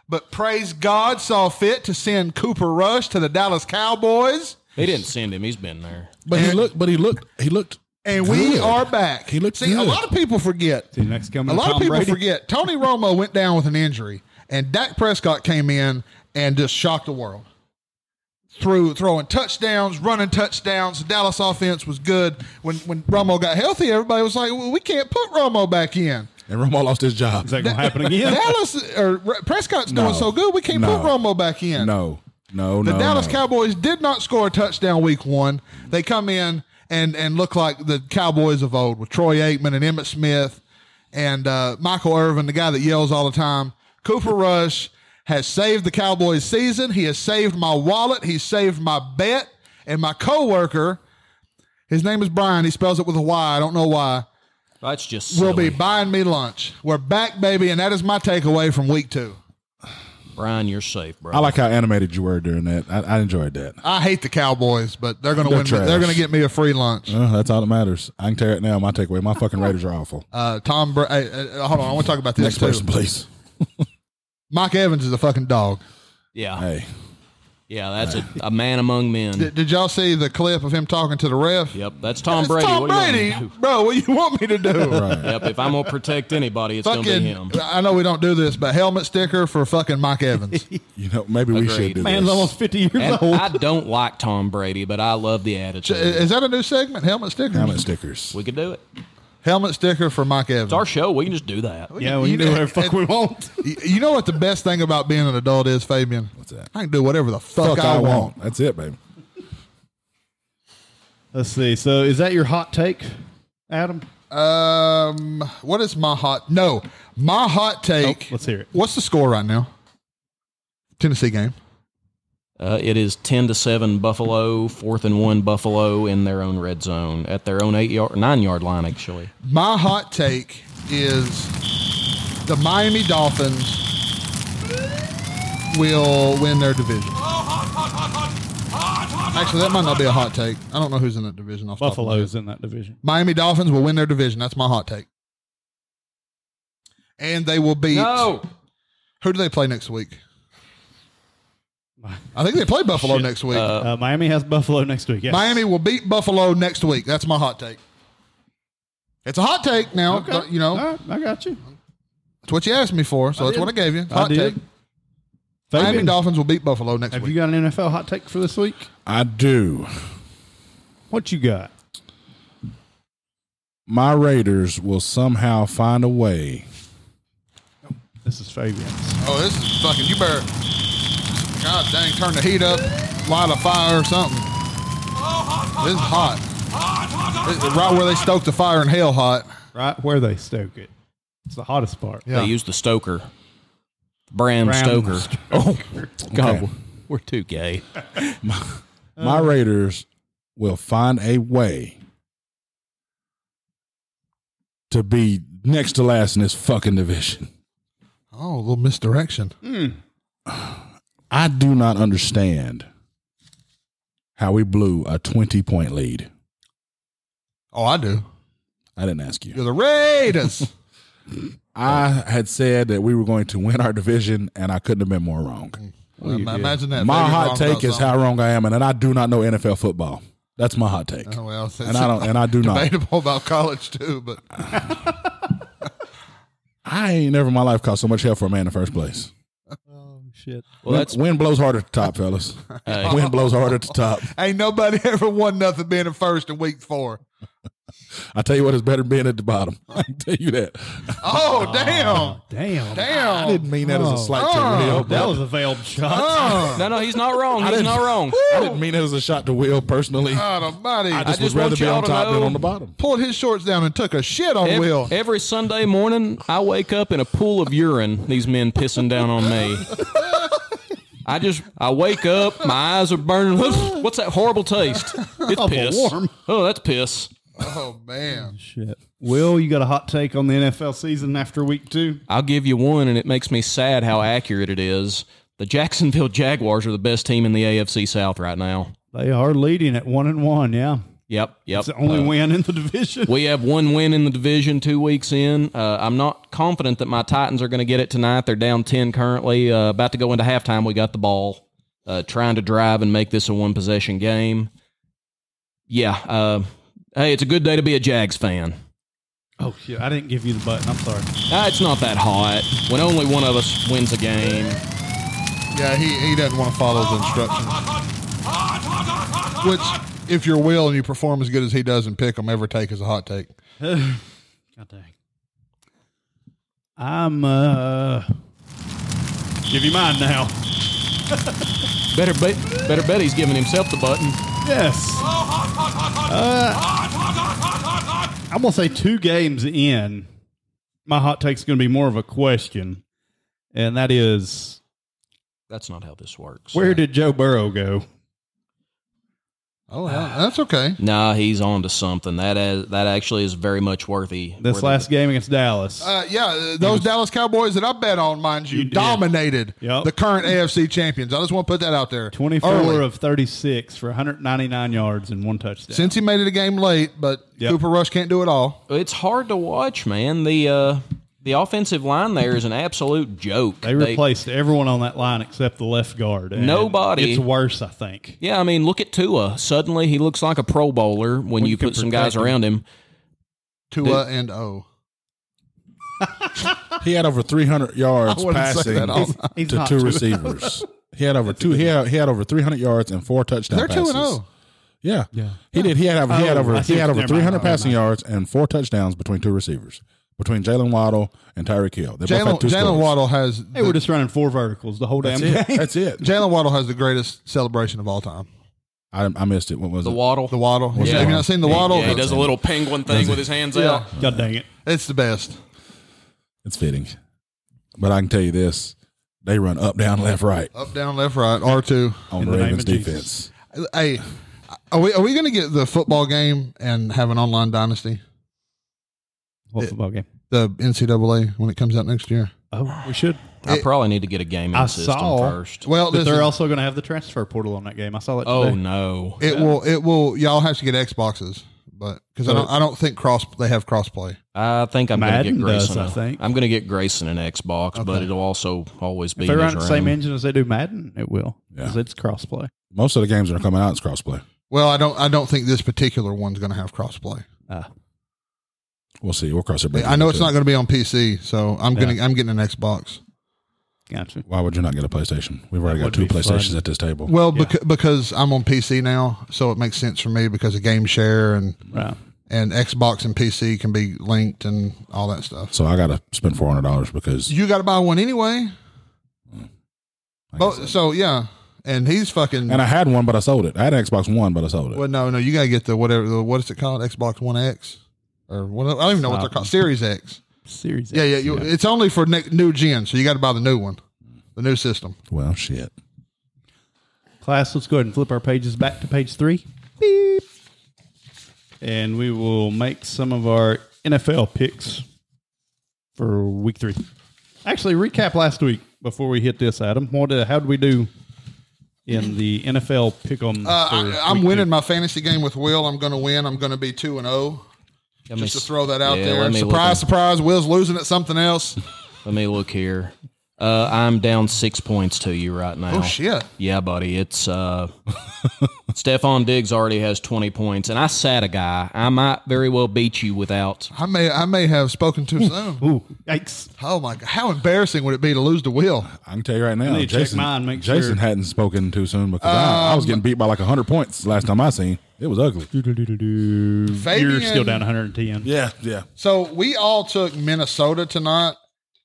but praise God saw fit to send Cooper Rush to the Dallas Cowboys, They didn't send him. He's been there. But he looked. But he looked. He looked. and we good. are back. He looked See, a good. lot of people forget. See, next coming A to lot Tom of people Brady. forget Tony Romo went down with an injury, and Dak Prescott came in and just shocked the world through throwing touchdowns, running touchdowns. The Dallas offense was good when when Romo got healthy. Everybody was like, well, "We can't put Romo back in." And Romo lost his job. Is that going to happen again? Dallas or R- Prescott's No. doing so good, we can't No. put Romo back in. No, no, The no. Dallas no. Cowboys did not score a touchdown week one. They come in and and look like the Cowboys of old with Troy Aikman and Emmett Smith and uh, Michael Irvin, the guy that yells all the time. Cooper Rush has saved the Cowboys season. He has saved my wallet. He saved my bet. And my coworker, his name is Brian. He spells it with a Y. I don't know why. That's just Will be silly. buying me lunch. We're back, baby, and that is my takeaway from week two. Brian, you're safe, bro. I like how animated you were during that. I, I enjoyed that. I hate the Cowboys, but they're going to win. They're me- They're trash. going to get me a free lunch. Uh, that's all that matters. I can tear it now. My takeaway. My fucking Raiders are awful. Uh, Tom, Bra- hey, uh, hold on. I want to talk about this Next too. person, please. Mike Evans is a fucking dog. Yeah. Hey, Yeah, that's a, a man among men. Did, did y'all see the clip of him talking to the ref? Yep, that's Tom It's Brady. Tom What do you want me to Brady, do? bro. What you want me to do? Yep, if I'm gonna protect anybody, it's gonna be him. <laughs> Fucking, I know we don't do this, but helmet sticker for fucking Mike Evans. you know maybe we should Agreed. do Man's this. almost 50 years And old. I don't like Tom Brady, but I love the J- attitude. is that a new segment? Helmet sticker. Helmet stickers. We could do it. Helmet sticker for Mike Evans. It's our show. We can just do that. Yeah, we can do whatever the fuck we want. Y- You know what the best thing about being an adult is, Fabian? What's that? I can do whatever the fuck, I, want. That's it, baby. Let's see. So, is that your hot take, Adam? Um, what is my hot? No, my hot take. Oh, let's hear it. What's the score right now? Tennessee game. Uh, it is ten to seven Buffalo, fourth and one Buffalo in their own red zone at their own eight yard, nine yard line actually. My hot take is the Miami Dolphins will win their division. Actually, that might not be a hot take. I don't know who's in that division. Off the top of my head. Buffalo's in that division. Miami Dolphins will win their division. That's my hot take. And they will beat. No, Who do they play next <laughs> week? I think they play Buffalo next week. Uh, Miami has Buffalo next week. Yes. Miami will beat Buffalo next week. That's my hot take. It's a hot take now. but, You know, All right, I got you. that's what you asked me for, so that's did. what I gave you. It's a I hot did. take. Miami Fabian, Dolphins will beat Buffalo next have week. you got an NFL hot take for this week? I do. What you got? My Raiders will somehow find a way. This is Fabian's. oh, this is fucking. You better. God dang, turn the heat up, light a fire or something. This is hot. This is right where they stoke the fire in hell, hot. Right where they stoke it. It's the hottest part. Yeah. they used the Stoker, Bram, Bram Stoker. Stoker. Oh <laughs> God, Okay. we're too gay. Uh. My Raiders will find a way to be next to last in this fucking division. Oh, a little misdirection. I do not understand how we blew a 20 point lead. Oh, I do. I didn't ask you. You're the <laughs> Raiders. I had said that we were going to win our division, and I couldn't have been more wrong. Well, imagine that. My Fabian's wrong about hot take is something. how wrong I am, and I do not know NFL football. That's my hot take. Oh, well, that's and I don't, and I do not. debatable about college too, but I ain't never in my life caused so much hell for a man in the first place. Well, that's uh, wind blows hard at the top, <laughs> fellas. wind blows hard at the top. ain't nobody <laughs> ever won nothing being a first in week four. I tell you what, it's better than being at the bottom. <laughs> I can tell you that. Oh, damn, Damn. Ah, I damn. didn't mean that as Oh. a slight to Will. That but was a veiled shot. no, no. He's not wrong. He's not wrong. I didn't mean it as a shot to Will personally. God almighty. Oh, I I just just would want rather be y'all on to top than know- on the bottom. pulled his shorts down and took a shit on Every, Will. every Sunday morning, I wake up in a pool of urine. These men pissing down on me. I just I wake up, my eyes are burning. <laughs> What's that horrible taste? It's piss. warm. Oh, that's piss. Oh man. Shit. Will, you got a hot take on the NFL season after week two? I'll give you one, and it makes me sad how accurate it is. The Jacksonville Jaguars are the best team in the AFC South right now. They are leading at one and one. Yeah. Yep, yep. It's the only Uh, win in the <laughs> division. We have one win in the division two weeks in. Uh, I'm not confident that my Titans are going to get it tonight. They're down 10 currently. Uh, about to go into halftime. We got the ball, uh, trying to drive and make this a one possession game. Yeah. Uh, hey, it's a good day to be a Jags fan. Oh shit! I didn't give you the button. I'm sorry. Uh, it's not that hot when only one of us wins a game. Yeah, he, he doesn't want to follow his instructions. Which if you're Will and you perform as good as he does and pick him, every take is a hot take. God dang. I'm uh. Give you mine now. Better bet, better bet he's giving himself the button. Yes. Uh, I'm gonna say two games in. My hot take's gonna be more of a question, and that is, That's not how this works. where did Joe Burrow go? Oh yeah. That's okay. Nah, he's on to something. That is, that actually is very much worthy. This worthy- last game against Dallas. Uh, yeah, uh, those Dallas Cowboys that I bet on, mind you, did. dominated Yep. the current AFC champions. I just want to put that out there. 24 Early. of 36 for 199 yards and one touchdown. Since he made it a game late, but Yep. Cooper Rush can't do it all. it's hard to watch, man. The uh, the offensive line there is an absolute joke. they replaced everyone on that line except the left guard. and Nobody- It's worse, I think. yeah, I mean, look at Tua. Suddenly, he looks like a Pro Bowler when, you can put some protect guys around him. Tua and O. He had over 300 yards wouldn't say passing that all- <laughs> He's to not two too- receivers. He had over two. He had, he had over 300 yards and four touchdowns. They're 2 and oh. passes. 0. Yeah, yeah. He did. He had over, he had Oh, over I he see. had over Never mind. 300 Never passing mind. yards and four touchdowns between two receivers between Jalen Waddle and Tyreek Hill. They both Jalen had two Jalen scores. Waddle has They were the- just running four verticals the whole damn That's game. it. <laughs> That's it. Jalen Waddle has the greatest celebration of all time. I, I missed it. What was The it? waddle. The waddle. What's Have the you not seen the He- waddle? Yeah, he does a little penguin thing with his hands out. God dang it! It's the best. It's fitting. But I can tell you this: they run up, down, left, right Up, down, left, right. R two. on In the the name Ravens of Jesus. defense. Hey, are we are we going to get the football game and have an online dynasty? What football game? The NCAA when it comes out next year. Oh, we should. I probably need to get a gaming I system saw- first. Well, But listen, they're also going to have the transfer portal on that game. I saw that. Oh today. no! it will it will y'all have to get Xboxes, but because I don't I don't think cross they have crossplay. I think I'm going to get Madden does, Grayson. I a- think. I'm going to get Grayson an Xbox, but it'll also always be If they in his run the same room. engine as they do Madden, it will. Yeah. 'Cause it's crossplay. Most of the games that are coming out is crossplay. Well, I don't I don't think this particular one's going to have crossplay. Ah, We'll see. We'll cross our bridges. I know it's too. not going to be on PC, so I'm gonna I'm getting an Xbox. Gotcha. Why would you not get a PlayStation? We've already got would two be fun. PlayStations at this table. Well, becau- because I'm on PC now, so it makes sense for me because of game share and Right. and Xbox and PC can be linked and all that stuff. so I got to spend four hundred dollars because You got to buy one anyway. I guess But, so yeah, and he's fucking. And I had one, but I sold it. I had an Xbox One, but I sold it. well, no, no, you got to get the whatever. The, what is it called? Xbox One X or what? I don't even know what they're called. Series X. Series. Yeah, yeah. You, It's only for ne- new gen, so you got to buy the new one, the new system. Well, shit. Class, let's go ahead and flip our pages back to page three. Beep. And we will make some of our NFL picks for week three. Actually, recap last week before we hit this, Adam. What? Uh, how did we do in the NFL pick'em? Uh, for I, I'm week winning two? my fantasy game with Will. I'm going to win. I'm going to be two and zero. Let me Just to s- throw that out yeah, there. Let me, Surprise, Look, surprise. Will's losing at something <laughs> else. let me look here. Uh, I'm down six points to you right now. Oh shit. Yeah, buddy. It's uh, <laughs> Stefan Diggs already has 20 points, and I sat a guy. I might very well beat you without. I may I may have spoken too soon. Ooh, yikes! Oh my god! How embarrassing would it be to lose to Will? I can tell you right now, need to check Jason, mine, make Jason sure. Um, hadn't spoken too soon because I, I was getting beat by like 100 points last time I seen. It was ugly. You're still Fabian- down 110. Yeah, yeah. So we all took Minnesota tonight,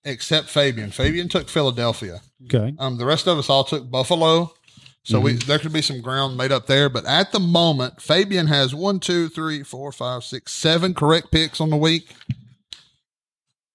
except Fabian. Fabian took Philadelphia. Okay. Um, the rest of us all took Buffalo. So we there could be some ground made up there, but at the moment, Fabian has one, two, three, four, five, six, seven correct picks on the week.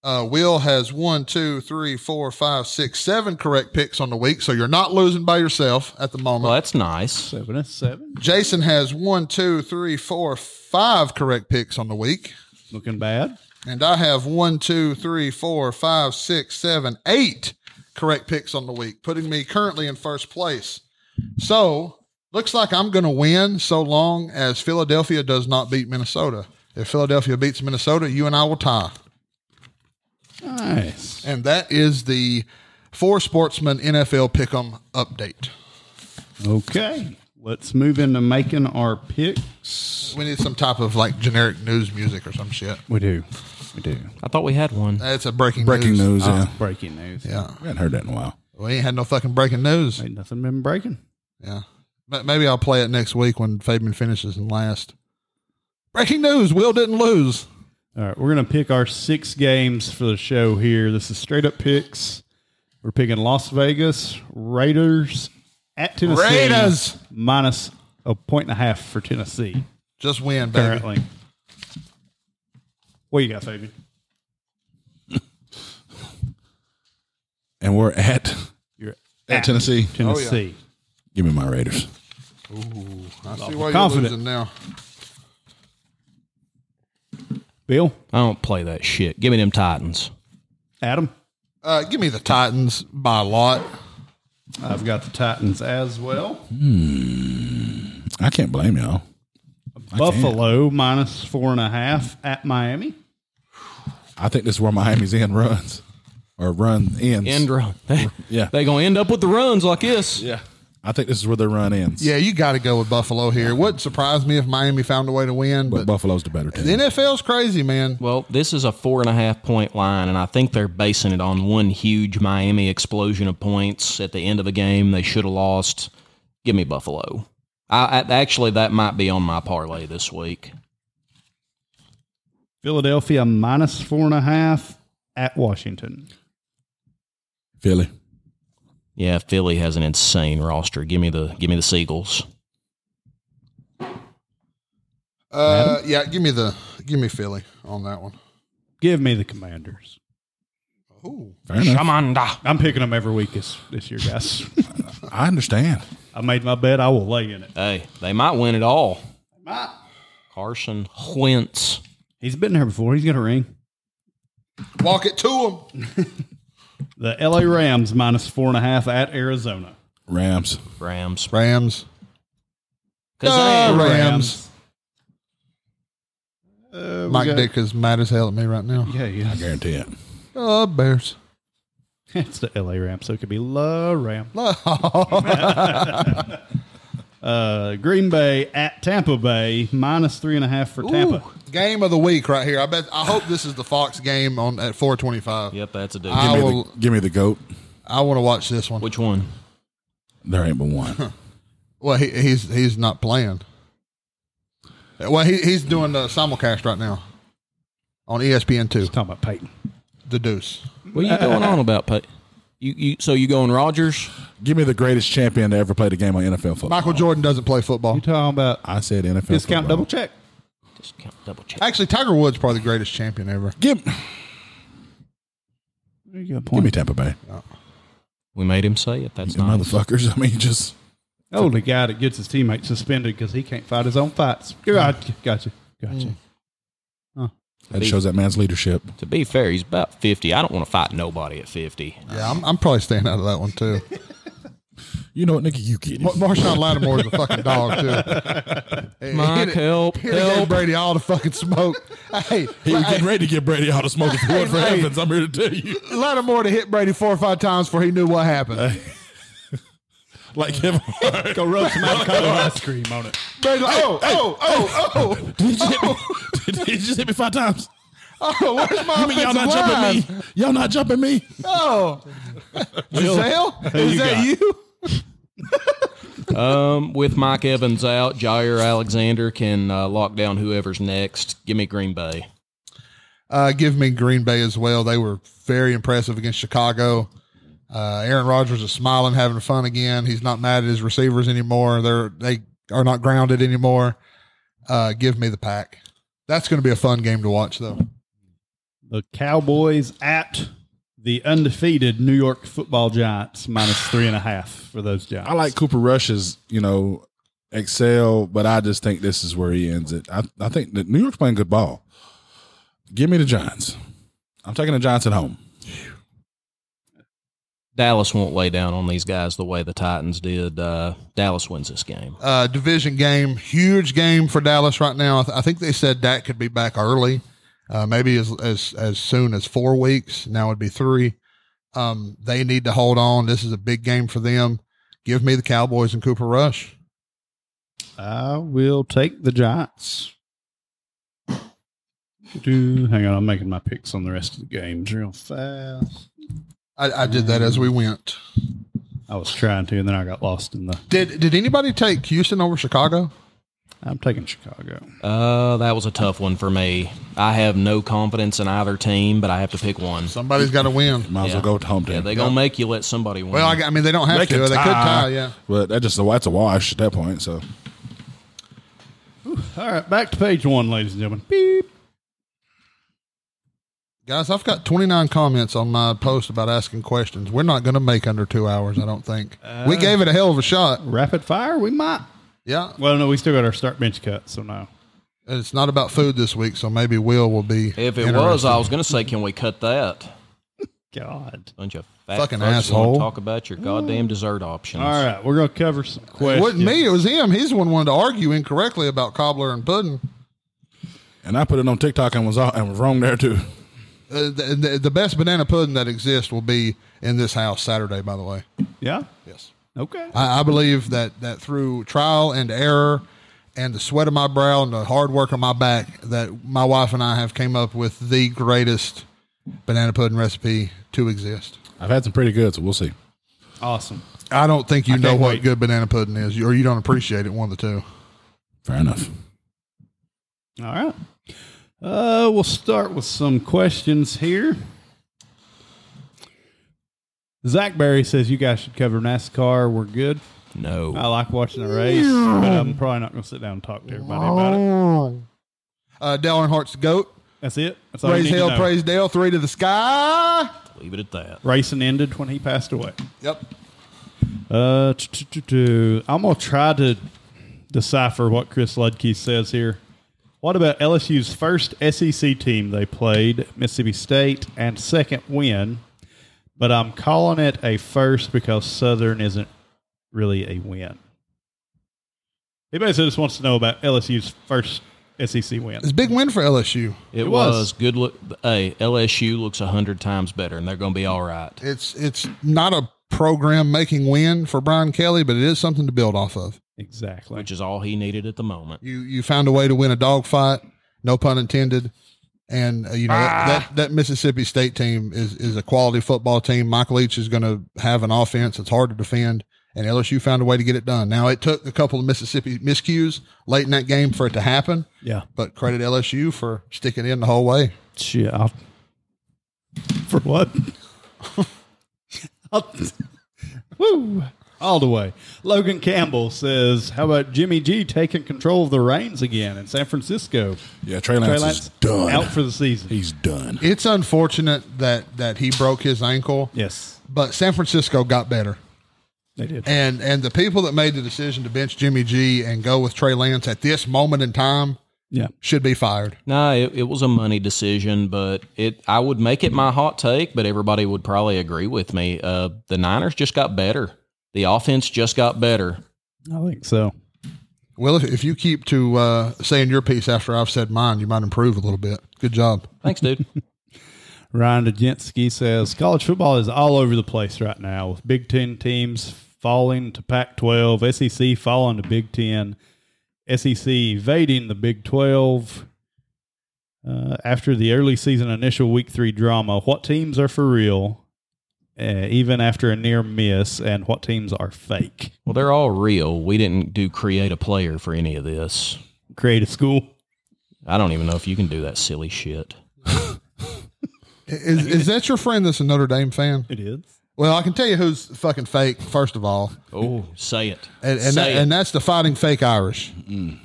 Uh, Will has one, two, three, four, five, six, seven correct picks on the week. So you're not losing by yourself at the moment. Well, that's nice. Seven and seven. Jason has one, two, three, four, five correct picks on the week. Looking bad. And I have one, two, three, four, five, six, seven, eight correct picks on the week, putting me currently in first place. So looks like I'm going to win so long as Philadelphia does not beat Minnesota. If Philadelphia beats Minnesota, you and I will tie. Nice. And that is the Four Sportsman NFL Pick'em update. Okay. Let's move into making our picks. We need some type of like generic news music or some shit. We do. We do. I thought we had one. That's a breaking Breaking news. news, uh, yeah. Breaking news. Yeah, We hadn't heard that in a while. we ain't had no fucking breaking news. Ain't nothing been breaking. Yeah. Ma- Maybe I'll play it next week when Fabian finishes in last. Breaking news Will didn't lose. All right, we're going to pick our six games for the show here. This is straight up picks. We're picking Las Vegas Raiders at Tennessee. Raiders! minus a point and a half for Tennessee. Just win, baby. Apparently, what you got, Fabian? And we're at, You're at Tennessee. Tennessee. Give me my Raiders. I see why you're Confident. losing now. Bill, I don't play that shit. Give me them Titans. Adam, Uh, give me the Titans by a lot. I've got the Titans as well. I can't blame y'all. Buffalo minus four and a half at Miami. I think this is where Miami's end runs or run ends. End run. <laughs> They, Yeah. They gonna end up with the runs like this. Yeah. I think this is where their run ends. Yeah, you got to go with Buffalo here. Wouldn't surprise me if Miami found a way to win, But but, Buffalo's the better team. the NFL's crazy, man. Well, this is a four and a half point line, and I think they're basing it on one huge Miami explosion of points at the end of the game. They should have lost. Give me Buffalo. I, I actually that might be on my parlay this week. Philadelphia minus four and a half at Washington. Philly. Yeah, Philly has an insane roster. Give me the give me the Seagulls. Uh, yeah, give me the give me Philly on that one. Give me the Commanders. Fair enough. I'm picking them every week this, this year, <laughs> guys. I understand. I made my bet. I will lay in it. Hey, they might win it all. Carson Wentz. He's been here before. He's going to ring. Walk it to them. The LA Rams minus four and a half at Arizona. Rams. Rams. Rams. 'Cause Uh, they- Rams. Uh, we Mike got- Dick is mad as hell at me right now. Yeah, yeah. Guarantee it. Uh, Bears. <laughs> it's the LA Rams, so it could be La <laughs> Ram. Uh, Green Bay at Tampa Bay minus three and a half for Tampa. game of the week right here. I bet. I hope this is the Fox game on at four twenty five. Yep, that's a dude. I Give me, will. the, give me the goat. I want to watch this one. Which one? There ain't but one. Well, he, he's he's not playing. Well, he, he's doing the simulcast right now on E ESPN two. Talking about Peyton. The Deuce. What are <laughs> you going on about, Pat? You, you so you going Rogers? give me the greatest champion to ever play the game on NFL football. Michael Jordan doesn't play football. You talking about I said NFL discount football. double check? Just count double check. Actually, Tiger Woods probably the greatest champion ever. Give, You got give me Tampa Bay. We made him say it. That's You nice. motherfuckers. <laughs> I mean, just Oh, the guy that gets his teammate suspended because he can't fight his own fights. Gotcha, gotcha, gotcha. that shows that man's leadership. To be fair, he's about fifty. I don't want to fight nobody at fifty. Yeah, I'm, I'm probably staying out of that one <laughs> too. You know what, nigga? You get it. Mar- Marshawn Lattimore is a fucking dog too. Hey, Mike, he- help, he done gave help. Brady all the fucking smoke. Hey, He was hey, getting ready to get Brady out of <laughs> smoke if it wasn't for Hey. Evans. I'm here to tell you. Lattimore to hit Brady four or five times before he knew what happened. Like Kevin Hart. Go rub some <laughs> avocado ice cream on it. Brady, like, oh, oh, oh, oh, oh, Did you, hit me? <laughs> Did you just hit me five times? oh, where's my You mean y'all offensive not line? jumping me? Y'all not jumping me? Oh, Giselle, is you that got? you? Um, with Mike Evans out, Jair Alexander can uh, lock down whoever's next. Give me Green Bay. Uh, give me Green Bay as well. They were very impressive against Chicago. Uh, Aaron Rodgers is smiling, having fun again. He's not mad at his receivers anymore. They're they are not grounded anymore. Uh, give me the pack. That's going to be a fun game to watch, though. The Cowboys at the undefeated New York Football Giants minus three and a half for those Giants. I like Cooper Rush's, you know, excel, but I just think this is where he ends it. I, I think that New York's playing good ball. Give me the Giants. I'm taking the Giants at home. Dallas won't lay down on these guys the way the Titans did. Uh, Dallas wins this game. Uh, division game, huge game for Dallas right now. I, th- I think they said Dak could be back early, uh, maybe as as as soon as four weeks. Now it'd be three. Um, they need to hold on. This is a big game for them. Give me the Cowboys and Cooper Rush. I will take the Giants. Do hang on, I'm making my picks on the rest of the games real fast. I, I did that as we went. I was trying to, and then I got lost in the. Did Did anybody take Houston over Chicago? I'm taking Chicago. Uh, that was a tough one for me. I have no confidence in either team, but I have to pick one. Somebody's got to win. Might as well go to home Yeah, team. they gonna make you let somebody win. Well, I, I mean, they don't have to. They could tie. Yeah. But that just that's a wash at that point. So All right, back to page one, ladies and gentlemen. Beep. Guys, I've got 29 comments on my post about asking questions. We're not going to make under two hours, I don't think. we gave it a hell of a shot. Rapid fire, we might. Yeah. Well, no, we still got our start bench cut, so no. And It's not about food this week, so maybe Will will be. if it interested. was, I was gonna say, can we cut that? God. Bunch of fat Fucking fucks wanna asshole. Talk about your goddamn dessert options. All right, we're gonna cover some It questions. wasn't me. It was him. He's the one wanted to argue incorrectly about cobbler and pudding. and I put it on TikTok and was all, and was wrong there too. Uh, the, the, the best banana pudding that exists will be in this house Saturday, by the way. Yeah. Yes. Okay. I, I believe that that through trial and error and the sweat of my brow and the hard work on my back that my wife and I have came up with the greatest banana pudding recipe to exist. I've had some pretty good, so we'll see. Awesome. I don't think you I know can't what wait. good banana pudding is, or you don't appreciate it. One of the two. Fair enough. All right. Uh, we'll start with some questions here. Zach Barry says you guys should cover NASCAR. We're good. No. I like watching the race, but I'm probably not going to sit down and talk to everybody about it. Uh, Dale Earnhardt's the goat. That's it. That's all Praise you need hell, to know. praise Dale. Three to the sky. Leave it at that. Racing ended when he passed away. Yep. Uh, t- t- t- t- I'm gonna try to decipher what Chris Ludke says here. What about LSU's first SEC team they played, Mississippi State, and second win? But I'm calling it a first because Southern isn't really a win. He basically just wants to know about LSU's first SEC win. It's a big win for LSU. It, It was. was. good. Look, hey, LSU looks a hundred times better, and they're going to be all right. It's it's not a program making win for Brian Kelly, but it is something to build off of. Exactly. Which is all he needed at the moment. You you found a way to win a dogfight, no pun intended. And uh, you know Ah. that, that that Mississippi State team is is a quality football team. Mike Leach is going to have an offense that's hard to defend, and LSU found a way to get it done. Now it took a couple of Mississippi miscues late in that game for it to happen, yeah. but credit LSU for sticking in the whole way. Shit. I'll, for what? I'll- woo. All the way. Logan Campbell says, How about Jimmy G taking control of the reins again in San Francisco? Yeah, Trey Lance, is done. Out for the season. He's done. It's unfortunate that that he broke his ankle, yes, but San Francisco got better. they did. And and the people that made the decision to bench Jimmy G and go with Trey Lance at this moment in time yeah. should be fired. No, it, it was a money decision, but it I would make it my hot take, but everybody would probably agree with me. Uh, the Niners just got better. The offense just got better. I think so. Well, if, if you keep to uh, saying your piece after I've said mine, you might improve a little bit. Good job. Thanks, dude. Ryan Dajinski says college football is all over the place right now with Big Ten teams falling to Pac 12, SEC falling to Big Ten, SEC evading the Big 12. Uh, after the early season initial week three drama, what teams are for real, uh, even after a near miss, and what teams are fake? well, they're all real. We didn't do create a player for any of this. Creative <laughs> school. I don't even know if you can do that silly shit. Is, is that your friend that's a Notre Dame fan? It is. Well, I can tell you who's fucking fake, first of all. Oh, say it. And, and, that, say and it. that's the fighting fake Irish. the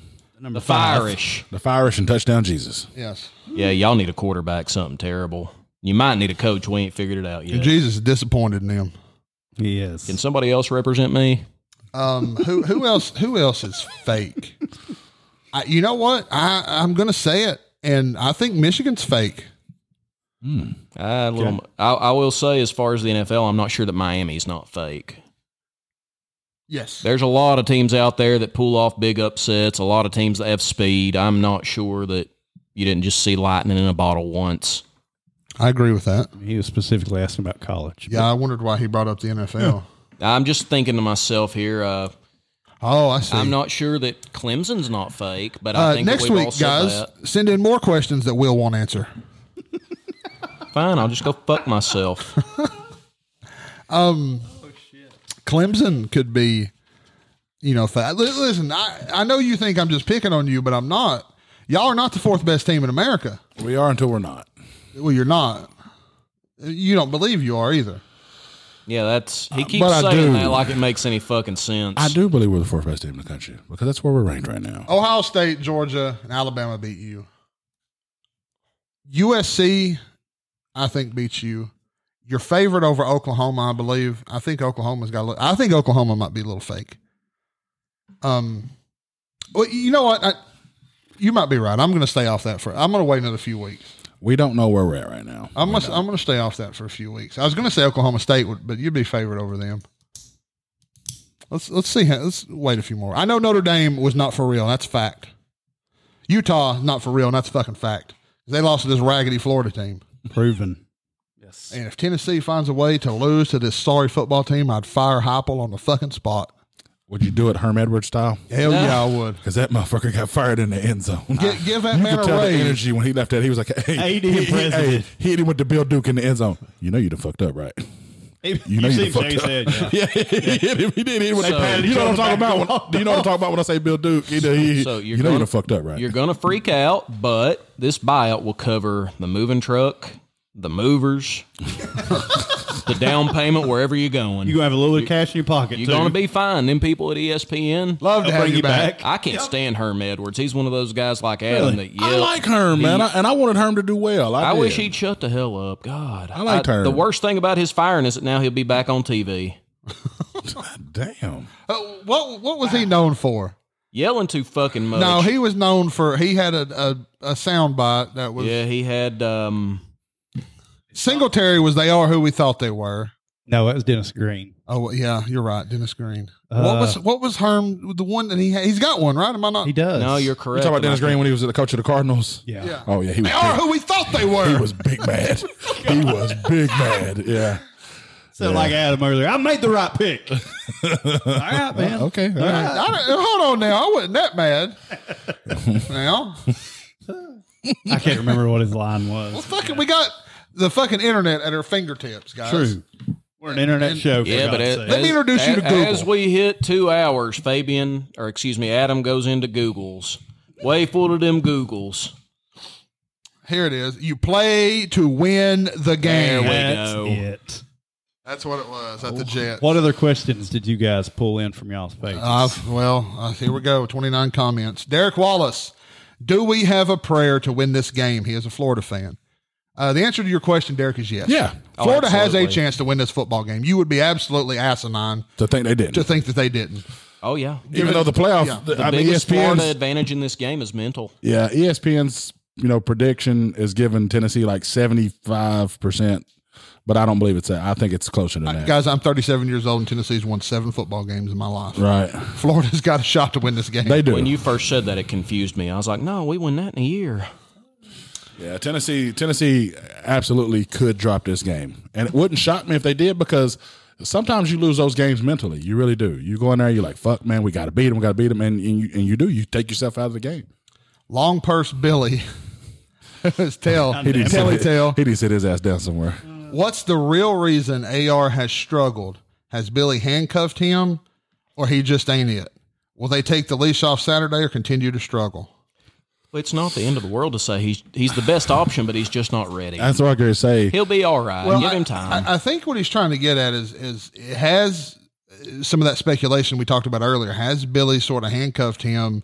Firish. The Firish and touchdown Jesus. Yes. Yeah, y'all need a quarterback, something terrible. You might need a coach. We ain't figured it out yet. And Jesus is disappointed in them. Yes. Can somebody else represent me? Um, who who else who else is fake? I, you know what? I I'm gonna say it, and I think Michigan's fake. I, a little, I, I will say, as far as the NFL, I'm not sure that Miami's not fake. Yes. There's a lot of teams out there that pull off big upsets, a lot of teams that have speed. I'm not sure that you didn't just see lightning in a bottle once. I agree with that. He was specifically asking about college. Yeah, I wondered why he brought up the NFL. I'm just thinking to myself here. Uh, Oh, I see. I'm not sure that Clemson's not fake, but I Uh, think next that we've week, all said guys, that. send in more questions that Will won't answer. Fine, I'll just go fuck myself. <laughs> Clemson could be, you know, fa- li- listen. I I know you think I'm just picking on you, but I'm not. Y'all are not the fourth best team in America. We are until we're not. Well, you're not. You don't believe you are either. yeah, that's he keeps but I do. saying that like it makes any fucking sense. I do believe we're the fourth best team in the country because that's where we're ranked right now. Ohio State, Georgia, and Alabama beat you. USC, I think, beats you. Your favorite over Oklahoma, I believe. I think Oklahoma's got. A little, I think Oklahoma might be a little fake. Um, well, you know what? I, you might be right. I'm going to stay off that for. I'm going to wait another few weeks. We don't know where we're at right now. I'm going. to I'm going to stay off that for a few weeks. I was going to say Oklahoma State, would, but you'd be favorite over them. Let's let's see. How, let's wait a few more. I know Notre Dame was not for real. and That's a fact. Utah not for real. and That's a fucking fact. They lost to this raggedy Florida team. Proven. And if Tennessee finds a way to lose to this sorry football team, I'd fire Hopple on the fucking spot. Would you do it Herm Edwards style? Hell yeah, I would. Because that motherfucker got fired in the end zone. <laughs> Gi- give that you man could a tell the raise. energy when he left that. He was like, hey, AD he, he, president. hey, he hit him with the Bill Duke in the end zone. You know you done fucked up, right? You know You've you seen fucked Jay up. said, <laughs> yeah. yeah, he did. He did. He when they So- patted you know what I'm talking about. When, do you know what I'm talking about when I say Bill Duke? He, did- he, So you you're know gonna- you done fucked up, right? You're going to freak out, but this buyout will cover the moving truck, the movers, <laughs> the down payment wherever you're going. You're going to have a little bit of cash in your pocket, You're too. going to be fine. Them people at E ESPN. Love to They'll have bring you you back. back. I can't stand Herm Edwards. He's one of those guys like Adam that I yell- like Herm, man, He- I, and I wanted Herm to do well. I, I did. wish he'd shut the hell up. God, I liked Herm. The worst thing about his firing is that now he'll be back on TV Damn. Uh, what what was he known for? yelling too fucking much. No, he was known for he had a a, a sound bite that was yeah, he had um, Singletary was they are who we thought they were. no, that was Dennis Green. Oh yeah, you're right, Dennis Green. Uh, what was what was Herm the one that he had, he's got one right? Am I not? He does. no, you're You correct. talking about Dennis and I Green when he was the coach of the Cardinals? Yeah. Yeah. Oh yeah, he was. They are Big, who we thought they he were. was big <laughs> mad. he was big mad. Yeah. <laughs> So like Adam earlier, I made the right pick. <laughs> All right, man. Oh, Okay. All I, right. I, hold on now, I wasn't that mad. now, I can't remember what his line was. fucking, we got the fucking internet at our fingertips, guys. True. We're an internet show. For Yeah, but God's as, sake. Let me introduce you to as- As Google. we hit two hours, Fabian, or excuse me, Adam goes into Google's. Way full of them Googles. Here it is. You play to win the game. There we that's go. it. That's what it was at the Jets. What other questions did you guys pull in from y'all's pages? Uh, well, uh, here we go. 29 comments. Derek Wallace, do we have a prayer to win this game? He is a Florida fan. Uh, the answer to your question, Derek, is yes. Yeah. Oh, Florida has a absolutely. chance to win this football game. You would be absolutely asinine To think they didn't. to think that they didn't. Oh yeah, Even though the playoff, Yeah. the, the I mean, E biggest Florida ESPN's, advantage in this game is mental. yeah, E ESPN's you know prediction is giving Tennessee like seventy five percent, but I don't believe it's that. I think it's closer than that. Guys, I'm 37 years old and Tennessee's won seven football games in my life. right? Florida's got a shot to win this game. They do. When you first said that, it confused me. I was like, "No, we win that in a year." Yeah, Tennessee, Tennessee absolutely could drop this game, and it wouldn't shock me if they did because sometimes you lose those games mentally. You really do. You go in there, you're like, "Fuck, man, we got to beat them, we got to beat them," and, and you and you do. You take yourself out of the game. Long purse Billy. <laughs> His tail. didn't Telly tail. He did sit his ass down somewhere. What's the real reason AR has struggled? Has Billy handcuffed him or he just ain't it? Will they take the leash off Saturday or continue to struggle? Well, It's not the end of the world to say he's he's the best option, but he's just not ready. That's what I could say. He'll be all right. Give I- him time. I, I think what he's trying to get at is is it has uh, some of that speculation we talked about earlier. Has Billy sort of handcuffed him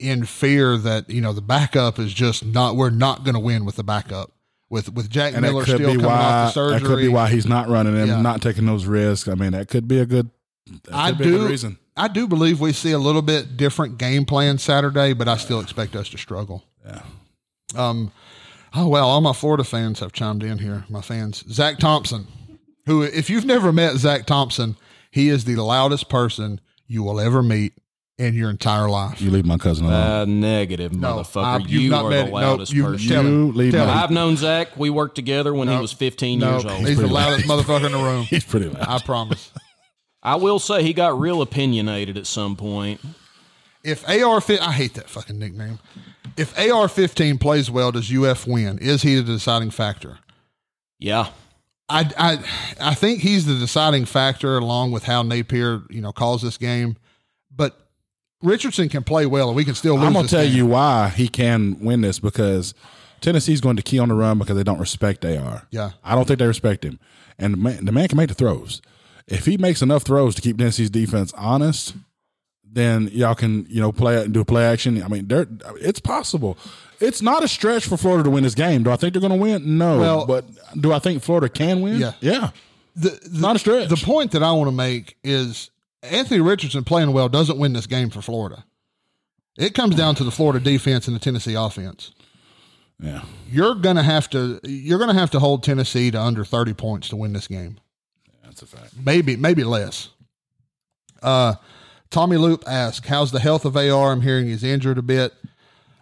in fear that you know the backup is just not we're not going to win with the backup with with Jack And Miller that could still be coming why. off the That surgery. could be why he's not running and Yeah. not taking those risks. I mean, that could be a good. that I could be a good do. reason. I do believe we see a little bit different game plan Saturday, but I still expect us to struggle. Yeah. Um. Oh well, all my Florida fans have chimed in here. My fans, Zach Thompson, who, if you've never met Zach Thompson, he is the loudest person you will ever meet in your entire life. You leave my cousin alone. Uh, negative, No, I- motherfucker. you've You not are met the it. No, loudest you- person. tell him. you leave Tell my. I've known Zach. We worked together when he was 15 years Nope, old. he's the pretty loudest motherfucker in the room. <laughs> He's pretty loud. I promise. I will say he got real opinionated at some point. If AR fi I hate that fucking nickname. If AR fifteen plays well, does UF win? Is he the deciding factor? Yeah. I, I, I think he's the deciding factor along with how Napier, you know, calls this game. But Richardson can play well and we can still lose. I'm gonna this tell game. you why he can win this because Tennessee's going to key on the run because they don't respect AR. Yeah. I don't think they respect him, and the man, the man can make the throws. If he makes enough throws to keep Tennessee's defense honest, then y'all can you know play and do a play action. I mean, they're, it's possible. It's not a stretch for Florida to win this game. Do I think they're going to win? No, Well- but do I think Florida can win? Yeah. yeah. The, the, Not a stretch. the point that I want to make is Anthony Richardson playing well doesn't win this game for Florida. It comes down to the Florida defense and the Tennessee offense. yeah. You're gonna have to you're gonna have to hold Tennessee to under thirty points to win this game. That's a fact. maybe maybe less. Uh, Tommy Loop asks, "How's the health of AR?" I'm hearing he's injured a bit.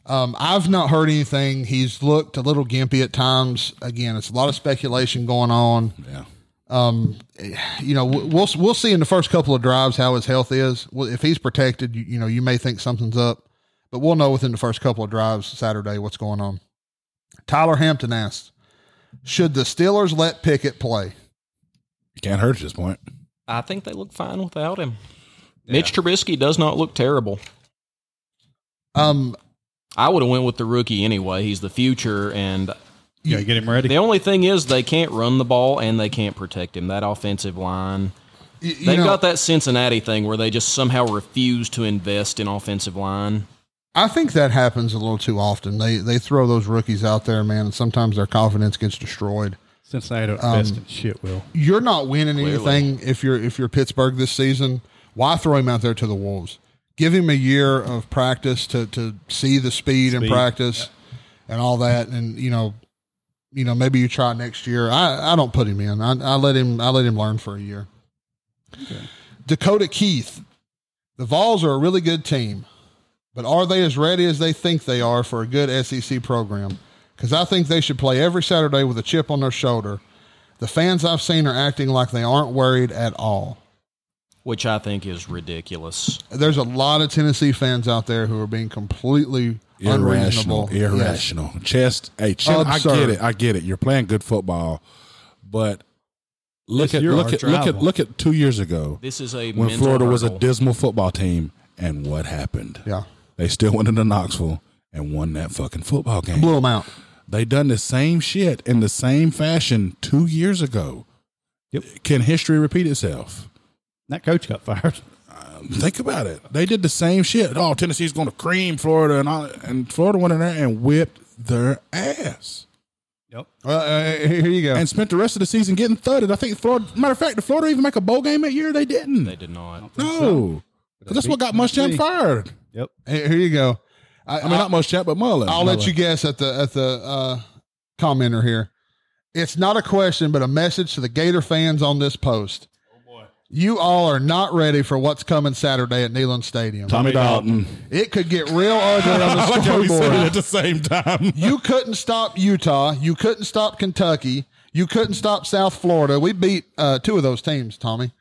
Um, I've not heard anything. He's looked a little gimpy at times. Again, it's a lot of speculation going on. Yeah. You know, w- we'll we'll see in the first couple of drives how his health is. Well, if he's protected, you, you know, you may think something's up, but we'll know within the first couple of drives Saturday what's going on. Tyler Hampton asks, "Should the Steelers let Pickett play?" You can't hurt at this point. I think they look fine without him. Mitch Trubisky does not look terrible. Um, I would have went with the rookie anyway. He's the future, and You gotta get him ready. the only thing is they can't run the ball and they can't protect him. That offensive line. y- you They've know, got that Cincinnati thing where they just somehow refuse to invest in offensive line. I think that happens a little too often. They they throw those rookies out there, man, and sometimes their confidence gets destroyed. Cincinnati don't Um, invest in shit, Will. You're not winning anything if you're if you're Pittsburgh this season. Why throw him out there to the wolves? Give him a year of practice to to see the speed, and Speed, practice and all that, and you know, you know, maybe you try next year. I I don't put him in. I, I let him I let him learn for a year. Dakota Keith, the Vols are a really good team. But are they as ready as they think they are for a good SEC program? Because I think they should play every Saturday with a chip on their shoulder. The fans I've seen are acting like they aren't worried at all. which I think is ridiculous. There's a lot of Tennessee fans out there who are being completely unreasonable. Irrational. Irrational. Chest. Hey, chin, I Absurd. get it. I get it. You're playing good football, but look It's at your look arch at look at rival. look at two years ago This is a when mental Florida was a hurdle. dismal football team, and what happened? Yes. They still went into Knoxville and won that fucking football Yeah. game. Blew them out. They done the same shit in the same fashion two years ago. Can history repeat itself? That coach got fired. <laughs> Think about it. They did the same shit. Oh, Tennessee's going to cream Florida, and all, and Florida went in there and whipped their ass Yep. Well, uh, here you go. and spent the rest of the season getting thudded. I think Florida. Matter of fact, did Florida even make a bowl game that year? They didn't. They did not. no, But that's what got Muschamp fired. Yep. Here you go. I, I mean, not Muschamp, but Mullen. I'll let you guess at the at the uh, commenter here. It's not a question, but a message to the Gator fans on this post. You all are not ready for what's coming Saturday at Neyland Stadium. Tommy Oh, Dalton. It could get real ugly <laughs> on the like how we said it at scoreboard. the same time. You couldn't stop Utah. You couldn't stop Kentucky. You couldn't stop South Florida. We beat uh, two of those teams, Tommy.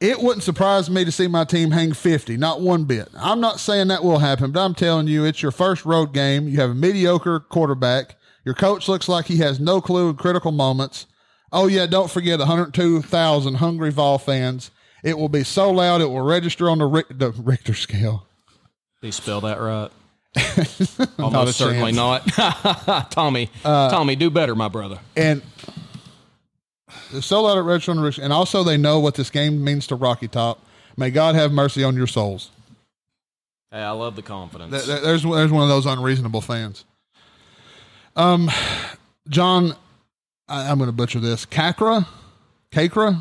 It wouldn't surprise me to see my team hang 50, not one bit. I'm not saying that will happen, but I'm telling you, it's your first road game. You have a mediocre quarterback. Your coach looks like he has no clue in critical moments. Oh, yeah, don't forget 102,000 hungry Vol fans. It will be so loud, it will register on the, Ric- the Richter scale. <laughs> They spell that right. Not a Uh, Almost certainly not. <laughs> Tommy, Tommy, do better, my brother. And they're so loud at Red Shore and Rich, and also they know what this game means to Rocky Top. May God have mercy on your souls. Hey, I love the Th- confidence. th- There's there's one of those unreasonable fans. Um, John, I, I'm going to butcher this. Kakra, Kakra.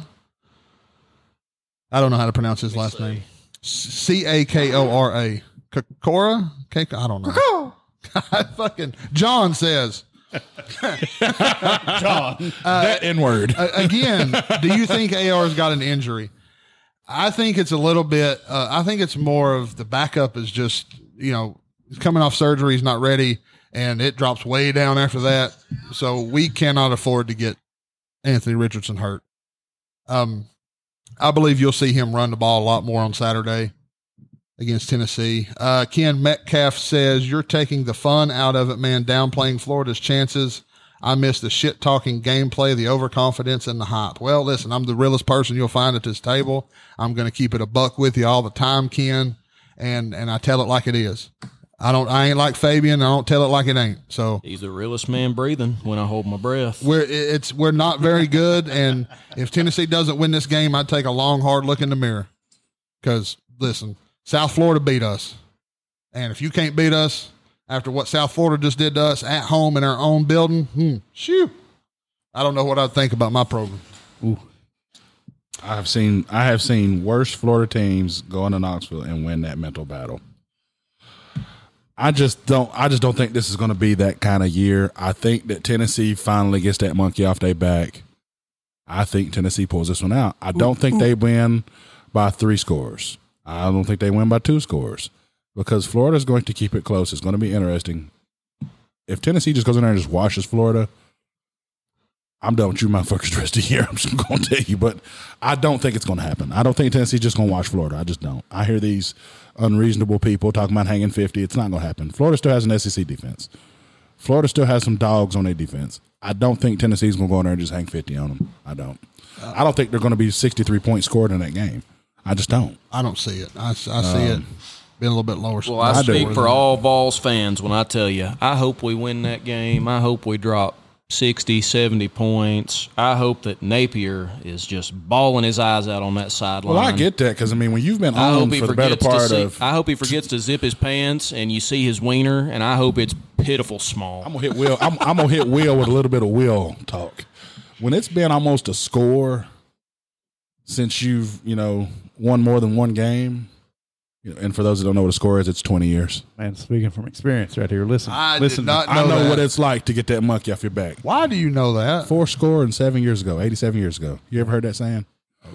I don't know how to pronounce his last name. C a k o r a. Kakora, Kak. I don't know. <laughs> I fucking John says. that N word. A- again, do you think AR's got an injury? I think it's a little bit. Uh, I think it's more of the backup is just you know he's coming off surgery, he's not ready, and it drops way down after that. So we cannot afford to get Anthony Richardson hurt. Um, I believe you'll see him run the ball a lot more on Saturday against Tennessee. Uh, Ken Metcalf says you're taking the fun out of it, man. Downplaying Florida's chances. I miss the shit talking gameplay, the overconfidence, and the hype. Well, listen, I'm the realest person you'll find at this table. I'm going to keep it a buck with you all the time, Ken, and and I tell it like it is. I don't. I ain't like Fabian. I don't tell it like it ain't. So He's the realest man breathing when I hold my breath. we're it's we're not very good, and if Tennessee doesn't win this game, I'd take a long, hard look in the mirror. Because listen, South Florida beat us, and if you can't beat us after what South Florida just did to us at home in our own building, hmm, shoo, I don't know what I'd think about my program. I've seen I have seen worse Florida teams go into Knoxville and win that mental battle. I just don't I just don't think this is going to be that kind of year. I think that Tennessee finally gets that monkey off their back. I think Tennessee pulls this one out. I don't think they win by 3 scores. I don't think they win by 2 scores because Florida's going to keep it close. It's going to be interesting. If Tennessee just goes in there and just washes Florida, I'm done with you motherfuckers <laughs> the rest of the year. I'm just gonna tell you, but I don't think it's gonna happen. I don't think Tennessee's just gonna watch Florida. I just don't. I hear these unreasonable people talking about hanging 50. It's not gonna happen. Florida still has an SEC defense. Florida still has some dogs on their defense. I don't think Tennessee's gonna go in there and just hang 50 on them. I don't. I don't think they're going to be 63 points scored in that game. I just don't. I don't see it. I, s- I see it being a little bit lower. Well, I, I Um, do. speak for all Vols fans when I tell you, I hope we win that game. I hope we drop 60, 70 points. I hope that Napier is just bawling his eyes out on that sideline. Well, I get that because I mean, when you've been I on hope he for the forgets better part to see, of, I hope he forgets to zip his pants and you see his wiener and I hope it's pitiful small. I'm gonna hit Will. I'm, I'm gonna hit Will with a little bit of Will talk. When it's been almost a score since you've you know won more than one game, you know, and for those that don't know what a score is, it's 20 years. Man, speaking from experience right here, listen. I did listen to- not I know that. what it's like to get that monkey off your back. Why do you know that? Four score and seven years ago, 87 years ago. You ever heard that saying?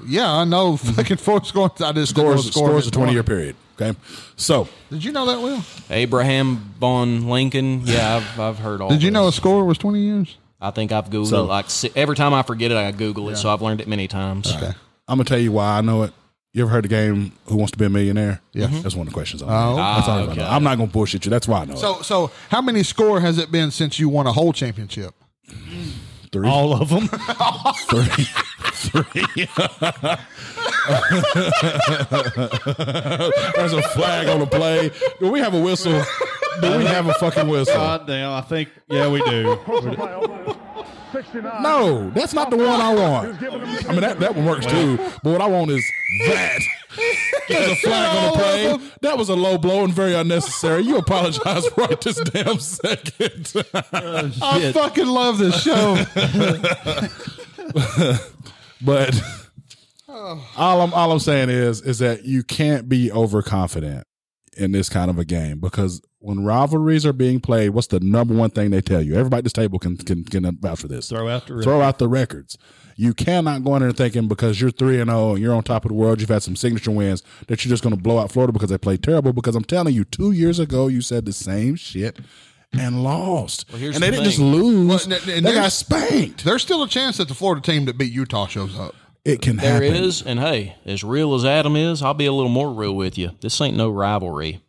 Yeah, I know. Fucking four scores. I just didn't know Mhm. Scores, the score scores did a 20 year period. Okay, so Did you know that, Will? Abraham Von Lincoln. Yeah, I've, I've heard all Did you this. know a score was twenty years? I think I've Googled So- it like si- every time I forget it, I Google it. So I've learned it many times. I'm gonna tell you why I know it. You ever heard the game Who Wants to Be a Millionaire? Yes. that's one of the questions. I'm Oh, that's all I Ah, know. okay. I'm not gonna bullshit you. That's why I know. it. So, so how many score has it been since you won a whole championship? three, all of them. three. <laughs> There's a flag on the play. Do we have a whistle? Do we have a fucking <laughs> whistle? God damn, I think yeah, we <laughs> do. No, that's not the one I want. I mean, that, that one works too. But what I want is that. There's a flag on the play. That was a low blow and very unnecessary. You apologize right this damn second. <laughs> uh, I fucking love this show. But all I'm all I'm saying is is that you can't be overconfident in this kind of a game because when rivalries are being played, what's the number one thing they tell you? Everybody at this table can can can vouch for this. Throw out the Throw out the records. You cannot go in there thinking because you're three and zero and you're on top of the world, you've had some signature wins that you're just going to blow out Florida because they played terrible. Because I'm telling you, two years ago you said the same shit and lost, here's and they the didn't just thing. lose; Well, and- and they got there's- spanked. There's still a chance that the Florida team that beat Utah shows up. It can There happen. is, and hey, as real as Adam is, I'll be a little more real with you. This ain't no rivalry.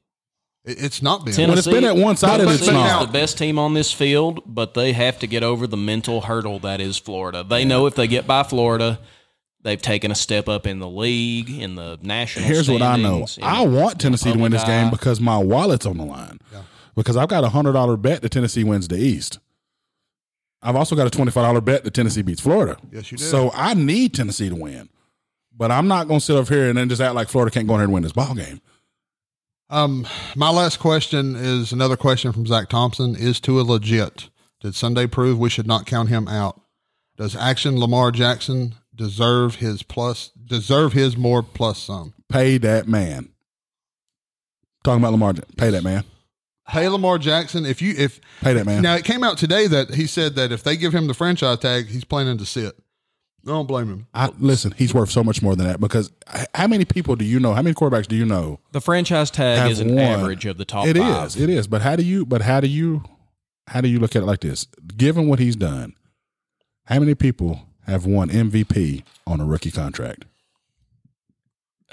It- It's not been. Tennessee, When it's been at one side, it's Tennessee's not. the best team on this field, but they have to get over the mental hurdle that is Florida. They know if they get by Florida, they've taken a step up in the league, in the national. Here's what I know. standings, in I the want Tennessee to win this public game eye. because my wallet's on the line. Because I've got a hundred dollar bet that Tennessee wins the East. I've also got a twenty five dollar bet that Tennessee beats Florida. Yes, you do. So I need Tennessee to win. But I'm not gonna sit up here and then just act like Florida can't go in here and win this ball game. Um, my last question is another question from Zach Thompson. Is Tua legit? Did Sunday prove we should not count him out? Does action Lamar Jackson deserve his plus deserve his more plus some? Pay that man. Talking about Lamar, Jackson. pay that man. Hey Lamar Jackson, if you if Pay that man. now it came out today that he said that if they give him the franchise tag, he's planning to sit. I don't blame him. I, listen, he's worth so much more than that because h- how many people do you know? How many quarterbacks do you know the franchise tag have is an won. average of the top. It is, five. It is. But how do you? But how do you? How do you look at it like this? Given what he's done, how many people have won MVP on a rookie contract?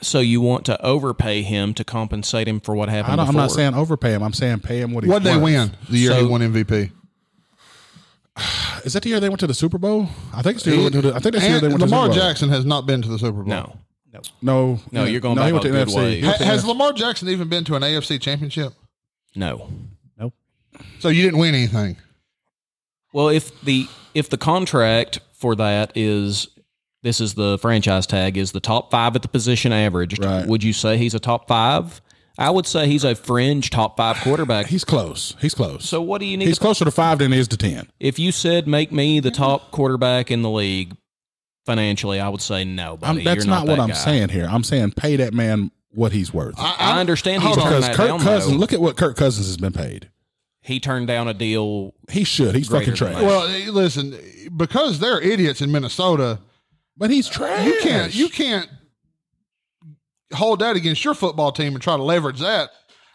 So you want to overpay him to compensate him for what happened. I don't, I'm before. not saying overpay him. I'm saying pay him what he. What they worth. win the year he So- won MVP? Is that the year they went to the Super Bowl? I think it's the year. They went to the, I think that's the year And they went Lamar to the Super Bowl. Jackson has not been to the Super Bowl. no. No, No, you're going he back went a to good NFC. way. He Ha- went to has NFC. Lamar Jackson even been to an AFC championship? No. So you didn't win anything. Well, if the if the contract for that is this is the franchise tag is the top five at the position averaged, Right. would you say he's a top five? I would say he's a fringe top five quarterback. He's close. He's close. so what do you need? he's To, closer to five than he is to ten. if you said make me the top quarterback in the league financially, I would say no. I'm- Buddy, that's You're not, not, what that I'm guy. saying here. I'm saying pay that man what he's worth. I understand he's Hold on. turned because that Kirk down. Cousins, though. look at what Kirk Cousins has been paid. he turned down a deal. He should. He's Greater fucking trash. than that. Well, eh, listen, because they're idiots in Minnesota, But he's trash. you can't you can't hold that against your football team and try to leverage that.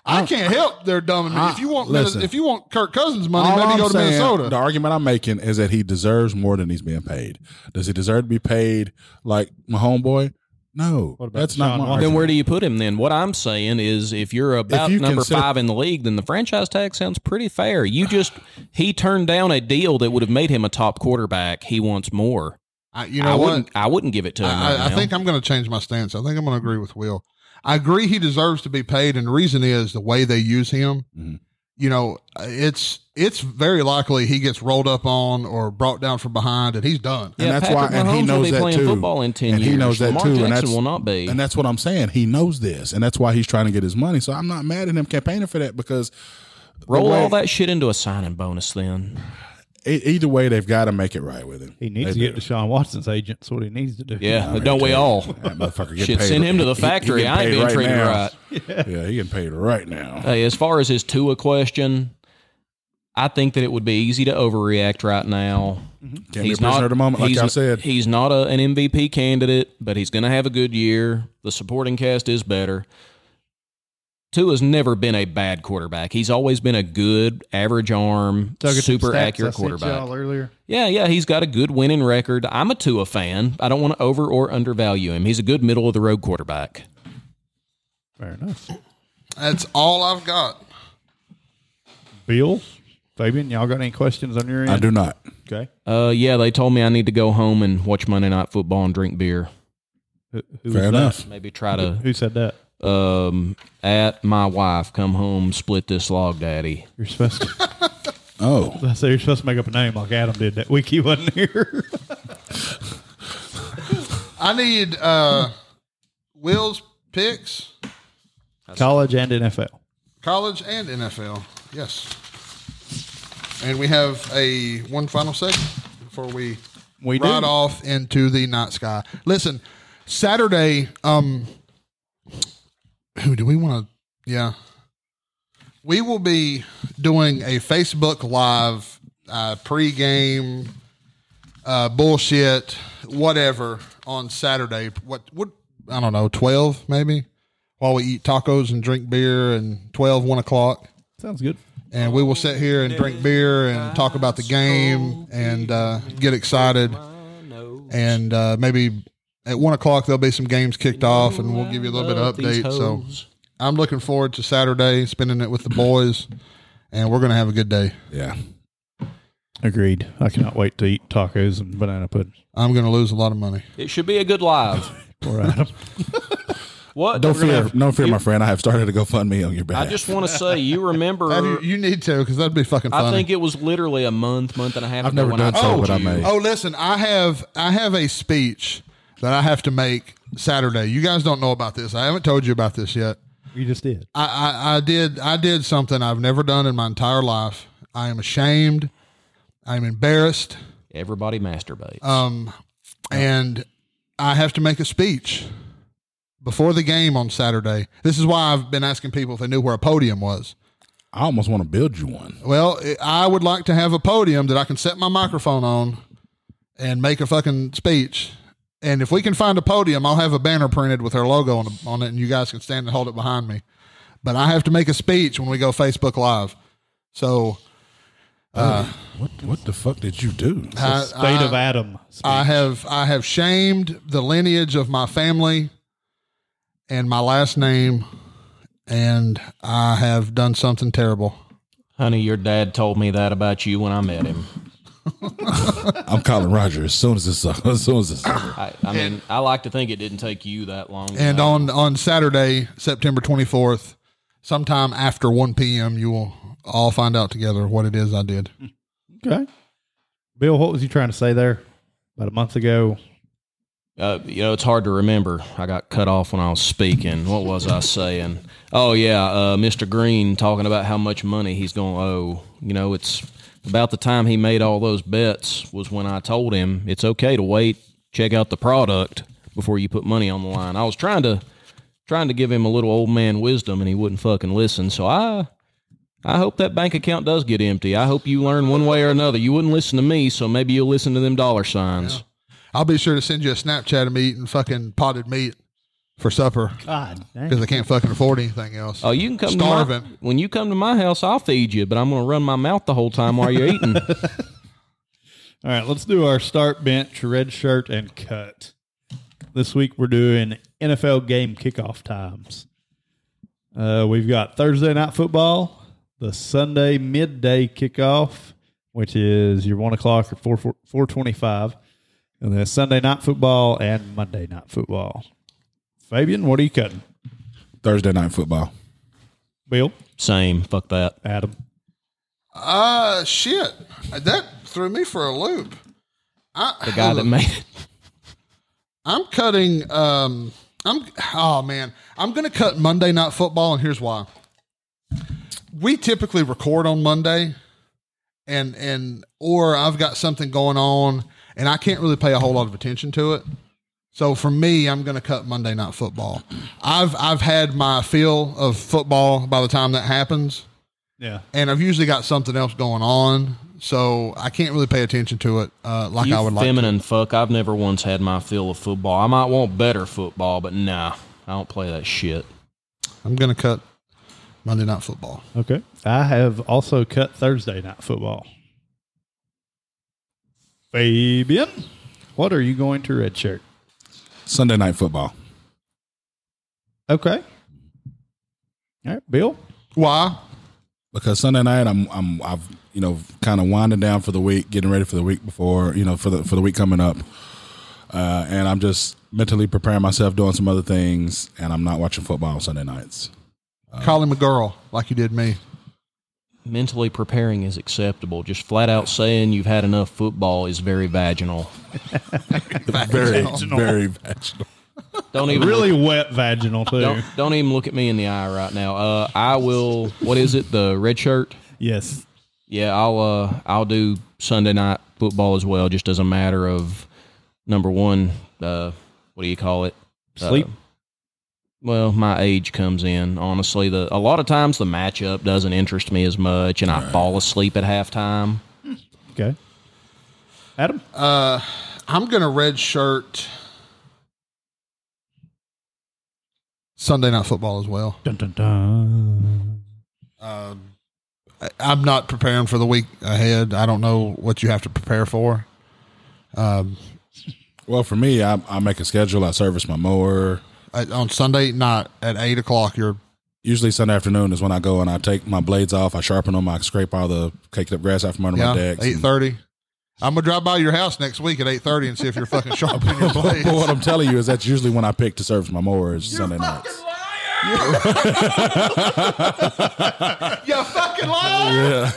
I can't help their dumb. and- I- if you want, Minnes- listen. if you want Kirk Cousins' money, All maybe I'm go to saying, The Minnesota. argument I'm making is that he deserves more than he's being paid. Does he deserve to be paid like my homeboy? No, about that's not Deshaun my Watson? argument. Then where do you put him then? What I'm saying is if you're about If you number consider- five in the league, then the franchise tag sounds pretty fair. You just he turned down a deal that would have made him a top quarterback. He wants more. I, you I know what? wouldn't. I wouldn't give it to him. I, right I- I now. think I'm going to change my stance. I think I'm going to agree with Will. I agree he deserves to be paid, and the reason is the way they use him. Mm-hmm. You know, it's it's very likely he gets rolled up on or brought down from behind, and he's done. and Yeah, that's Patrick why, and he Mahomes will knows be that playing too. football in 10 and he years. knows that Lamar too. Jackson and that's will not be. And that's what I'm saying. He knows this, and that's why he's trying to get his money. So I'm not mad at him campaigning for that because Roll way- all that shit into a signing <laughs> bonus then. e- either way, they've got to make it right with him. He needs They to get do. Deshaun Watson's agent. That's what he needs to do. Yeah, don't we all? <laughs> That motherfucker get Shit, paid. send him to the He- he factory. getting I ain't paid being treated now. right. Yeah, he getting paid right <laughs> now. Hey, as far as his Tua question, I think that it would be easy to overreact right now. Can't be a prisoner at the moment, like he's- I said. He's not a, an MVP candidate, but he's going to have a good year. The supporting cast is better. Tua's never been a bad quarterback. He's always been a good, average arm, Took it to super stats I sent accurate quarterback. y'all earlier. Yeah, yeah, he's got a good winning record. I'm a Tua fan. I don't want to over or undervalue him. He's a good middle of the road quarterback. Fair enough. That's all I've got. Bill, Fabian, y'all got any questions on your end? I do not. Okay. Uh, yeah, they told me I need to go home and watch Monday Night Football and drink beer. Who, who Fair was that? enough. Maybe try to Who said that? um at my wife come home split this log, daddy. You're supposed to. <laughs> Oh, I say you're supposed to make up a name like Adam did that week he wasn't here. I need uh, Will's picks, College and NFL. college and NFL. Yes. And we have a one final segment before we We do. ride off into the night sky. Listen, Saturday. Um, who do we want to? Yeah, we will be doing a Facebook Live uh, pregame uh, bullshit, whatever, on Saturday. What? What? I don't know. Twelve maybe. While we eat tacos and drink beer, and 12, 1 o'clock Sounds good. and we will sit here and drink beer and talk about the game and uh, get excited. And uh, maybe at one o'clock there'll be some games kicked off, and we'll give you a little bit of update. So I'm looking forward to Saturday, spending it with the boys, and we're gonna have a good day. yeah. Agreed. I cannot wait to eat tacos and banana pudding. I'm gonna lose a lot of money. It should be a good live. <laughs> Poor Adam. What? Don't We're gonna fear, have- no fear, my friend. I have started a GoFundMe on your I behalf. just want to <laughs> say you remember Have you, you need to because that'd be fucking funny. I think it was literally a month, month and a half I've ago never when done I so, told but I you. may. Oh, listen, I have I have a speech that I have to make Saturday. You guys don't know about this. I haven't told you about this yet. you just did. I, I, I did I did something I've never done in my entire life. I am ashamed. I'm embarrassed. Everybody masturbates. Uh, Um, and I have to make a speech before the game on Saturday. This is why I've been asking people if they knew where a podium was. I almost want to build you one. Well, it- I would like to have a podium that I can set my microphone on and make a fucking speech. And if we can find a podium, I'll have a banner printed with her logo on, on it, and you guys can stand and hold it behind me. But I have to make a speech when we go Facebook Live. So What What the fuck did you do? I, State of Adam. I have I have shamed the lineage of my family and my last name, and I have done something terrible. Honey, your dad told me that about you when I met him. I'm calling Roger as soon as this. <laughs> As soon as this. I, I mean, I like to think it didn't take you that long. to And know. on on Saturday, September twenty fourth, sometime after one p.m., you will all find out together what it is I did. Hmm. okay. Bill, what was you trying to say there? About a month ago. uh, you know, it's hard to remember. I got cut off when I was speaking. What was I saying? Oh yeah, uh, Mr. Green talking about how much money he's going to owe. You know, it's about the time he made all those bets was when I told him it's okay to wait, check out the product before you put money on the line. I was trying to trying to give him a little old man wisdom, and he wouldn't fucking listen. So I. I hope that bank account does get empty. I hope you learn one way or another. You wouldn't listen to me, so maybe you'll listen to them dollar signs. I'll be sure to send you a Snapchat of me eating fucking potted meat for supper God. because I can't fucking afford anything else. Oh, you can come starving. To my, when you come to my house, I'll feed you, but I'm going to run my mouth the whole time while you're <laughs> eating. All right, let's do our start bench, red shirt, and cut. This week we're doing NFL game kickoff times. Uh, we've got Thursday night football, the Sunday midday kickoff, which is your one o'clock or four four twenty five, And then Sunday night football and Monday night football. Fabian, what are you cutting? Thursday night football. Bill, Same. Fuck that. Adam. Uh, shit. That threw me for a loop. I, The guy that made it. I'm cutting. Um, I'm. Oh man, I'm going to cut Monday Night Football, and here's why. We typically record on Monday, and and or I've got something going on, and I can't really pay a whole lot of attention to it. So for me, I'm going to cut Monday Night Football. I've I've had my feel of football by the time that happens Yeah. and I've usually got something else going on, so I can't really pay attention to it uh, like You I would like. feminine fuck. I've never once had my fill of football. I might want better football, but nah, I don't play that shit. I'm gonna cut Monday Night Football. Okay. I have also cut Thursday night football. Fabian, what are you going to redshirt? Sunday night football. Okay. All right, Bill. Why? because Sunday night I'm I'm I've you know kind of winding down for the week, getting ready for the week before you know for the for the week coming up, uh, and I'm just mentally preparing myself, doing some other things, and I'm not watching football on <laughs> Sunday nights. Call him a girl like you did me. Mentally preparing is acceptable. Just flat out saying you've had enough football is very vaginal. Very very vaginal. Don't even Really look, wet vaginal too. don't don't even look at me in the eye right now. Uh, I will. What is it? The red shirt. Yes. Yeah, I'll uh, I'll do Sunday night football as well, just as a matter of number one. Uh, what do you call it? Uh, Uh, Sleep. Well, my age comes in. Honestly, the a lot of times the matchup doesn't interest me as much, and I fall asleep at halftime. okay. Adam. Uh, I'm gonna red shirt Sunday Night Football as well. Um, Dun, dun, dun. I- I'm not preparing for the week ahead. I don't know what you have to prepare for. Well, for me, I, I make a schedule. I service my mower. I, on Sunday night at eight o'clock, you're Usually Sunday afternoon is when I go and I take my blades off. I sharpen them. I scrape all the caked up grass out from under my yeah decks. eight and- thirty. I'm gonna drive by your house next week at eight thirty and see if you're fucking sharp in <laughs> your blades. <laughs> but what I'm telling you is that's usually when I pick to service my mower is Sunday nights. You fucking liar!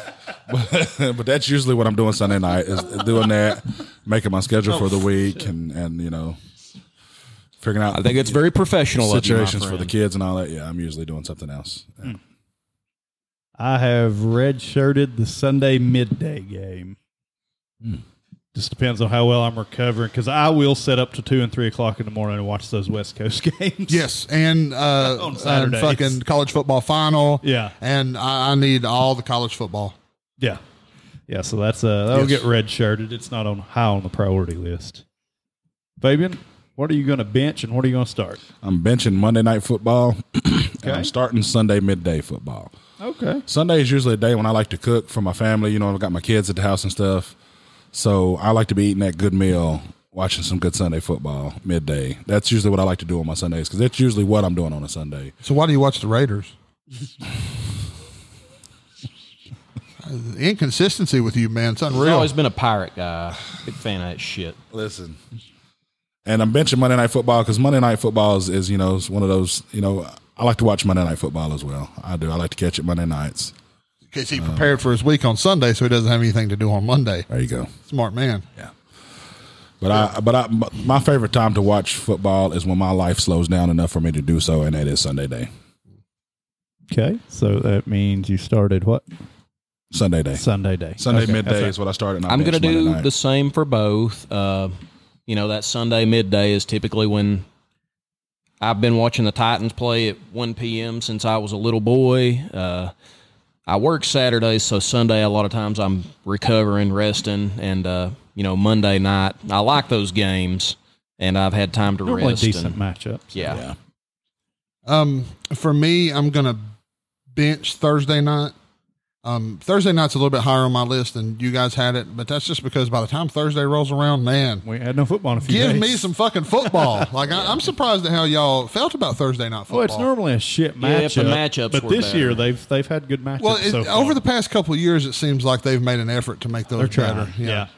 <laughs> but <laughs> that's usually what I'm doing Sunday night is doing that, making my schedule for the week, and and you know, figuring out. Oh, I think it's very professional of you, my situations for the friend. kids and all that. Yeah, I'm usually doing something else. Yeah. I have redshirted the Sunday midday game. Hmm. Just depends on how well I'm recovering because I will set up to two and three o'clock in the morning and watch those West Coast <laughs> games. Yes, and <laughs> uh, On and Saturdays. fucking college football final. Yeah. and I, I need all the college football. Yeah. Yeah. So that's uh that'll Yes. get red shirted. It's not on high on the priority list. Fabian, what are you gonna bench and what are you gonna start? I'm benching Monday night football, <clears throat> and Okay. I'm starting Sunday midday football. Okay. Sunday is usually a day when I like to cook for my family. You know, I've got my kids at the house and stuff, so I like to be eating that good meal. Watching some good Sunday football midday. That's usually what I like to do on my Sundays because that's usually what I'm doing on a Sunday. So why do you watch the Raiders? The Inconsistency with you, man. It's I've unreal. always been a pirate guy. Big fan of that shit. Listen. And I'm benching Monday Night Football because Monday Night Football is, is, you know, is one of those, you know, I like to watch Monday Night Football as well. I do. I like to catch it Monday nights. Because he prepared for his week on Sunday, so he doesn't have anything to do on Monday. There you go. Smart man. But I, but I, my favorite time to watch football is when my life slows down enough for me to do so, and that is Sunday day, Okay. So that means you started what? Sunday day, Sunday day. Sunday Okay, midday that's is what I started. and I I'm bench going to Monday do night. the same for both. Uh, you know, that Sunday midday is typically when I've been watching the Titans play at 1 p.m. since I was a little boy. Uh, I work Saturdays, so Sunday a lot of times I'm recovering, resting, and uh, you know Monday night I like those games, and I've had time to Normally rest. decent and- matchups. yeah. Um, for me, I'm gonna bench Thursday night. Um, Thursday night's a little bit higher on my list than you guys had it, but that's just because by the time Thursday rolls around, man, We had no football in a few give days. me some fucking <laughs> football. like I, I'm surprised at how y'all felt about Thursday night football. Well, it's normally a shit Yeah, matchup. if the matchups but were this better. year they've they've had good matchups. Well, it, so far. over the past couple of years, it seems like they've made an effort to make those they're trying. better. yeah.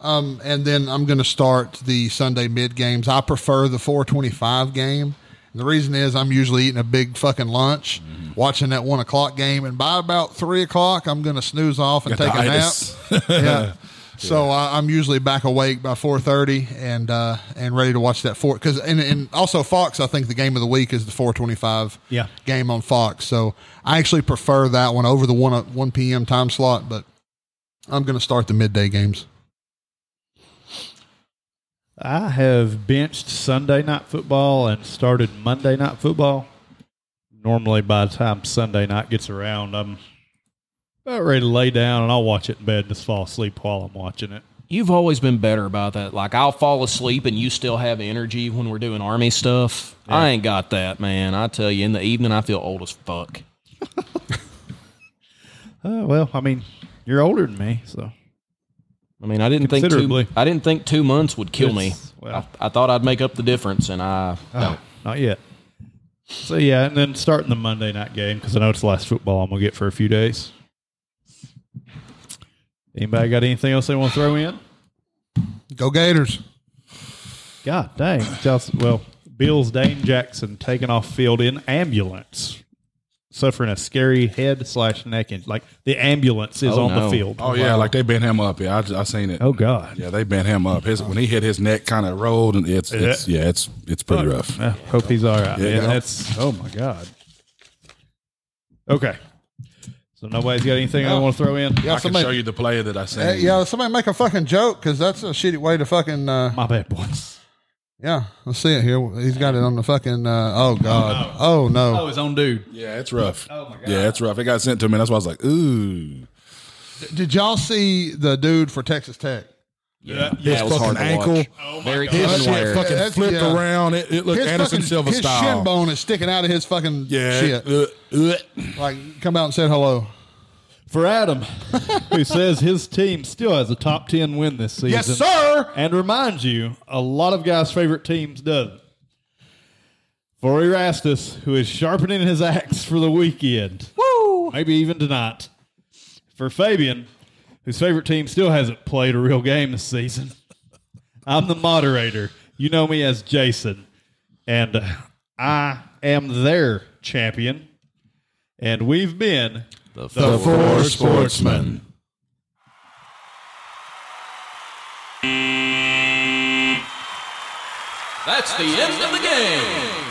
Um, and then I'm going to start the Sunday mid games. I prefer the 425 game. And the reason is I'm usually eating a big fucking lunch, Mm-hmm. watching that one o'clock game, and by about three o'clock I'm going to snooze off and Got take the a nap. itis. <laughs> yeah. So I, I'm usually back awake by 4:30 and uh, and ready to watch that four because and, and also Fox I think the game of the week is the 4:25 Yeah. game on Fox so I actually prefer that one over the one o- 1 p.m. time slot but I'm going to start the midday games. I have benched Sunday night football and started Monday night football. Normally, by the time Sunday night gets around, I'm about ready to lay down and I'll watch it in bed and just fall asleep while I'm watching it. You've always been better about that. Like I'll fall asleep and you still have energy when we're doing army stuff. I ain't got that, man. I tell you, in the evening I feel old as fuck. Uh, well, I mean, you're older than me, so I mean, I didn't think two. Considerably. I didn't think two months would kill me. It's- well. Oh. I, I thought I'd make up the difference, and I not yet. So yeah, and then starting the Monday night game because I know it's the last football I'm gonna get for a few days. Anybody got anything else they want to throw in? Go Gators. God dang. Just, well, Bills Dane Jackson taken off field in ambulance, suffering a scary head slash neck injury. Like the ambulance is Oh, on no. the field. Oh yeah, like they bent him up. Yeah, I, j- I seen it. Oh, God. Yeah, they bent him up. His when he hit his neck, kind of rolled, and it's, it's yeah, it's it's pretty rough. Uh, hope he's all right. Yeah. Yeah, that's oh my god. Okay. So nobody's got anything I want to throw in. Yeah, I can somebody, show you the player that I seen. Hey, yeah, somebody make a fucking joke because that's a shitty way to fucking. Uh, My bad, boys. yeah, let's see it here. He's got it on the fucking. Uh, oh God. Oh no. Oh, his own dude. yeah, it's rough. Oh my god. Yeah, it's rough. It got sent to me. That's why I was like, ooh, Did y'all see the dude for Texas Tech? Yeah. his fucking ankle, very Oh, his unaware. shit fucking That's- flipped yeah. around. It, it looked Anderson fucking- Silva his style. shin bone is sticking out of his fucking yeah, shit. it- uh, uh. Like, come out and said hello. For Adam, who says his team still has a top ten win this season. Yes, sir. And remind you, a lot of guys' favorite teams doesn't. For Erastus, who is sharpening his axe for the weekend. Woo! Maybe even tonight. For Fabian, whose favorite team still hasn't played a real game this season. I'm the moderator. You know me as Jason. And uh, I am their champion. And we've been the the Four sportsmen. That's the end of the game.